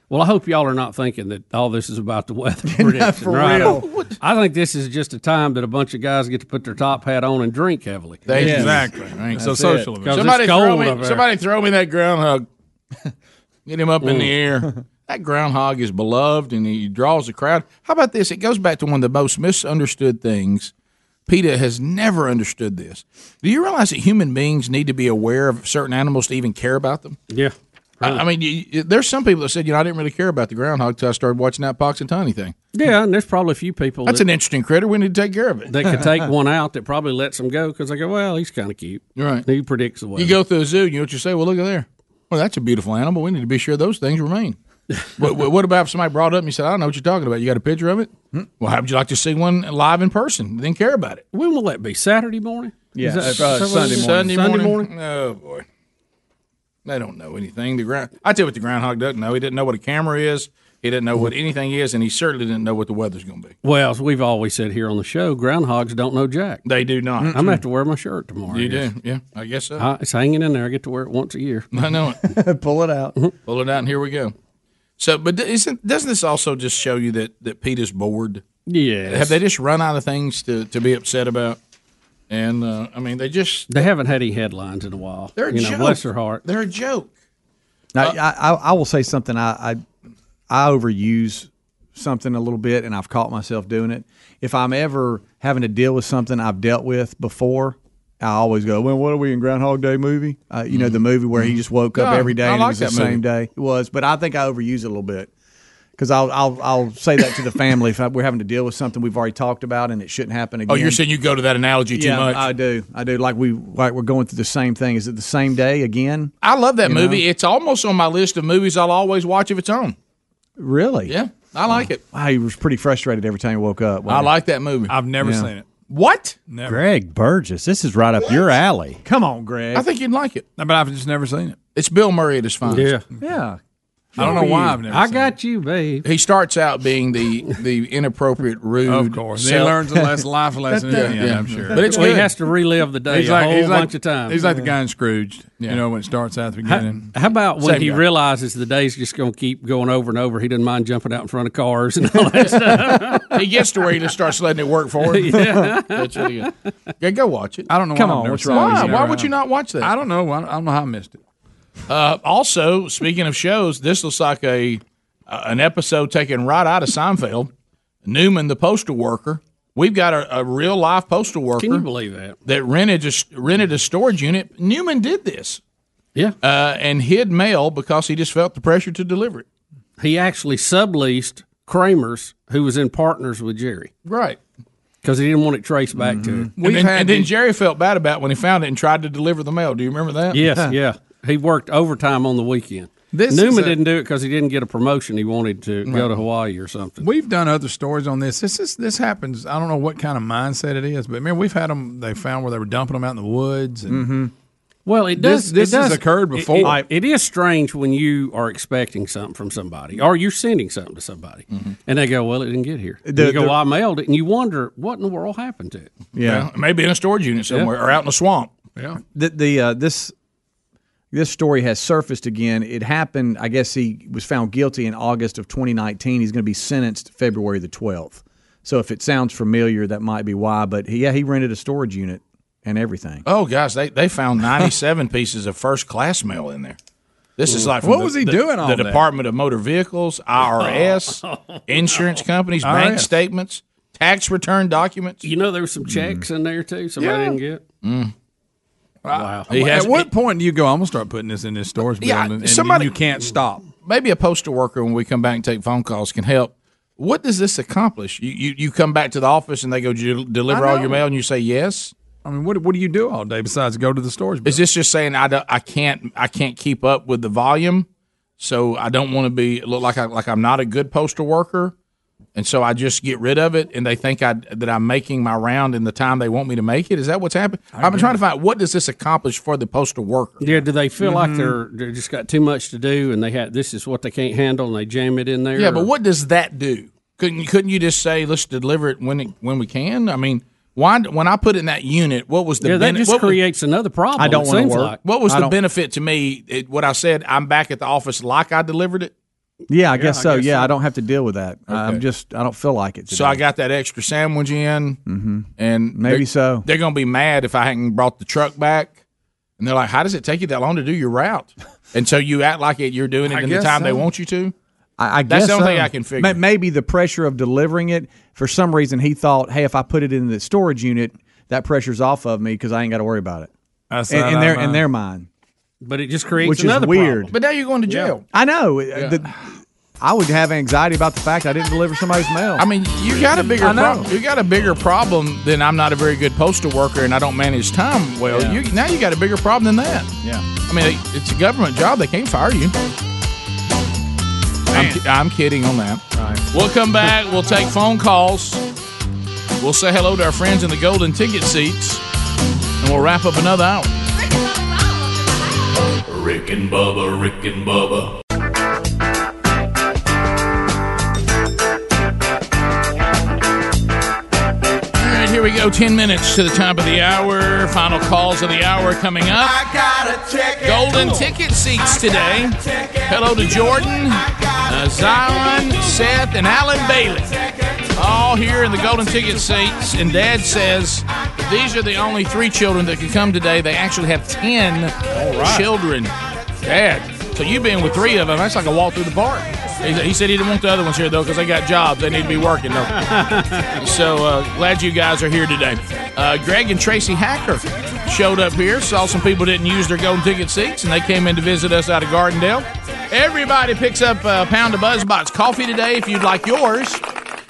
Well, I hope y'all are not thinking that all this is about
(laughs)
the weather prediction,
for
right?
real.
I think this is just a time that a bunch of guys get to put their top hat on and drink heavily.
They do. Exactly. Thanks. So social of it. Somebody
Somebody
throw
cold
me-
up there.
somebody throw me that groundhog. (laughs) Get him up in the
Mm.
air. (laughs) That groundhog is beloved and he draws a crowd. How about this? It goes back to one of the most misunderstood things. PETA has never understood this. Do you realize that human beings need to be aware of certain animals to even care about them?
Yeah.
I, I mean, you, you, there's some people that said, you know, I didn't really care about the groundhog till I started watching that Pox and Tiny thing.
Yeah, and there's probably a few people.
That's
that-
an interesting critter. We need to take care of it.
They
(laughs)
could take one out that probably lets them go because they go, well, he's kind of cute.
Right.
He predicts the weather.
You go through a zoo, you know what you say? Well, look at there. Well, that's a beautiful animal. We need to be sure those things
(laughs)
remain. what, what what about if somebody brought up and you said, I don't know what you're talking about. You got a picture of it? Hmm. Well, how would you like to see one live in person? Then care about it.
When will that be? Saturday morning?
Yeah,
Is that-
uh,
is that what it
Sunday morning.
is? Sunday morning.
Oh boy, they don't know anything. The ground. I tell you what, the groundhog doesn't know. He didn't know what a camera is. He didn't know what anything is, and he certainly didn't know what the weather's going to be.
Well, as we've always said here on the show, groundhogs don't know jack.
They do not.
I'm gonna have to wear my shirt tomorrow.
You
I guess.
do, yeah. I guess so.
Uh, it's hanging in there. I get to wear it once a year.
(laughs) I know Mm-hmm.
(laughs)
it.
Pull it out.
Pull it out, and here we go. So, but d- isn't doesn't this also just show you that that Pete is bored?
Yeah.
Have they just run out of things to to be upset about? And uh, I mean, they just
They haven't had any headlines in a while.
They're a
you know,
joke.
Bless her heart.
They're a joke.
Now,
Uh,
I, I I will say something. I, I I overuse something a little bit, and I've caught myself doing it. If I'm ever having to deal with something I've dealt with before, I always go, "Well, what are we in Groundhog Day movie? Uh, you know, the movie where he just woke up
Mm-hmm. Yeah,
every day
I
and
like
it was the
that movie.
same day it was." But I think I overuse it a little bit because I'll, I'll I'll say that to the family if I, we're having to deal with something we've already talked about and it shouldn't happen again.
Oh, you're saying you go to that analogy too
yeah,
much?
I do. I do. Like we like we're going through the same thing. Is it the same day again?
I love that
You
movie. It's almost on my list of movies I'll always watch if it's on.
Really?
Yeah, I like it.
Wow, he was pretty frustrated every time he woke up.
I like that movie. I've
never Yeah. seen it.
What?
Greg Burgess, this is right up your alley.
Come on, Greg.
I think you'd like it.
No, but I've just never seen it.
It's Bill Murray at his finest.
Yeah.
Yeah.
I don't know why I've (laughs) never.
I got you, babe.
He starts out being the the (laughs) inappropriate, rude.
Of course. Then he learns
(laughs)
a less life lesson at the end, I'm sure.
But it's
Well, he
good.
has to relive the day
He's
a
like-
whole
he's like-
bunch of times.
he's like the guy in Scrooged, you
Yeah.
know, when it starts out at the
How,
beginning.
how about when
Same
he
guy.
realizes the day's just going to keep going over and over? He doesn't mind jumping out in front of cars and
(laughs)
all that stuff.
(laughs) he gets to where he just starts letting it work for him.
(laughs)
(laughs)
Yeah.
That's really good. Yeah, go watch it.
I don't know.
Come
why I've
on,
never
what's
seen
wrong?
it.
Why- why would you not watch that?
I don't know. I don't, I don't know how I missed it.
Uh, also, speaking of shows, this looks like a uh, an episode taken right out of Seinfeld. Newman, the postal worker. We've got a, a real life postal worker.
Can you believe that?
that rented a, rented a storage unit. Newman did this.
Yeah.
Uh, and hid mail because he just felt the pressure to deliver it.
He actually subleased Kramer's, who was in partners with Jerry,
Right.
because he didn't want it traced back to him.
Mm-hmm.
And then, and then Jerry felt bad about it when he found it and tried to deliver the mail. Do you remember that?
yes, yeah, he worked overtime on the weekend.
This is
Newman
a-
didn't do it because he didn't get a promotion. He wanted to go
Right.
to Hawaii or something.
We've done other stories on this. This is this happens. I don't know what kind of mindset it is, but man, we've had them. They found where they were dumping them out in the woods. And
Mm-hmm. Well, it
This-
does.
this
it
has
does,
occurred
it-
before.
it- it is strange when you are expecting something from somebody, or you're sending something to somebody, and they go, "Well, it didn't get here." And
The-
you go,
the-
"Well, I mailed it," and you wonder what in the world happened to it.
Yeah.
Well, maybe in a storage unit somewhere or out in a swamp.
Yeah.
the the uh, this this story has surfaced again. It happened. I guess he was found guilty in August of 2019. He's going to be sentenced February the 12th. So if it sounds familiar, that might be why. But he, yeah, he rented a storage unit and everything.
Oh, gosh. They, they found 97 (laughs) pieces of first class mail in there. This is like from
What
the-
was he
the-
doing all
The
day?
Department of Motor Vehicles,
(laughs)
IRS,
Oh.
insurance companies, bank
IRS.
statements, tax return documents.
You know, there were some checks in there too. Somebody
Yeah.
didn't get.
Mm-hmm.
Wow.
He has-
at what point do you go? I'm gonna start putting this in this storage
Yeah,
building. And
somebody-
you can't stop.
maybe a postal worker when we come back and take phone calls can help. What does this accomplish? You you, you come back to the office and they go, "Did you deliver
I
all
know.
your mail?" And you say yes.
I mean, what what do you do all day besides go to the storage? Building?
Is this just saying I, don't- I can't I can't keep up with the volume, so I don't want to be look like I like I'm not a good postal worker, and so I just get rid of it, and they think I that I'm making my round in the time they want me to make it. Is that what's happened? I've been trying to find out what does this accomplish for the postal worker.
Yeah, do they feel like
Mhm.
they're they just got too much to do, and they had this is what they can't handle, and they jam it in there?
Yeah, but what does that do? Couldn't couldn't you just say let's deliver it when it, when we can? I mean, why when I put it in that unit, what was the
yeah, that
bene-
just
what was-
creates another problem. it
wanna
seems
work.
Like.
What was the benefit to me? It, what I said, I'm back at the office like I delivered it,
Yeah, I guess
I
so.
guess
yeah,
so.
I don't have to deal with that. I'm just I don't feel like it.
so I got that extra sandwich in,
hmm
and
Maybe
they're-
so.
They're gonna be mad if I hadn't brought the truck back, and they're like, "How does it take you that long to do your route?" And so you act like it, you're doing it
I
in the
guess
time they
so.
want you to.
I, I
That's
guess
the only
so.
thing I can figure.
May- Maybe the pressure of delivering it. For some reason, he thought, "Hey, if I put it in the storage unit, that pressure's off of me because I ain't got to worry about it."
That's
in,
not
in
our
their in
mind.
their mind,
But it just creates
which is
another
weird.
problem.
But now you're going to jail.
I know. Uh, The- I would have anxiety about the fact I didn't deliver somebody's mail. I
mean, You got a bigger
I know.
problem. You got a bigger problem than I'm not a very good postal worker and I don't manage time well.
Yeah.
You now you got a bigger problem than that.
Yeah.
I mean, it- it's a government job. They can't fire you. I'm, ki- I'm kidding on that. (laughs) We'll come back. We'll take phone calls. We'll say hello to our friends in the golden ticket seats, and we'll wrap up another hour.
Rick and Bubba, Rick and Bubba.
All right, here we go. Ten minutes to the top of the hour. Final calls of the hour coming up. Golden ticket seats today. Hello to Jordan, uh, Zion, Seth, and Alan Bailey. All here in the golden ticket seats. And Dad says these are the only three children that can come today. They actually have ten children. Dad, so you being with three of them, that's like a walk through the park. He, he said he didn't want the other ones here though because they got jobs. They need to be working though. so uh, glad you guys are here today. Uh, Greg and Tracy Hacker showed up here. Saw some people didn't use their golden ticket seats, and they came in to visit us out of Gardendale. Everybody picks up a pound of BuzzBox coffee today. If you'd like yours,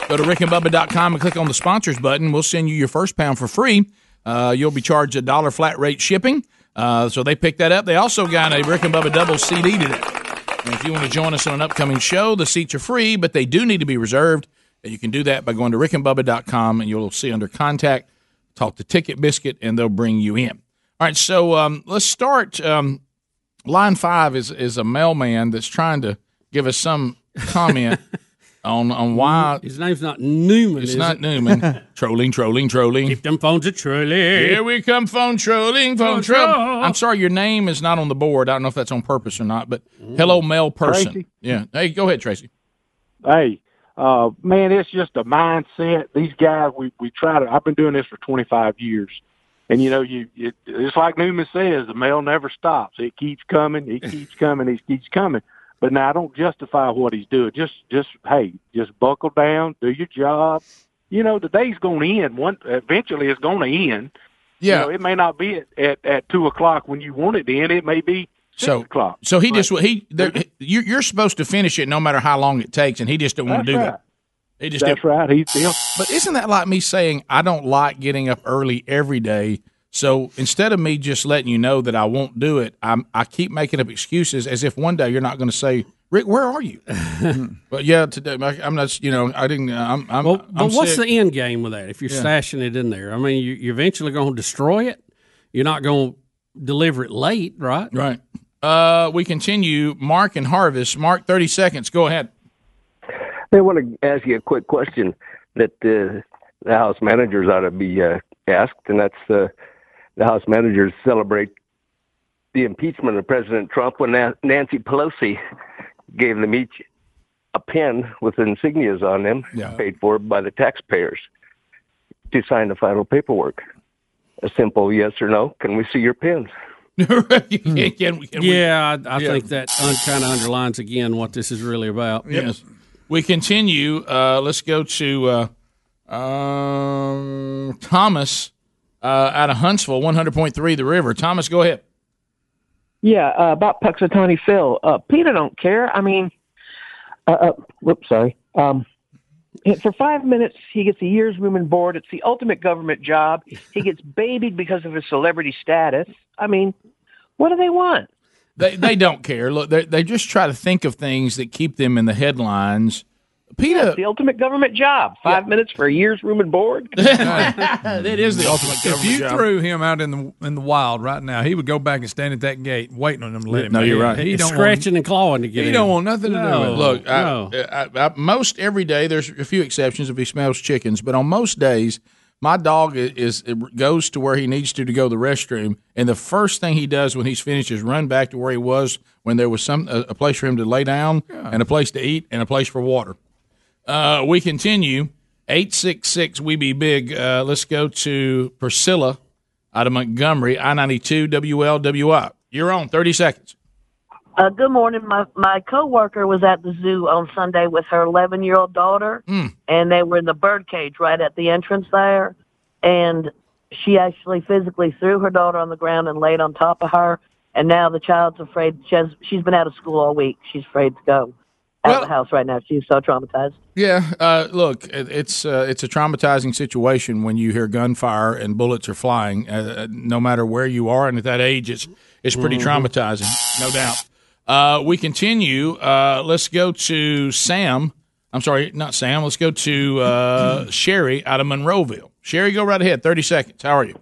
go to rickandbubba.com and click on the sponsors button. We'll send you your first pound for free. Uh, you'll be charged a dollar flat rate shipping. Uh, so they picked that up. They also got a Rick and Bubba double CD today. And if you want to join us on an upcoming show, the seats are free, but they do need to be reserved. And you can do that by going to rickandbubba.com and you'll see under contact, talk to Ticket Biscuit, and they'll bring you in. All right, so um, let's start. Um, line five is, is a mailman that's trying to give us some
(laughs)
comment on, on why.
His name's not Newman.
It's
is
not
it? (laughs)
Newman. trolling, trolling, trolling. Keep
them phones a trolling.
Here we come, phone trolling, phone
Phone
troll.
troll.
I'm sorry, your name is not on the board. I don't know if that's on purpose or not, but hello, mail person.
Tracy?
Yeah. Hey, go ahead, Tracy.
Hey, uh, man, it's just a mindset. These guys, we we try to. I've been doing this for 25 years, and you know, you it, it's like Newman says, the mail never stops. It keeps coming. It keeps coming. It keeps coming. But now I don't justify what he's doing. Just just hey, just buckle down, do your job. You know, the day's going to end. One eventually, it's going to end.
Yeah.
you know, it may not be at, at at two o'clock when you want it to end. It may be six
So-
o'clock.
So he just he there, he- you- you're supposed to finish it no matter how long it takes, and he just didn't want to
That's
do
right.
that. He just
That's
didn't.
right. He's still.
But isn't that like me saying I don't like getting up early every day? So instead of me just letting you know that I won't do it, I'm, I keep making up excuses as if one day you're not going to say, Rick, where are
(laughs)
you? but yeah, today I- I'm not. You know, I didn't. I'm. I'm
well,
I'm
but what's
sick.
the end game with that? If you're
Yeah.
stashing it in there, I mean, you, you're eventually going to destroy it. You're not going to
(laughs)
deliver it late, right?
Right. Uh, we continue. Mark and Harvest. Mark, thirty seconds. Go ahead.
They want to ask you a quick question that uh, the house managers ought to be uh, asked, and that's uh, the house managers celebrate the impeachment of President Trump when Na- Nancy Pelosi gave them each a pen with insignias on them, paid for by the taxpayers, to sign the final paperwork. A simple yes or no. Can we see your pens?
yeah, I, I
Yeah.
think that un- kind of underlines again what this is really about.
Yes. We continue. Uh, let's go to uh, um, Thomas uh, out of Huntsville, 100.3 The River. Thomas, go ahead.
Yeah, uh, about Puxatony Phil. Uh, Peter don't care. I mean, uh, uh, whoops, sorry. Um, for five minutes, he gets a year's room and board. It's the ultimate government job. He gets babied because of his celebrity status. I mean, what do they want?
They, they don't care. Look, they, they just try to think of things that keep them in the headlines, Peter,
it's the ultimate government job. Five minutes for a year's room and board.
that is the ultimate
If
government
you
job.
threw him out in the in the wild right now, he would go back and stand at that gate waiting on him to let him.
No,
in.
you're right.
He
It's
don't
scratching
want,
and clawing to
He don't want nothing to do with it.
Look, I, I, I, most every day there's a few exceptions if he smells chickens, but on most days my dog is, is goes to where he needs to to go to the restroom, and the first thing he does when he's finished is run back to where he was when there was some a, a place for him to lay down and a place to eat and a place for water. Uh, we continue. 866 We Be Big. Uh, let's go to Priscilla out of Montgomery, I 92 WLWI. You're on 30 seconds.
Uh, good morning. My my coworker was at the zoo on Sunday with her 11 year old daughter,
Hmm.
and they were in the bird cage right at the entrance there. And she actually physically threw her daughter on the ground and laid on top of her. And now the child's afraid. She has, she's been out of school all week. She's afraid to go out of the house right now. She's so traumatized.
Yeah, uh, look, it, it's uh, it's a traumatizing situation when you hear gunfire and bullets are flying, uh, uh, no matter where you are, and at that age, it's it's pretty
Mhm.
traumatizing, no doubt. Uh, we continue. Uh, let's go to Sam. I'm sorry, not Sam. Let's go to uh, Sherry out of Monroeville. Sherry, go right ahead. Thirty seconds. How are you?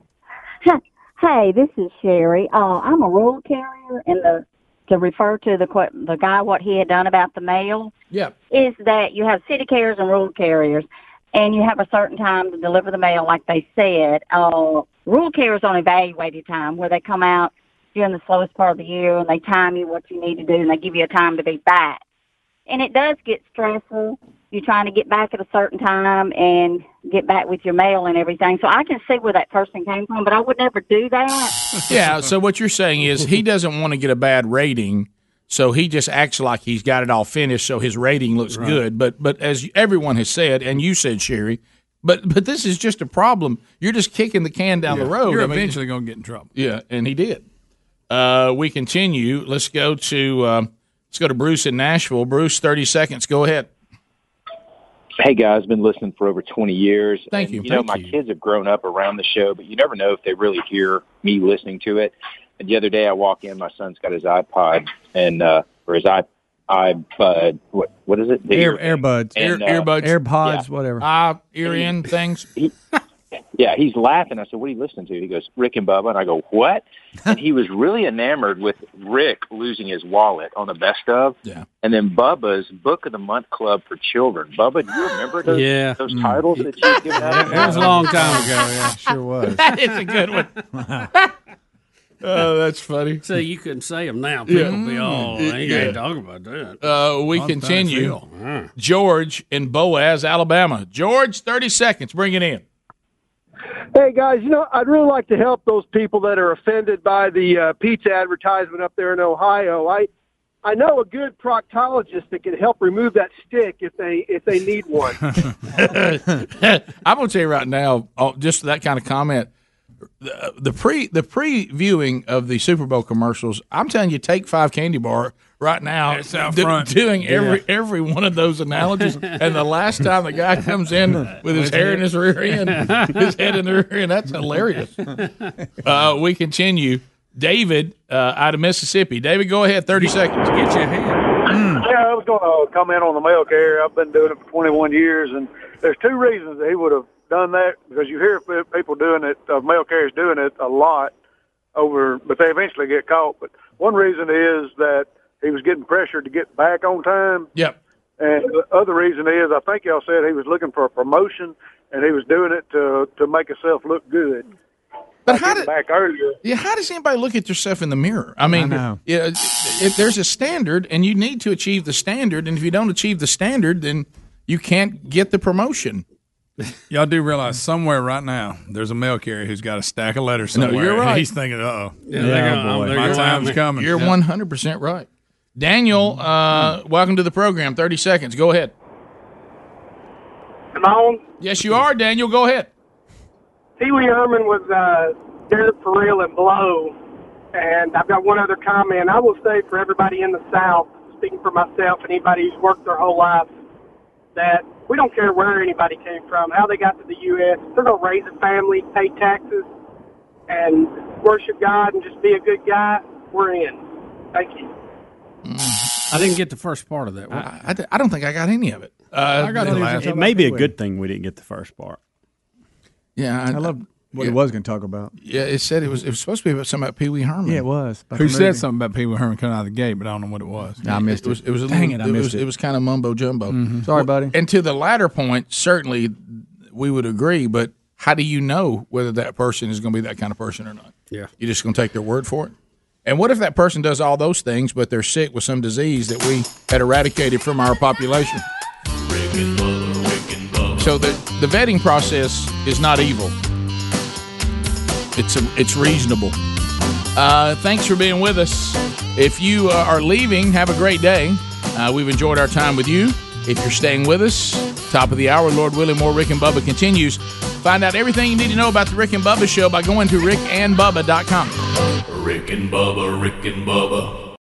Hey, this is Sherry. Uh, I'm a rule carrier, and the to refer to the que- the guy what he had done about the mail
Yep.
is that you have city carriers and rural carriers, and you have a certain time to deliver the mail, like they said. Uh, rural carriers on evaluated time, where they come out during the slowest part of the year and they time you what you need to do, and they give you a time to be back. And it does get stressful. You're trying to get back at a certain time and get back with your mail and everything. So I can see where that person came from, but I would never do that.
yeah. So what you're saying is he doesn't want to get a bad rating, so he just acts like he's got it all finished, so his rating looks
Right.
good. But but as everyone has said, and you said, Sherry, but but this is just a problem. You're just kicking the can down the
Yeah.
road.
You're
I mean-
eventually going to get in trouble.
yeah, and he did. Uh, we continue. Let's go to um, let's go to Bruce in Nashville. Bruce, thirty seconds. Go ahead.
Hey guys, been listening for over 20 years.
Thank
And,
you.
You know,
Thank
my kids have grown up around the show, but you never know if they really hear me listening to it. And the other day I walk in, my son's got his iPod and, uh, or his i iPod, what, what is it? The
Air, earbuds,
And,
Air-
uh,
earbuds, AirPods,
yeah.
whatever.
Uh, ear in
(laughs)
things.
yeah, he's laughing. I said, "What are you listening to?" He goes, "Rick and Bubba," and I go,
(laughs)
"What?" and he was really enamored with Rick losing his wallet on the best of,
yeah.
and then Bubba's Book of the Month Club for Children. Bubba, do you remember those,
Yeah.
those
Mm.
titles that you given out?
That was a long time ago. Yeah,
sure was.
(laughs) that is a
(laughs)
good one. Oh, that's funny.
So you couldn't say them now. People
Yeah. Mm,
be all,
Yeah.
they ain't talking about that.
Uh, we
I'm trying to
continue.
feel.
George in Boaz, Alabama. George, 30 seconds. Bring it in. (laughs)
Hey guys, you know I'd really like to help those people that are offended by the uh, pizza advertisement up there in Ohio. I I know a good proctologist that can help remove that stick if they if they need one.
I'm going to tell you right now, oh, just that kind of comment. The, the pre the previewing of the Super Bowl commercials. I'm telling you, take five candy bar right now.
It's out
do-
front.
doing every
Yeah.
every one of those
(laughs)
analogies. and the last time the guy comes in with his
With
hair
it.
in his rear end, (laughs)
(laughs)
his head in the rear end, that's hilarious. Uh, we continue. David uh, out of Mississippi. David, go ahead. Thirty seconds. Get your hand.
Yeah, I was going to comment on the mail carrier. I've been doing it for 21 years, and there's two reasons that he would have done that because you hear pe- people doing it, uh, mail carriers doing it a lot over, but they eventually get caught. But one reason is that he was getting pressured to get back on time,
Yep.
and the other reason is I think y'all said he was looking for a promotion and he was doing it to to make himself look good.
But how did
back earlier?
Yeah, how does anybody look at yourself in the mirror? I mean,
know.
yeah, if there's a standard and you need to achieve the standard, and if you don't achieve the standard, then you can't get the promotion.
(laughs) Y'all do realize somewhere right now there's a mail carrier who's got a stack of letters
No,
somewhere.
you're
and
right.
He's thinking, "Uh oh,
Yeah, they're Yeah, gonna- boy. they're
my
gonna-
time's coming."
You're one hundred percent right. Daniel, uh, welcome to the program. Thirty seconds. Go ahead.
Am I on?
Yes, you are, Daniel. Go ahead.
Pee Wee Herman was uh, there for real and blow. And I've got one other comment. I will say for everybody in the South, speaking for myself and anybody who's worked their whole life, that we don't care where anybody came from, how they got to the U.S. They're going to raise a family, pay taxes, and worship God and just be a good guy. We're in. Thank you.
I didn't get the first part of that.
I, I, I don't think I got any of it.
Uh, I got
it
the last
it
one.
may be a good thing we didn't get the first part.
Yeah,
I love what he was going to talk about.
Yeah, it said it was. It was supposed to be about something about Pee Wee Herman.
Yeah, it was.
Who said something about people Herman coming out of the gate, but I don't know what it was.
I missed it. Was, it Mm-hmm. was a
Dang
little-
it, I missed
was,
it.
was kind of mumbo jumbo.
Mhm.
Sorry,
buddy. And to the latter point, certainly we would agree. But how do you know whether that person is going to be that kind of person or not?
Yeah.
You're just going to take their word for it. And what if that person does all those things, but they're sick with some disease that we had eradicated from our population? So the the vetting process is not evil. It's a, it's reasonable. Uh, thanks for being with us. If you uh, are leaving, have a great day. Uh, we've enjoyed our time with you. If you're staying with us, top of the hour, Lord Willie Moore, Rick and Bubba continues. Find out everything you need to know about the Rick and Bubba Show by going to rickandbubba.com.
Rick and Bubba, Rick and Bubba.